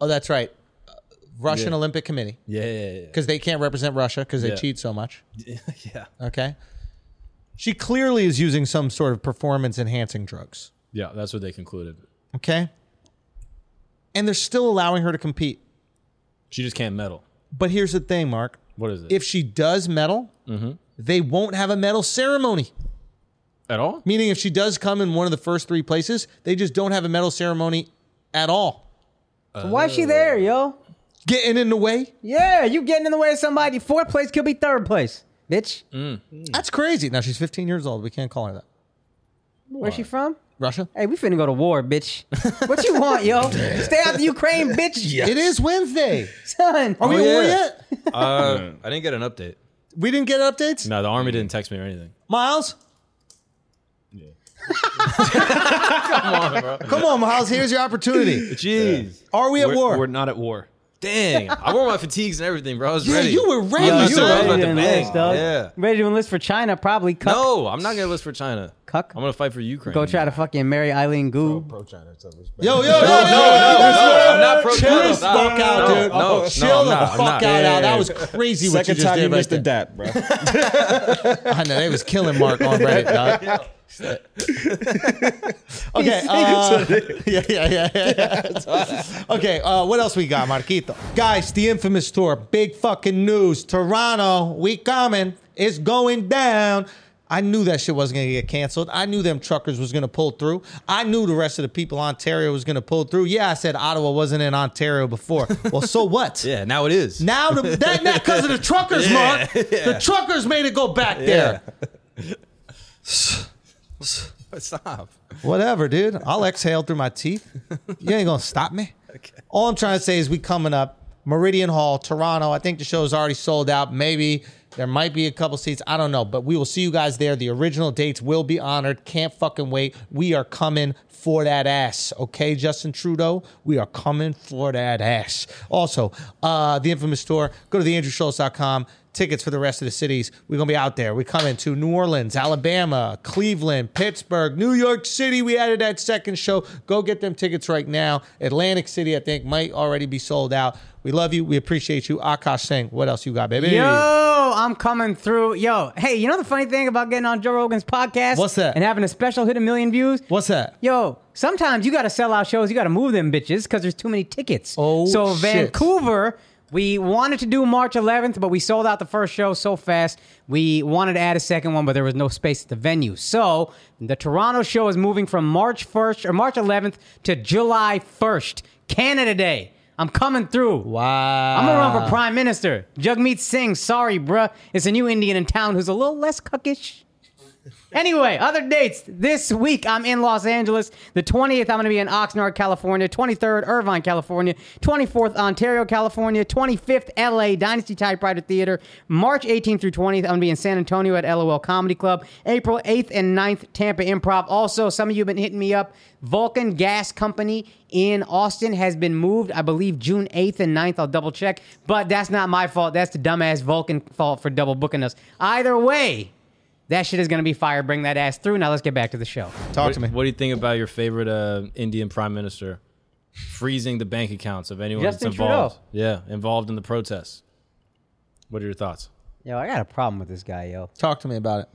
Speaker 1: Oh, that's right. Uh, Russian Olympic Committee.
Speaker 7: Yeah, yeah, yeah.
Speaker 1: Because they can't represent Russia because they
Speaker 7: Yeah.
Speaker 1: cheat so much.
Speaker 7: Yeah.
Speaker 1: Okay. She clearly is using some sort of performance enhancing drugs.
Speaker 7: Yeah, that's what they concluded.
Speaker 1: Okay. And they're still allowing her to compete.
Speaker 7: She just can't medal.
Speaker 1: But here's the thing, Mark.
Speaker 7: What is it?
Speaker 1: If she does medal,
Speaker 7: Mm-hmm.
Speaker 1: they won't have a medal ceremony.
Speaker 7: at all?
Speaker 1: Meaning, if she does come in one of the first three places, they just don't have a medal ceremony at all.
Speaker 4: Why is she there, yo?
Speaker 1: Getting in the way?
Speaker 4: Yeah, you getting in the way of somebody. Fourth place could be third place, bitch.
Speaker 7: Mm.
Speaker 1: That's crazy. Now she's 15 years old. We can't call her that.
Speaker 4: Where's she from?
Speaker 1: Russia?
Speaker 4: Hey, we finna go to war, bitch. What you want, yo? Stay out the Ukraine, bitch.
Speaker 1: It is Wednesday.
Speaker 4: Son.
Speaker 1: Are we
Speaker 7: Oh,
Speaker 1: at war
Speaker 7: yeah.
Speaker 1: yet?
Speaker 7: Uh, I didn't get an update.
Speaker 1: We didn't get updates?
Speaker 7: No, the army didn't text me or anything.
Speaker 1: Miles? Come on, bro. Come on, Miles. Here's your opportunity.
Speaker 7: Jeez.
Speaker 1: Are we at
Speaker 7: We're-
Speaker 1: war?
Speaker 7: we're- We're
Speaker 5: We're not at war.
Speaker 7: Dang. I wore my fatigues and everything, bro. I was
Speaker 1: yeah,
Speaker 7: ready.
Speaker 1: you were ready.
Speaker 7: Yeah,
Speaker 1: you
Speaker 7: so
Speaker 1: were
Speaker 7: I was
Speaker 1: ready.
Speaker 4: ready
Speaker 7: about to
Speaker 4: to
Speaker 7: bang.
Speaker 4: enlist, dog.
Speaker 7: Yeah.
Speaker 4: Ready to enlist for China, probably. Cuck.
Speaker 7: No, I'm not going to list for China.
Speaker 4: Cuck.
Speaker 7: I'm going to fight for Ukraine.
Speaker 4: Go try to fucking marry Eileen Gu.
Speaker 8: Pro China, so respect.
Speaker 1: Yo, yo, yo, yo, yo,
Speaker 7: No, I'm not pro
Speaker 1: Chill
Speaker 7: no,
Speaker 1: the
Speaker 7: stop.
Speaker 1: fuck out,
Speaker 7: No,
Speaker 1: dude.
Speaker 7: No, no,
Speaker 1: Chill
Speaker 7: I'm
Speaker 1: the
Speaker 7: not, I'm
Speaker 1: fuck
Speaker 7: not.
Speaker 1: out. out. That was crazy what
Speaker 8: Second
Speaker 1: you just
Speaker 8: time
Speaker 1: did
Speaker 8: you
Speaker 1: right
Speaker 8: missed
Speaker 1: there.
Speaker 8: a dap, bro.
Speaker 1: I know they was killing Mark on Reddit, dog. okay. Uh, yeah, yeah, yeah, yeah. okay. Uh, what else we got, Marquito? Guys, the infamous tour. Big fucking news. Toronto, we coming. It's going down. I knew that shit wasn't gonna get canceled. I knew them truckers was gonna pull through. I knew the rest of the people in Ontario was gonna pull through. Yeah, I said Ottawa wasn't in Ontario before. Well, so what?
Speaker 7: Yeah, now it is.
Speaker 1: Now the, that not because of the truckers, Mark. The truckers made it go back there.
Speaker 7: Stop.
Speaker 1: Whatever, dude. I'll exhale through my teeth. You ain't gonna stop me. All I'm trying to say is we coming up Meridian Hall, Toronto. I think the show's already sold out. Maybe there might be a couple seats. I don't know, but we will see you guys there. The original dates will be honored. Can't fucking wait. We are coming for that ass, okay, Justin Trudeau? We are coming for that ass. Also, uh, the infamous store. Go to theandrewschultz.com tickets for the rest of the cities. We're gonna be out there. We're coming to New Orleans, Alabama, Cleveland, Pittsburgh, New York City. We added that second show. Go get them tickets right now. Atlantic City, I think, might already be sold out. We love you. We appreciate you. Akash Singh, what else you got, baby?
Speaker 4: Yo, I'm coming through. Yo, hey, you know the funny thing about getting on Joe Rogan's podcast?
Speaker 1: What's that?
Speaker 4: And having a special hit a million views?
Speaker 1: What's that?
Speaker 4: Yo, sometimes you got to sell out shows. You got to move them bitches because there's too many tickets.
Speaker 1: Oh,
Speaker 4: so
Speaker 1: shit.
Speaker 4: Vancouver, we wanted to do March 11th, but we sold out the first show so fast. We wanted to add a second one, but there was no space at the venue. So the Toronto show is moving from March 1st or March 11th to July 1st, Canada Day. I'm coming through.
Speaker 1: Wow.
Speaker 3: Uh,
Speaker 4: I'm gonna run for prime minister. Jugmeet Singh, sorry, bruh. It's a new Indian in town who's a little less cuckish. Anyway, other dates. This week, I'm in Los Angeles. The 20th, I'm going to be in Oxnard, California. 23rd, Irvine, California. 24th, Ontario, California. 25th, LA, Dynasty Typewriter Theater. March 18th through 20th, I'm going to be in San Antonio at LOL Comedy Club. April 8th and 9th, Tampa Improv. Also, some of you have been hitting me up. Vulcan Gas Company in Austin has been moved, I believe, June 8th and 9th. I'll double check. But that's not my fault. That's the dumbass Vulcan fault for double booking us. Either way, that shit is gonna be fire. Bring that ass through. Now let's get back to the show.
Speaker 1: Talk
Speaker 7: What,
Speaker 1: to me.
Speaker 7: what do you think about your favorite uh, Indian prime minister freezing the bank accounts of anyone
Speaker 4: Justin
Speaker 7: that's involved? Yeah, involved in the protests. What are your thoughts?
Speaker 4: Yo, I got a problem with this guy, yo.
Speaker 1: Talk to me about it.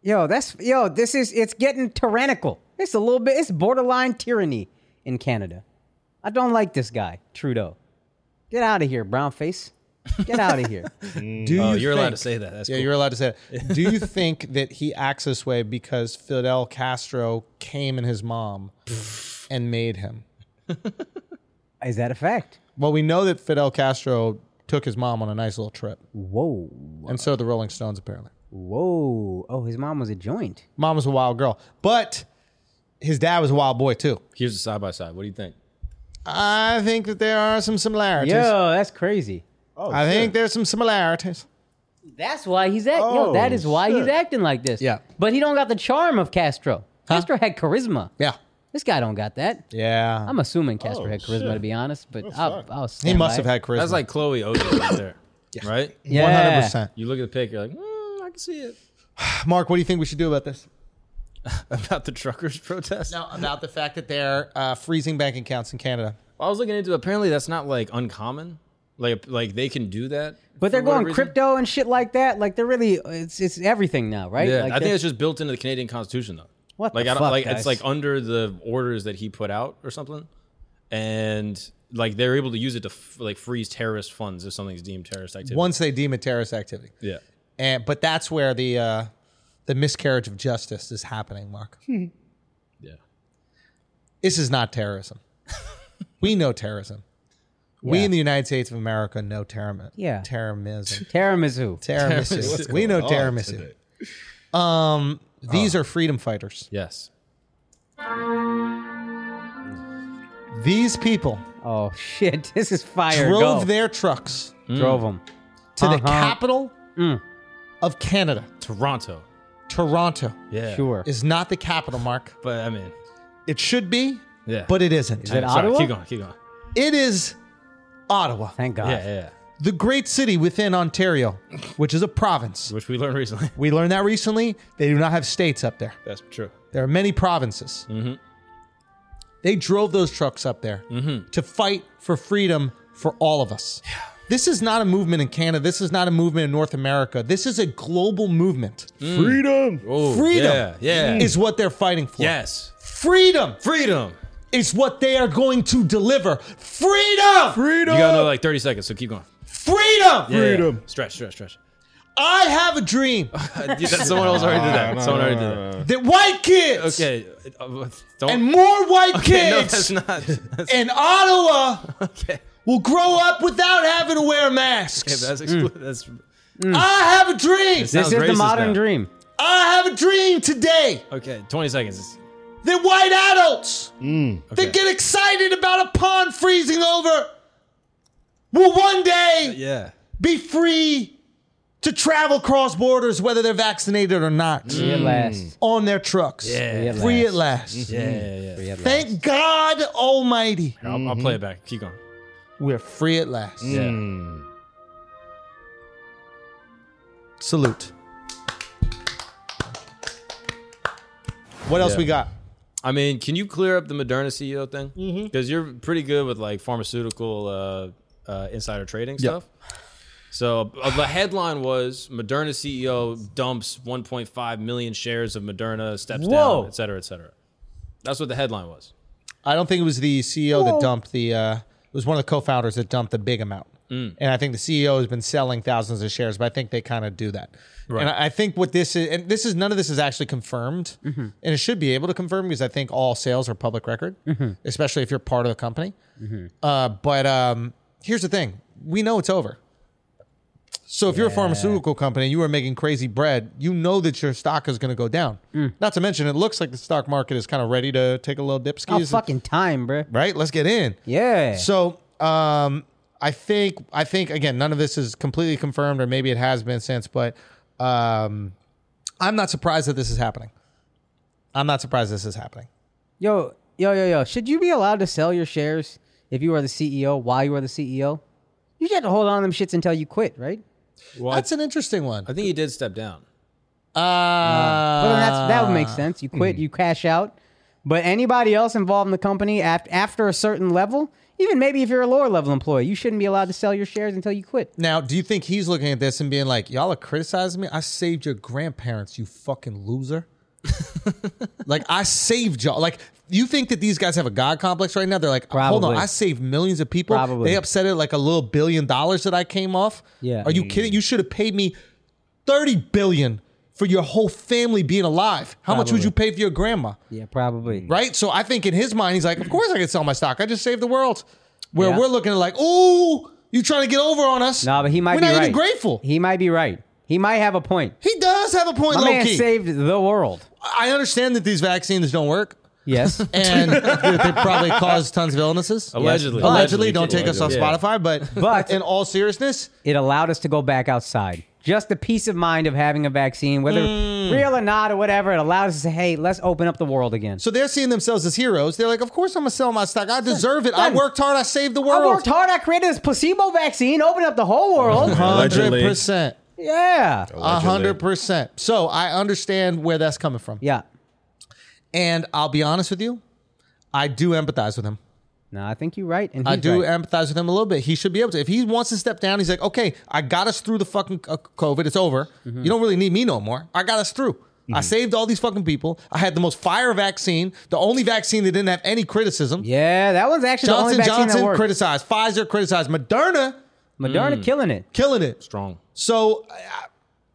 Speaker 4: Yo, that's yo. This is it's getting tyrannical. It's a little bit. It's borderline tyranny in Canada. I don't like this guy, Trudeau. Get out of here, brown face. Get out of here.
Speaker 1: Do
Speaker 3: Oh,
Speaker 1: you
Speaker 3: you're allowed to
Speaker 1: think-
Speaker 3: say that. That's
Speaker 1: yeah,
Speaker 3: cool.
Speaker 1: you're allowed to say that. Do you think that he acts this way because Fidel Castro came in his mom and made him?
Speaker 4: Is that a fact?
Speaker 1: Well, we know that Fidel Castro took his mom on a nice little trip,
Speaker 4: Whoa,
Speaker 1: and so did the Rolling Stones apparently.
Speaker 4: whoa. Oh, his mom was a joint.
Speaker 1: Mom was a wild girl, but his dad was a wild boy too.
Speaker 3: Here's a side by side. What do you think?
Speaker 1: I think that there are some similarities.
Speaker 4: Yo, that's crazy.
Speaker 1: I think there's some similarities.
Speaker 4: That's why he's act. yo, that is why he's acting like this.
Speaker 1: Yeah.
Speaker 4: but he don't got the charm of Castro. Castro had charisma.
Speaker 1: Yeah,
Speaker 4: This guy don't got that.
Speaker 1: yeah.
Speaker 4: I'm assuming
Speaker 3: Oh,
Speaker 4: Castro had charisma to be honest, but I'll, I'll
Speaker 1: he
Speaker 4: stand
Speaker 1: must
Speaker 4: by
Speaker 1: have
Speaker 4: it.
Speaker 1: had charisma.
Speaker 3: That's like Chloe Oden right there, right?
Speaker 4: Yeah.
Speaker 1: 100%.
Speaker 3: You look at the pic, you're like, mm, I can see it.
Speaker 1: Mark, what do you think we should do about this?
Speaker 3: About the truckers' protest.
Speaker 1: No, about the fact that they're uh, freezing bank accounts in Canada.
Speaker 3: I was looking into. Apparently, that's not like uncommon. Like, like they can do that.
Speaker 4: But they're
Speaker 3: for whatever
Speaker 4: going
Speaker 3: reason.
Speaker 4: crypto and shit like that. Like they're really it's it's everything now, right?
Speaker 3: Yeah,
Speaker 4: Like
Speaker 3: I think
Speaker 4: that-
Speaker 3: it's just built into the Canadian Constitution, though.
Speaker 4: What
Speaker 3: Like,
Speaker 4: the
Speaker 3: I don't
Speaker 4: fuck,
Speaker 3: like
Speaker 4: guys?
Speaker 3: it's like under the orders that he put out or something, and like they're able to use it to f- like freeze terrorist funds if something's deemed terrorist activity.
Speaker 1: Once they deem it terrorist activity,
Speaker 3: yeah,
Speaker 1: and but that's where the uh, the miscarriage of justice is happening. Mark,
Speaker 3: yeah.
Speaker 1: this is not terrorism. we know terrorism. We
Speaker 4: Yeah.
Speaker 1: in the United States of America know terrorism.
Speaker 4: Yeah.
Speaker 1: terrorism.
Speaker 4: Tiramisu.
Speaker 1: Terrorism. we know terrorism. Um, these are freedom fighters.
Speaker 3: Yes.
Speaker 1: These people
Speaker 4: Oh shit! This is fire.
Speaker 1: drove
Speaker 4: Go. Mm.
Speaker 1: their trucks
Speaker 4: Drove him.
Speaker 1: to the
Speaker 4: Uh-huh. Mm.
Speaker 1: capital of Canada.
Speaker 3: Toronto.
Speaker 1: Toronto
Speaker 3: Yeah.
Speaker 4: Sure.
Speaker 1: is not the capital, Mark.
Speaker 3: But I mean,
Speaker 1: It should be,
Speaker 3: yeah.
Speaker 1: but it isn't.
Speaker 4: it
Speaker 3: Sorry,
Speaker 4: Ottawa?
Speaker 3: Keep going. Keep going.
Speaker 1: It is Ottawa,
Speaker 4: Thank God.
Speaker 3: Yeah, yeah, yeah.
Speaker 1: the great city within Ontario, which is a province.
Speaker 3: Which we learned recently.
Speaker 1: We learned that recently. They do not have states up there.
Speaker 3: That's true.
Speaker 1: There are many provinces.
Speaker 3: Mm-hmm.
Speaker 1: They drove those trucks up there
Speaker 3: Mm-hmm.
Speaker 1: to fight for freedom for all of us. This is not a movement in Canada. This is not a movement in North America. This is a global movement.
Speaker 8: Freedom.
Speaker 3: Oh,
Speaker 1: Freedom
Speaker 3: Yeah. yeah.
Speaker 1: is what they're fighting for.
Speaker 3: yes.
Speaker 1: Freedom
Speaker 3: Freedom.
Speaker 1: is what they are going to deliver. Freedom!
Speaker 3: You got another like 30 seconds, so keep going.
Speaker 1: Freedom!
Speaker 3: Yeah, yeah, yeah.
Speaker 8: Freedom.
Speaker 3: Stretch, stretch, stretch.
Speaker 1: I have a dream
Speaker 3: Uh, yeah, that- someone else already did that. Someone already did that.
Speaker 1: that white kids
Speaker 3: Okay. uh, uh, Don't.
Speaker 1: and more white
Speaker 3: Okay, no, that's
Speaker 1: kids
Speaker 3: not. That's,
Speaker 1: in Ottawa
Speaker 3: okay.
Speaker 1: will grow up without having to wear
Speaker 3: Okay, but
Speaker 1: masks.
Speaker 3: that's exclu- that's
Speaker 1: I have a dream.
Speaker 4: This
Speaker 3: sounds
Speaker 4: is the
Speaker 3: racist
Speaker 4: modern
Speaker 3: now.
Speaker 4: dream.
Speaker 1: I have a dream today
Speaker 3: Okay, 20 seconds.
Speaker 1: that white adults
Speaker 4: Mm,
Speaker 3: Okay.
Speaker 1: that get excited about a pond freezing over will one
Speaker 4: Uh,
Speaker 1: day
Speaker 3: Yeah.
Speaker 1: be free to travel cross borders, whether they're vaccinated or not,
Speaker 3: Mm.
Speaker 4: Free at last.
Speaker 1: on their trucks.
Speaker 3: Yeah. Yeah.
Speaker 1: Free at last.
Speaker 3: Yeah. yeah, yeah.
Speaker 4: Mm-hmm. Free at last.
Speaker 1: Thank God Almighty,
Speaker 3: I'll, I'll play it back. Keep going.
Speaker 1: we're free at last. Mm.
Speaker 3: Yeah.
Speaker 1: Salute. What else we got?
Speaker 3: I mean, can you clear up the Moderna CEO thing? Because you're pretty good with like pharmaceutical uh, uh, insider trading stuff. So uh, the headline was Moderna CEO dumps 1.5 million shares of Moderna, steps
Speaker 4: Whoa.
Speaker 3: down, et cetera, et cetera. That's what the headline was.
Speaker 1: I don't think it was the CEO that dumped the. Uh, it was one of the co-founders that dumped the big amount, and I think the CEO has been selling thousands of shares. But I think they kind of do that, and I I think what this is, and this is none of this is actually confirmed, and it should be able to confirm because I think all sales are public record, especially if you're part of the company. Uh, but um, here's the thing: we know it's over. So if you're a pharmaceutical company and you are making crazy bread, you know that your stock is going to go down. Not to mention, it looks like the stock market is kind of ready to take a little dip.
Speaker 4: How
Speaker 1: skis.
Speaker 4: Oh, fucking time, bruh.
Speaker 1: right? Let's get in.
Speaker 4: Yeah.
Speaker 1: So, um, I think I think again, none of this is completely confirmed, or maybe it has been since. But um, I'm not surprised that this is happening. I'm not surprised this is happening.
Speaker 4: Yo, yo, yo, yo. Should you be allowed to sell your shares if you are the CEO while you are the CEO? You should have to hold on to them shits until you quit, right?
Speaker 3: Well,
Speaker 1: That's an interesting one.
Speaker 3: I think he did step down.
Speaker 1: Uh,
Speaker 4: Well, then that's, that would make sense. You quit, you cash out. But anybody else involved in the company after, after a certain level, even maybe if you're a lower level employee, you shouldn't be allowed to sell your shares until you quit.
Speaker 1: now, do you think he's looking at this and being like, "Y'all are criticizing me? I saved your grandparents, you fucking loser." like I saved John. Like you think that these guys have a god complex right now? They're like, hold on,
Speaker 4: Probably.
Speaker 1: I saved millions of people.
Speaker 4: Probably.
Speaker 1: They upset it like a little billion dollars that I came off.
Speaker 4: Yeah.
Speaker 1: Are you kidding? You should have paid me thirty billion for your whole family being alive. How much would
Speaker 4: Probably.
Speaker 1: you pay for your grandma?
Speaker 4: Yeah, probably.
Speaker 1: Right. So I think in his mind, he's like, of course I can sell my stock. I just saved the world. Where
Speaker 4: Yeah.
Speaker 1: we're looking at like, ooh, you trying to get over on us?
Speaker 4: No, but he might
Speaker 1: We're
Speaker 4: be
Speaker 1: not
Speaker 4: right.
Speaker 1: even grateful. He,
Speaker 4: He might be right. He might have a point.
Speaker 1: does have a point,
Speaker 4: My
Speaker 1: low
Speaker 4: man
Speaker 1: key.
Speaker 4: saved the world.
Speaker 1: I understand that these vaccines don't work.
Speaker 4: Yes.
Speaker 1: and that they probably cause tons of illnesses.
Speaker 3: Allegedly.
Speaker 1: allegedly, don't take us off
Speaker 3: Allegedly.
Speaker 1: Spotify. But
Speaker 4: But-
Speaker 1: in all seriousness,
Speaker 4: it allowed us to go back outside. Just the peace of mind of having a vaccine, whether
Speaker 1: Mm.
Speaker 4: real or not or whatever, it allowed us to say, hey, let's open up the world again.
Speaker 1: so they're seeing themselves as heroes. They're like, of course I'm gonna sell my stock. I deserve it. I worked hard. I saved the
Speaker 4: I
Speaker 1: world.
Speaker 4: worked hard. I created this placebo vaccine, opened up the whole world.
Speaker 1: Hundred
Speaker 8: Allegedly.
Speaker 1: percent.
Speaker 4: yeah.
Speaker 1: hundred percent. So I understand where that's coming from.
Speaker 4: Yeah.
Speaker 1: And I'll be honest with you, I do empathize with him.
Speaker 4: No, I think you're right. And
Speaker 1: I
Speaker 4: he's
Speaker 1: do
Speaker 4: right.
Speaker 1: empathize with him a little bit. He should be able to. If he wants to step down, he's like, okay, I got us through the fucking uh, COVID. It's over.
Speaker 4: Mm-hmm.
Speaker 1: You don't really need me no more. I got us through. I saved all these fucking people. I had the most fire vaccine, the only vaccine that didn't have any criticism.
Speaker 4: yeah, that one's actually
Speaker 1: Johnson
Speaker 4: the only vaccine
Speaker 1: Johnson Mm.
Speaker 4: that worked.
Speaker 1: criticized, Pfizer criticized, Moderna
Speaker 4: Moderna killing it.
Speaker 1: killing it.
Speaker 3: Strong.
Speaker 1: So, uh,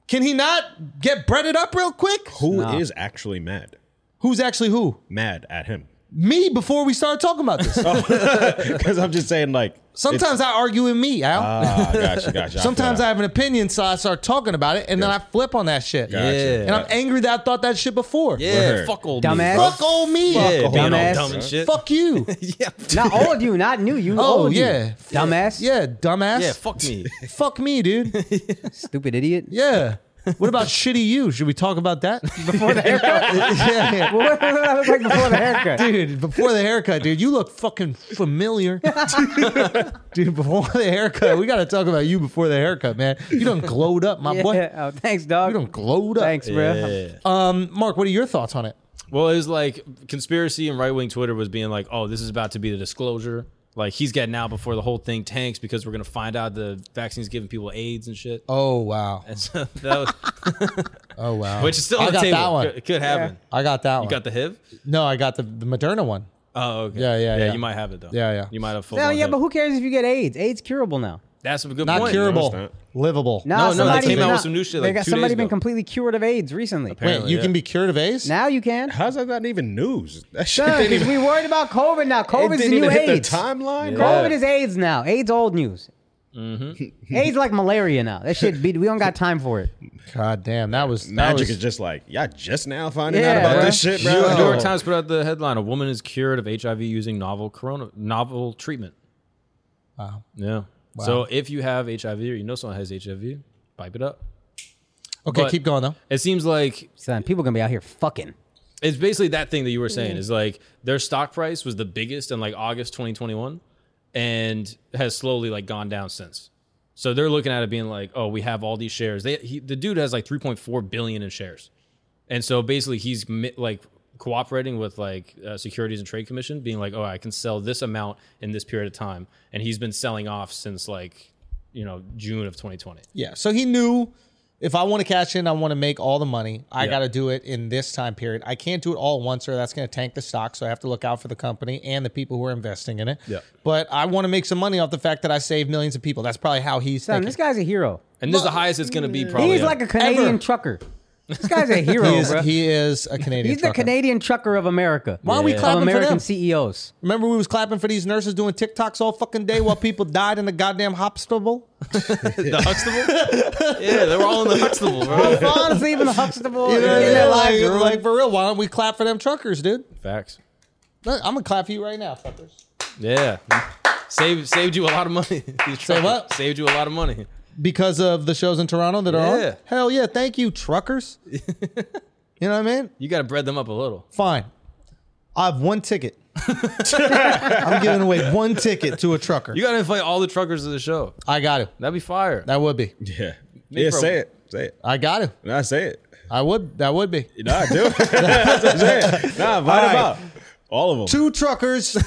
Speaker 1: can he not get breaded up real quick?
Speaker 8: Who is actually mad?
Speaker 1: Who's actually who?
Speaker 8: Mad at him.
Speaker 1: Me before we started talking about this.
Speaker 4: Oh,
Speaker 8: Because I'm just saying, like, it's-
Speaker 1: Sometimes I argue with me, Al.
Speaker 8: Ah, gotcha, gotcha.
Speaker 1: Sometimes I
Speaker 8: feel
Speaker 1: have an opinion, so I start talking about it, and then I flip on that shit.
Speaker 8: Gotcha. Yeah.
Speaker 1: And I'm angry that I thought that shit before.
Speaker 3: Yeah,
Speaker 8: Word.
Speaker 3: fuck old
Speaker 4: Dumbass.
Speaker 3: Me.
Speaker 1: Fuck old me.
Speaker 3: yeah,
Speaker 1: Fuck,
Speaker 3: being all
Speaker 4: dumbass.
Speaker 3: dumb and shit.
Speaker 1: you.
Speaker 3: yeah,
Speaker 4: Not all of you, not new. You
Speaker 1: Oh,
Speaker 4: old you.
Speaker 1: yeah.
Speaker 4: Dumbass.
Speaker 1: yeah, dumbass.
Speaker 3: yeah, fuck me.
Speaker 1: Fuck me, dude.
Speaker 4: Stupid idiot.
Speaker 1: Yeah. What about shitty you? Should we talk about that before the haircut? yeah, yeah.
Speaker 4: Well, what did I look like before the haircut?
Speaker 1: Dude, before the haircut, dude, you look fucking familiar. dude, before the haircut, we got to talk about you before the haircut, man. You done glowed up, my
Speaker 4: yeah.
Speaker 1: boy.
Speaker 4: Oh, thanks, dog.
Speaker 1: You done glowed up.
Speaker 4: Thanks, bro.
Speaker 1: Um, Mark, what are your thoughts on it?
Speaker 3: Well, it was like conspiracy and right wing Twitter was being like, "Oh, this is about to be the disclosure. Like he's getting out before the whole thing tanks because we're gonna find out the vaccine's giving people AIDS and shit."
Speaker 1: Oh, wow.
Speaker 3: And so that was,
Speaker 1: Oh, wow.
Speaker 3: which is still
Speaker 1: I
Speaker 3: on the
Speaker 1: got
Speaker 3: table.
Speaker 1: that one.
Speaker 3: Could, could happen.
Speaker 1: I got that one.
Speaker 3: You got the HIV?
Speaker 1: no, I got the, the Moderna one.
Speaker 3: Oh, okay.
Speaker 1: Yeah, yeah,
Speaker 3: yeah.
Speaker 1: yeah.
Speaker 3: You might have it though.
Speaker 1: Yeah, yeah.
Speaker 3: You might have. Full
Speaker 4: No, yeah, but who cares if you get AIDS? AIDS curable now.
Speaker 3: That's a good
Speaker 1: Not
Speaker 3: point.
Speaker 1: curable,
Speaker 8: noticed
Speaker 1: livable.
Speaker 4: No,
Speaker 3: No, no, they
Speaker 4: somebody
Speaker 3: came
Speaker 4: even
Speaker 3: out with
Speaker 4: not-
Speaker 3: some new shit,
Speaker 4: They
Speaker 3: like,
Speaker 4: got
Speaker 3: two
Speaker 4: somebody
Speaker 3: days
Speaker 4: been
Speaker 3: ago.
Speaker 4: completely cured of AIDS recently.
Speaker 1: Wait, you
Speaker 3: yeah.
Speaker 1: can be cured of AIDS?
Speaker 4: Now you can.
Speaker 8: How's that not even news? That shit
Speaker 4: Son,
Speaker 8: didn't
Speaker 4: because
Speaker 8: even,
Speaker 4: we worried about COVID now.
Speaker 8: it
Speaker 4: COVID's the
Speaker 8: didn't
Speaker 4: new
Speaker 8: even hit
Speaker 4: AIDS.
Speaker 8: the timeline, bro.
Speaker 4: COVID is AIDS now. AIDS old news. AIDS like malaria now. That shit. Be, we don't got time for it.
Speaker 1: God damn, that was that
Speaker 8: Magic
Speaker 1: was-
Speaker 8: is just like, y'all just now finding
Speaker 4: Yeah,
Speaker 8: out about
Speaker 4: bro.
Speaker 8: this shit, bro.
Speaker 3: New York Times put out the headline: A woman is cured of HIV using novel corona novel treatment.
Speaker 1: Wow.
Speaker 3: Yeah. So if you have HIV or you know someone has HIV, pipe it up.
Speaker 1: Okay,
Speaker 3: but-
Speaker 1: keep going though.
Speaker 3: It seems like
Speaker 4: Son, people gonna be out here fucking.
Speaker 3: it's basically that thing that you were saying is like their stock price was the biggest in like August 2021 and has slowly like gone down since. So they're looking at it being like, oh, we have all these shares. They he, the dude has like 3.4 billion in shares, and so basically he's mi- like cooperating with like uh, Securities and Trade Commission, being like, oh, I can sell this amount in this period of time, and he's been selling off since like you know June of 2020.
Speaker 1: Yeah. So he knew if I want to cash in, I want to make all the money. I got to do it in this time period. I can't do it all at once, or that's going to tank the stock. So I have to look out for the company and the people who are investing in it. Yeah. But I want to make some money off the fact that I saved millions of people. That's probably how he's
Speaker 4: Son,
Speaker 1: thinking.
Speaker 4: this guy's a hero.
Speaker 3: And this is the highest it's going to be probably.
Speaker 4: He's
Speaker 3: ever.
Speaker 4: like a Canadian
Speaker 1: Oh, Ever.
Speaker 4: trucker. This guy's a hero,
Speaker 1: he, is,
Speaker 4: bro.
Speaker 1: he is a Canadian.
Speaker 4: He's the
Speaker 1: trucker.
Speaker 4: Canadian trucker of America.
Speaker 1: Why are we
Speaker 4: Of
Speaker 1: clapping for
Speaker 4: American E
Speaker 1: them?
Speaker 4: CEOs?
Speaker 1: Remember, we was clapping for these nurses doing TikToks all fucking day while people died in the goddamn hospital.
Speaker 3: the Huxtable. yeah, they were all in the Huxtable, bro.
Speaker 4: Honestly, even the Huxtable
Speaker 1: You know what
Speaker 4: in
Speaker 1: I
Speaker 4: their
Speaker 1: mean?
Speaker 4: lives
Speaker 1: Like,
Speaker 4: ruined.
Speaker 1: like, for real, why don't we clap for them truckers, dude?
Speaker 3: Facts.
Speaker 1: Look, I'm gonna clap for you right now, fuckers.
Speaker 3: Yeah. Saved saved you a lot of money. These truckers
Speaker 1: what?
Speaker 3: Saved you a lot of money.
Speaker 1: Because of the shows in Toronto that are
Speaker 3: Yeah.
Speaker 1: on. Hell yeah, thank you, truckers. you know what I mean?
Speaker 3: You got to bread them up a little.
Speaker 1: Fine. I have one ticket. I'm giving away one ticket to a trucker.
Speaker 3: You got to invite all the truckers to the show.
Speaker 1: I got it.
Speaker 3: That'd be fire.
Speaker 1: That would be.
Speaker 8: Yeah. Yeah,
Speaker 3: for a-
Speaker 8: say it. Say it.
Speaker 1: I got it.
Speaker 8: Nah, say it.
Speaker 1: I would. That would be.
Speaker 8: Nah, do it. say it. Nah,
Speaker 1: right.
Speaker 8: bottom up. All of them.
Speaker 1: Two truckers.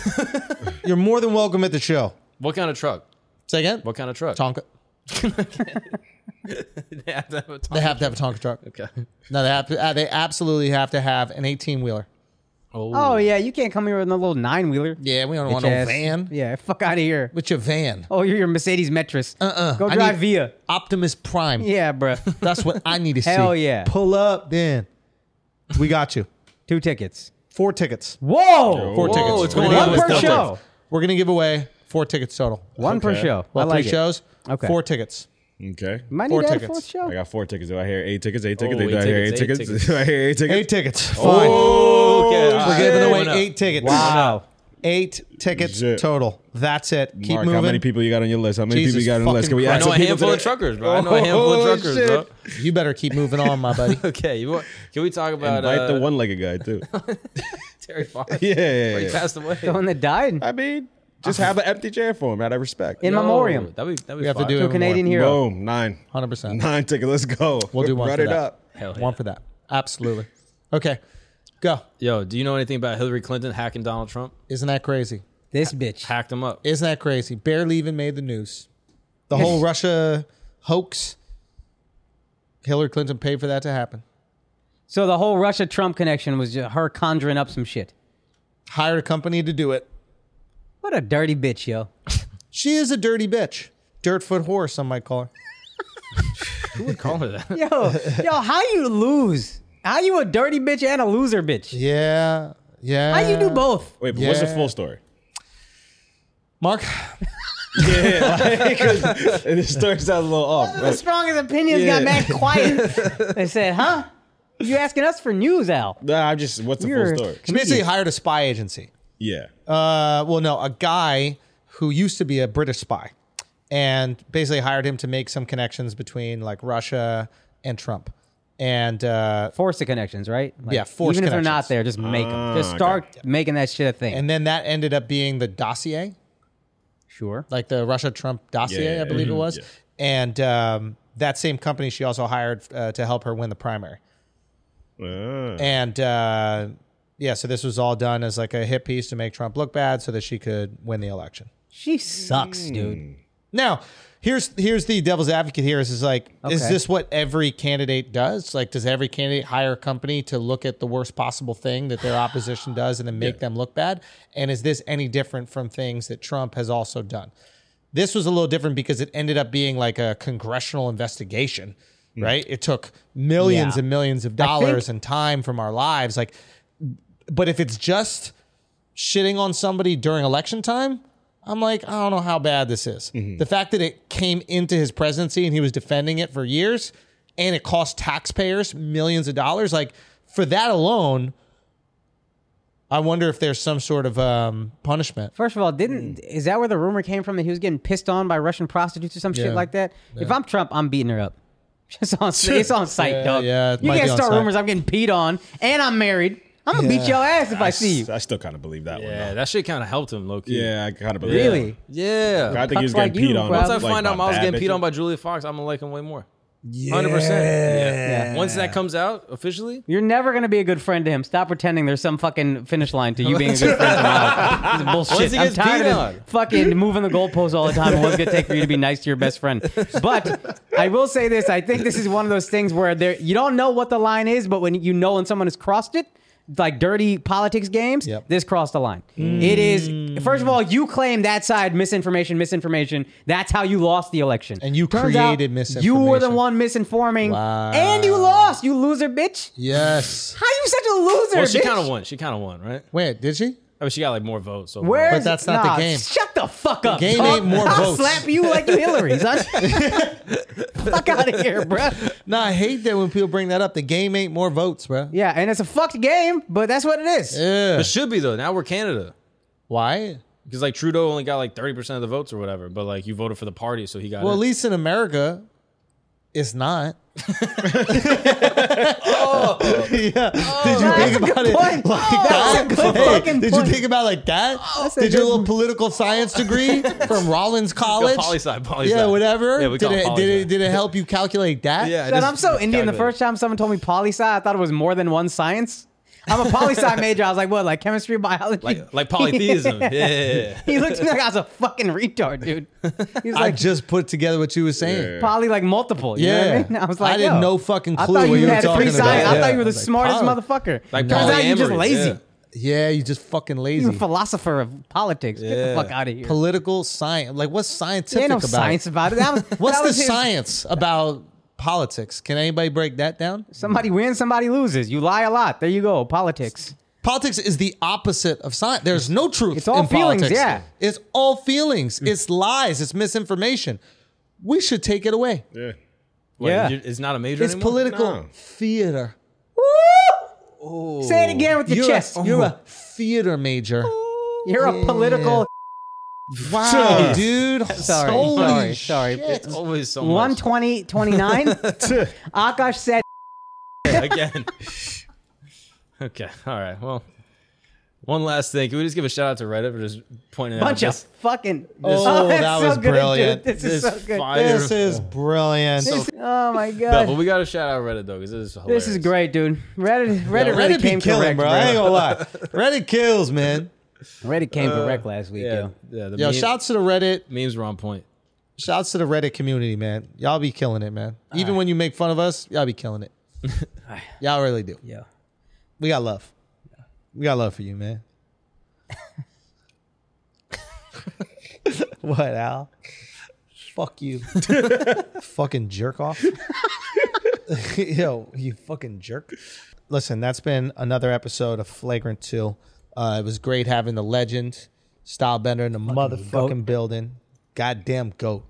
Speaker 1: You're more than welcome at the show.
Speaker 3: What kind of truck?
Speaker 1: Say again.
Speaker 3: What kind of truck?
Speaker 1: Tonka.
Speaker 3: they have to have a talk.
Speaker 1: They have to have a Tonka truck. Okay. No, they have to. Uh, they absolutely have to have an eighteen wheeler.
Speaker 4: Oh yeah, you can't come here with a little nine wheeler.
Speaker 1: Yeah, we don't want no van.
Speaker 4: Yeah, fuck out of here.
Speaker 1: What's your van?
Speaker 4: Oh, you're your Mercedes Metris. Uh uh Go
Speaker 1: Uh-uh. I
Speaker 4: drive
Speaker 1: need-
Speaker 4: Via.
Speaker 1: Optimus Prime.
Speaker 4: Yeah, bro.
Speaker 1: That's what I need to see.
Speaker 4: Hell yeah.
Speaker 1: Pull up, then. We got you.
Speaker 4: Two tickets.
Speaker 1: Four tickets.
Speaker 4: Whoa.
Speaker 1: Four
Speaker 3: Whoa,
Speaker 1: tickets.
Speaker 3: it's
Speaker 1: We're
Speaker 3: going
Speaker 1: gonna
Speaker 3: on
Speaker 1: give away-
Speaker 3: with
Speaker 4: One per show.
Speaker 1: We're gonna give away four tickets total.
Speaker 4: One per
Speaker 8: Okay.
Speaker 4: show.
Speaker 1: Well,
Speaker 4: I like
Speaker 1: three
Speaker 4: it.
Speaker 1: shows.
Speaker 4: Okay.
Speaker 1: Four tickets.
Speaker 8: Okay.
Speaker 4: Might need
Speaker 1: Four
Speaker 4: to add a
Speaker 1: tickets.
Speaker 4: fourth show.
Speaker 8: I got four tickets. Do I hear eight tickets? Eight tickets?
Speaker 3: Oh,
Speaker 8: do I
Speaker 3: eight
Speaker 8: hear eight
Speaker 3: tickets, eight
Speaker 8: tickets?
Speaker 3: tickets.
Speaker 8: Do I hear eight tickets?
Speaker 1: Eight tickets. Fine. Oh.
Speaker 3: Okay, all
Speaker 1: We're
Speaker 3: right.
Speaker 1: giving
Speaker 3: Going
Speaker 1: away
Speaker 3: up.
Speaker 1: eight tickets.
Speaker 4: Wow.
Speaker 1: Eight tickets
Speaker 8: Shit.
Speaker 1: total. That's it. Keep
Speaker 8: Mark,
Speaker 1: moving.
Speaker 8: how many people you got on your list? How many
Speaker 1: Jesus
Speaker 8: people you got on your list? Can we
Speaker 1: fucking
Speaker 8: add
Speaker 3: I know
Speaker 8: some
Speaker 3: a
Speaker 8: people
Speaker 3: handful of
Speaker 8: today?
Speaker 3: truckers, bro. I know a handful of truckers, bro.
Speaker 1: You better keep moving on, my buddy.
Speaker 3: Okay, you want, can we talk about
Speaker 8: Invite
Speaker 3: uh,
Speaker 8: the one-legged guy too.
Speaker 3: Terry Fox?
Speaker 8: yeah, yeah,
Speaker 3: He
Speaker 8: yeah.
Speaker 3: passed away.
Speaker 4: The one that died
Speaker 8: I mean, just have an empty chair for him out of respect.
Speaker 4: in
Speaker 3: No,
Speaker 4: memoriam.
Speaker 3: Oh, That'd be that'd be
Speaker 1: We have to
Speaker 3: fire.
Speaker 1: do
Speaker 4: To
Speaker 1: it.
Speaker 4: a Canadian hero.
Speaker 8: Boom, nine.
Speaker 1: 100%.
Speaker 8: Nine tickets. Let's go.
Speaker 1: We'll do one
Speaker 8: Run
Speaker 1: for
Speaker 8: it
Speaker 1: that.
Speaker 8: up.
Speaker 3: Hell yeah.
Speaker 1: One for that. Absolutely. Okay. Go.
Speaker 3: Yo, do you know anything about Hillary Clinton hacking Donald Trump?
Speaker 1: Isn't that crazy?
Speaker 4: This bitch.
Speaker 3: Hacked him up.
Speaker 1: Isn't that crazy? Barely even made the news. The whole Russia hoax. Hillary Clinton paid for that to happen.
Speaker 4: So the whole Russia Trump connection was just her conjuring up some shit.
Speaker 1: Hired a company to do it.
Speaker 4: What a dirty bitch, yo.
Speaker 1: She is a dirty bitch. Dirtfoot whore, some might call her.
Speaker 3: Who would call her that?
Speaker 4: Yo, yo, how you lose? How you a dirty bitch and a loser bitch?
Speaker 1: Yeah. Yeah.
Speaker 4: How you do both?
Speaker 8: Wait, but what's the
Speaker 1: Yeah.
Speaker 8: full story?
Speaker 1: Mark,
Speaker 8: And this story sounds a little off.
Speaker 4: The strongest opinions got mad quiet. they said, huh? You asking us for news, Al?
Speaker 8: Nah, I'm just. What's the
Speaker 4: You're-
Speaker 8: full story?
Speaker 1: she basically hired a spy agency.
Speaker 8: Yeah.
Speaker 1: Uh, well, no, a guy who used to be a British spy and basically hired him to make some connections between like Russia and Trump. And uh,
Speaker 4: Force the connections, right? Like,
Speaker 1: Yeah, force
Speaker 4: Even if they're
Speaker 1: connections. Ah,
Speaker 4: not there, just make them. Just
Speaker 8: okay.
Speaker 4: start making that shit a thing.
Speaker 1: and then that ended up being the dossier,
Speaker 4: sure.
Speaker 1: like the Russia Trump dossier,
Speaker 8: Yeah, yeah,
Speaker 1: I believe
Speaker 8: mhm,
Speaker 1: it was.
Speaker 8: yeah.
Speaker 1: And um, that same company she also hired uh, to help her win the primary.
Speaker 8: Ah.
Speaker 1: And uh, yeah, so this was all done as like a hit piece to make Trump look bad so that she could win the election.
Speaker 4: She sucks,
Speaker 1: Hmm.
Speaker 4: dude.
Speaker 1: Now, here's here's the devil's advocate here is, is like, is
Speaker 4: Okay.
Speaker 1: this what every candidate does? Like, does every candidate hire a company to look at the worst possible thing that their opposition does and then make them look bad? And is this any different from things that Trump has also done? This was a little different because it ended up being like a congressional investigation, right? It took millions
Speaker 4: Mm. Yeah.
Speaker 1: and millions of dollars and time from our lives. Like, but if it's just shitting on somebody during election time, I'm like, I don't know how bad this is. The fact that it came into his presidency and he was defending it for years and it cost taxpayers millions of dollars, like for that alone, I wonder if there's some sort of um, punishment.
Speaker 4: First of all, didn't
Speaker 1: Mm.
Speaker 4: is that where the rumor came from that he was getting pissed on by Russian prostitutes or some
Speaker 1: Yeah.
Speaker 4: shit like that? If I'm Trump, I'm beating her up. Just on, it's on site,
Speaker 1: Yeah,
Speaker 4: dog.
Speaker 1: yeah, it
Speaker 4: you
Speaker 1: might
Speaker 4: can't
Speaker 1: be on
Speaker 4: start
Speaker 1: site.
Speaker 4: rumors. I'm getting peed on, and I'm married. I'm gonna beat your ass if I, see you.
Speaker 8: I still kind of believe that
Speaker 3: Yeah,
Speaker 8: one.
Speaker 3: that shit kind of helped him, low key.
Speaker 8: Though. Yeah, I kind of believe.
Speaker 4: Really?
Speaker 3: Yeah.
Speaker 8: That. I think he was
Speaker 4: Cucks like
Speaker 8: getting
Speaker 4: you,
Speaker 8: peed on.
Speaker 4: bro.
Speaker 8: Once
Speaker 3: Once I
Speaker 4: Like
Speaker 3: find out Miles
Speaker 8: bad
Speaker 3: getting peed
Speaker 8: bitches.
Speaker 3: on by Julia Fox, I'm gonna like him way more. Hundred percent. Yeah. Once that comes out officially,
Speaker 4: You're never gonna be a good friend to him. Stop pretending there's some fucking finish line to you being a good friend to him. This is bullshit.
Speaker 3: Once he
Speaker 4: I'm
Speaker 3: gets
Speaker 4: tired
Speaker 3: beat
Speaker 4: of
Speaker 3: on.
Speaker 4: this fucking moving the goalposts all the time. and What's it gonna take for you to be nice to your best friend? But I will say this: I think this is one of those things where there you don't know what the line is, but when you know when someone has crossed it. Like dirty politics games,
Speaker 1: Yep.
Speaker 4: this crossed the line. It is first of all, you claim that side misinformation, misinformation. That's how you lost the election,
Speaker 1: And you
Speaker 4: out
Speaker 1: created
Speaker 4: You were the
Speaker 1: misinformation.
Speaker 4: one misinforming,
Speaker 1: Wow.
Speaker 4: and you lost, you loser, bitch.
Speaker 1: Yes.
Speaker 4: How you such a loser?
Speaker 3: well, she
Speaker 4: bitch?
Speaker 3: kind of won. She kind of won, right?
Speaker 1: Wait, did she?
Speaker 3: I mean, she got like more votes. So
Speaker 4: Where's
Speaker 1: But that's not the
Speaker 4: nah,
Speaker 1: game.
Speaker 4: Shut the fuck up.
Speaker 1: game
Speaker 4: dog.
Speaker 1: ain't more
Speaker 4: I'll
Speaker 1: votes.
Speaker 4: slap you like you Hillary. son. fuck out of here, bruh.
Speaker 1: No, I hate that when people bring that up. The game ain't more votes, bro.
Speaker 4: Yeah, and it's a fucked game, but that's what it is.
Speaker 3: It should be though. Now we're Canada
Speaker 1: Why?
Speaker 3: because like Trudeau only got like thirty percent of the votes or whatever, but like you voted for the party, so he got.
Speaker 1: Well,
Speaker 3: in.
Speaker 1: at least in America, it's not. yeah. Did you
Speaker 4: that's a
Speaker 1: think
Speaker 4: good
Speaker 1: about it
Speaker 4: point. Oh,
Speaker 1: like
Speaker 4: That's
Speaker 1: that?
Speaker 4: a good
Speaker 1: Hey,
Speaker 4: fucking
Speaker 1: did
Speaker 4: point.
Speaker 1: you think about it like that?
Speaker 4: That's a
Speaker 1: Did your
Speaker 4: good-
Speaker 1: little political science degree from Rollins College?
Speaker 3: poli sci, poli sci.
Speaker 1: yeah, whatever.
Speaker 3: Yeah, we
Speaker 1: did
Speaker 3: call it
Speaker 1: it
Speaker 3: poli
Speaker 1: did
Speaker 3: sci.
Speaker 1: it did it help you calculate that?
Speaker 3: Yeah,
Speaker 4: Son,
Speaker 3: just-
Speaker 4: I'm so
Speaker 3: just
Speaker 4: Indian. The
Speaker 3: calculate.
Speaker 4: first time someone told me poli sci, I thought it was more than one science. I'm a poli sci major. I was like, what, like chemistry, biology?
Speaker 3: Like, like polytheism. Yeah.
Speaker 4: he looked at me like I was a fucking retard, dude. He was
Speaker 1: I
Speaker 4: like,
Speaker 1: just put together what you were saying.
Speaker 4: probably like multiple. You know
Speaker 1: Yeah.
Speaker 4: what I mean? I was like,
Speaker 1: I didn't
Speaker 4: yo,
Speaker 1: know fucking
Speaker 4: I
Speaker 1: clue
Speaker 4: thought
Speaker 1: what you were
Speaker 4: had
Speaker 1: talking
Speaker 4: free science.
Speaker 1: about.
Speaker 4: I thought
Speaker 1: Yeah.
Speaker 4: you were the
Speaker 1: Like,
Speaker 4: smartiest
Speaker 1: poly-
Speaker 4: motherfucker.
Speaker 3: Like
Speaker 4: Turns out you're just
Speaker 3: polyamory,
Speaker 4: lazy.
Speaker 3: yeah.
Speaker 1: Yeah, you just fucking
Speaker 4: You're a
Speaker 1: lazy.
Speaker 4: philosopher of politics. Get the
Speaker 3: Yeah.
Speaker 4: fuck out of here.
Speaker 1: Political science. Like, what's scientific
Speaker 4: There ain't no
Speaker 1: about?
Speaker 4: science
Speaker 1: it?
Speaker 4: about it. That was,
Speaker 1: What's
Speaker 4: that
Speaker 1: the
Speaker 4: was his-
Speaker 1: science about politics? Can anybody break that down?
Speaker 4: Somebody wins, somebody loses. You lie a lot. There you go. Politics.
Speaker 1: Politics is the opposite of science. There's no truth.
Speaker 4: It's all
Speaker 1: in
Speaker 4: feelings,
Speaker 1: Politics.
Speaker 4: yeah. Mm.
Speaker 1: it's all feelings. It's lies. It's misinformation. We should take it away.
Speaker 8: Yeah.
Speaker 3: What,
Speaker 4: Yeah.
Speaker 3: you- It's not a major.
Speaker 1: It's
Speaker 3: anymore?
Speaker 1: political
Speaker 8: No.
Speaker 1: theater.
Speaker 4: Say it again with your
Speaker 1: You're
Speaker 4: chest. Oh.
Speaker 1: A, you're a theater major.
Speaker 4: You're a political.
Speaker 1: Wow, dude.
Speaker 4: Sorry,
Speaker 1: Holy
Speaker 4: sorry,
Speaker 1: shit.
Speaker 4: sorry.
Speaker 3: It's always so
Speaker 4: One
Speaker 3: much.
Speaker 4: twenty twenty nine. Akash said,
Speaker 3: again. okay. All right. Well, one last thing. Can we just give a shout out to Reddit for just pointing out
Speaker 4: "Bunch of
Speaker 3: this,
Speaker 4: fucking."
Speaker 1: Oh,
Speaker 4: that's
Speaker 1: that
Speaker 4: so
Speaker 1: was
Speaker 4: good, dude.
Speaker 1: brilliant.
Speaker 4: This is so
Speaker 3: this
Speaker 4: good.
Speaker 3: fire.
Speaker 1: This is brilliant.
Speaker 4: Oh my
Speaker 3: No, but
Speaker 4: god,
Speaker 3: we got to shout out Reddit though because this is hilarious.
Speaker 4: this is great, dude. Reddit, Reddit,
Speaker 1: Reddit,
Speaker 4: really came
Speaker 1: be killing,
Speaker 4: correct,
Speaker 1: bro. I ain't gonna lie. Reddit kills, man.
Speaker 4: Reddit came correct last
Speaker 1: Uh,
Speaker 4: week,
Speaker 3: Yeah.
Speaker 4: yo.
Speaker 3: Yeah. The
Speaker 1: Yo,
Speaker 3: meme-
Speaker 1: shouts to the Reddit.
Speaker 3: memes were on point.
Speaker 1: Shouts to the Reddit community, man. Y'all be killing it, man. Even when you make fun of us, y'all be killing it. y'all really do.
Speaker 4: Yeah.
Speaker 1: We got love. We got love for you, man. what, Al? Fuck you. fucking jerk off. Yo, you fucking jerk. Listen, that's been another episode of Flagrant 2. Uh, it was great having the legend, Stylebender in the motherfucking building. Goddamn goat.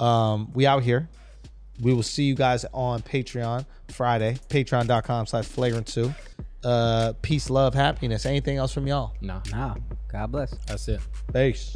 Speaker 1: Um, we out here. We will see you guys on Patreon Friday, patreon.com slash flagrant two. Uh, peace, love, happiness. Anything else from y'all?
Speaker 3: No,
Speaker 4: Nah, God bless.
Speaker 3: that's it.
Speaker 1: Peace.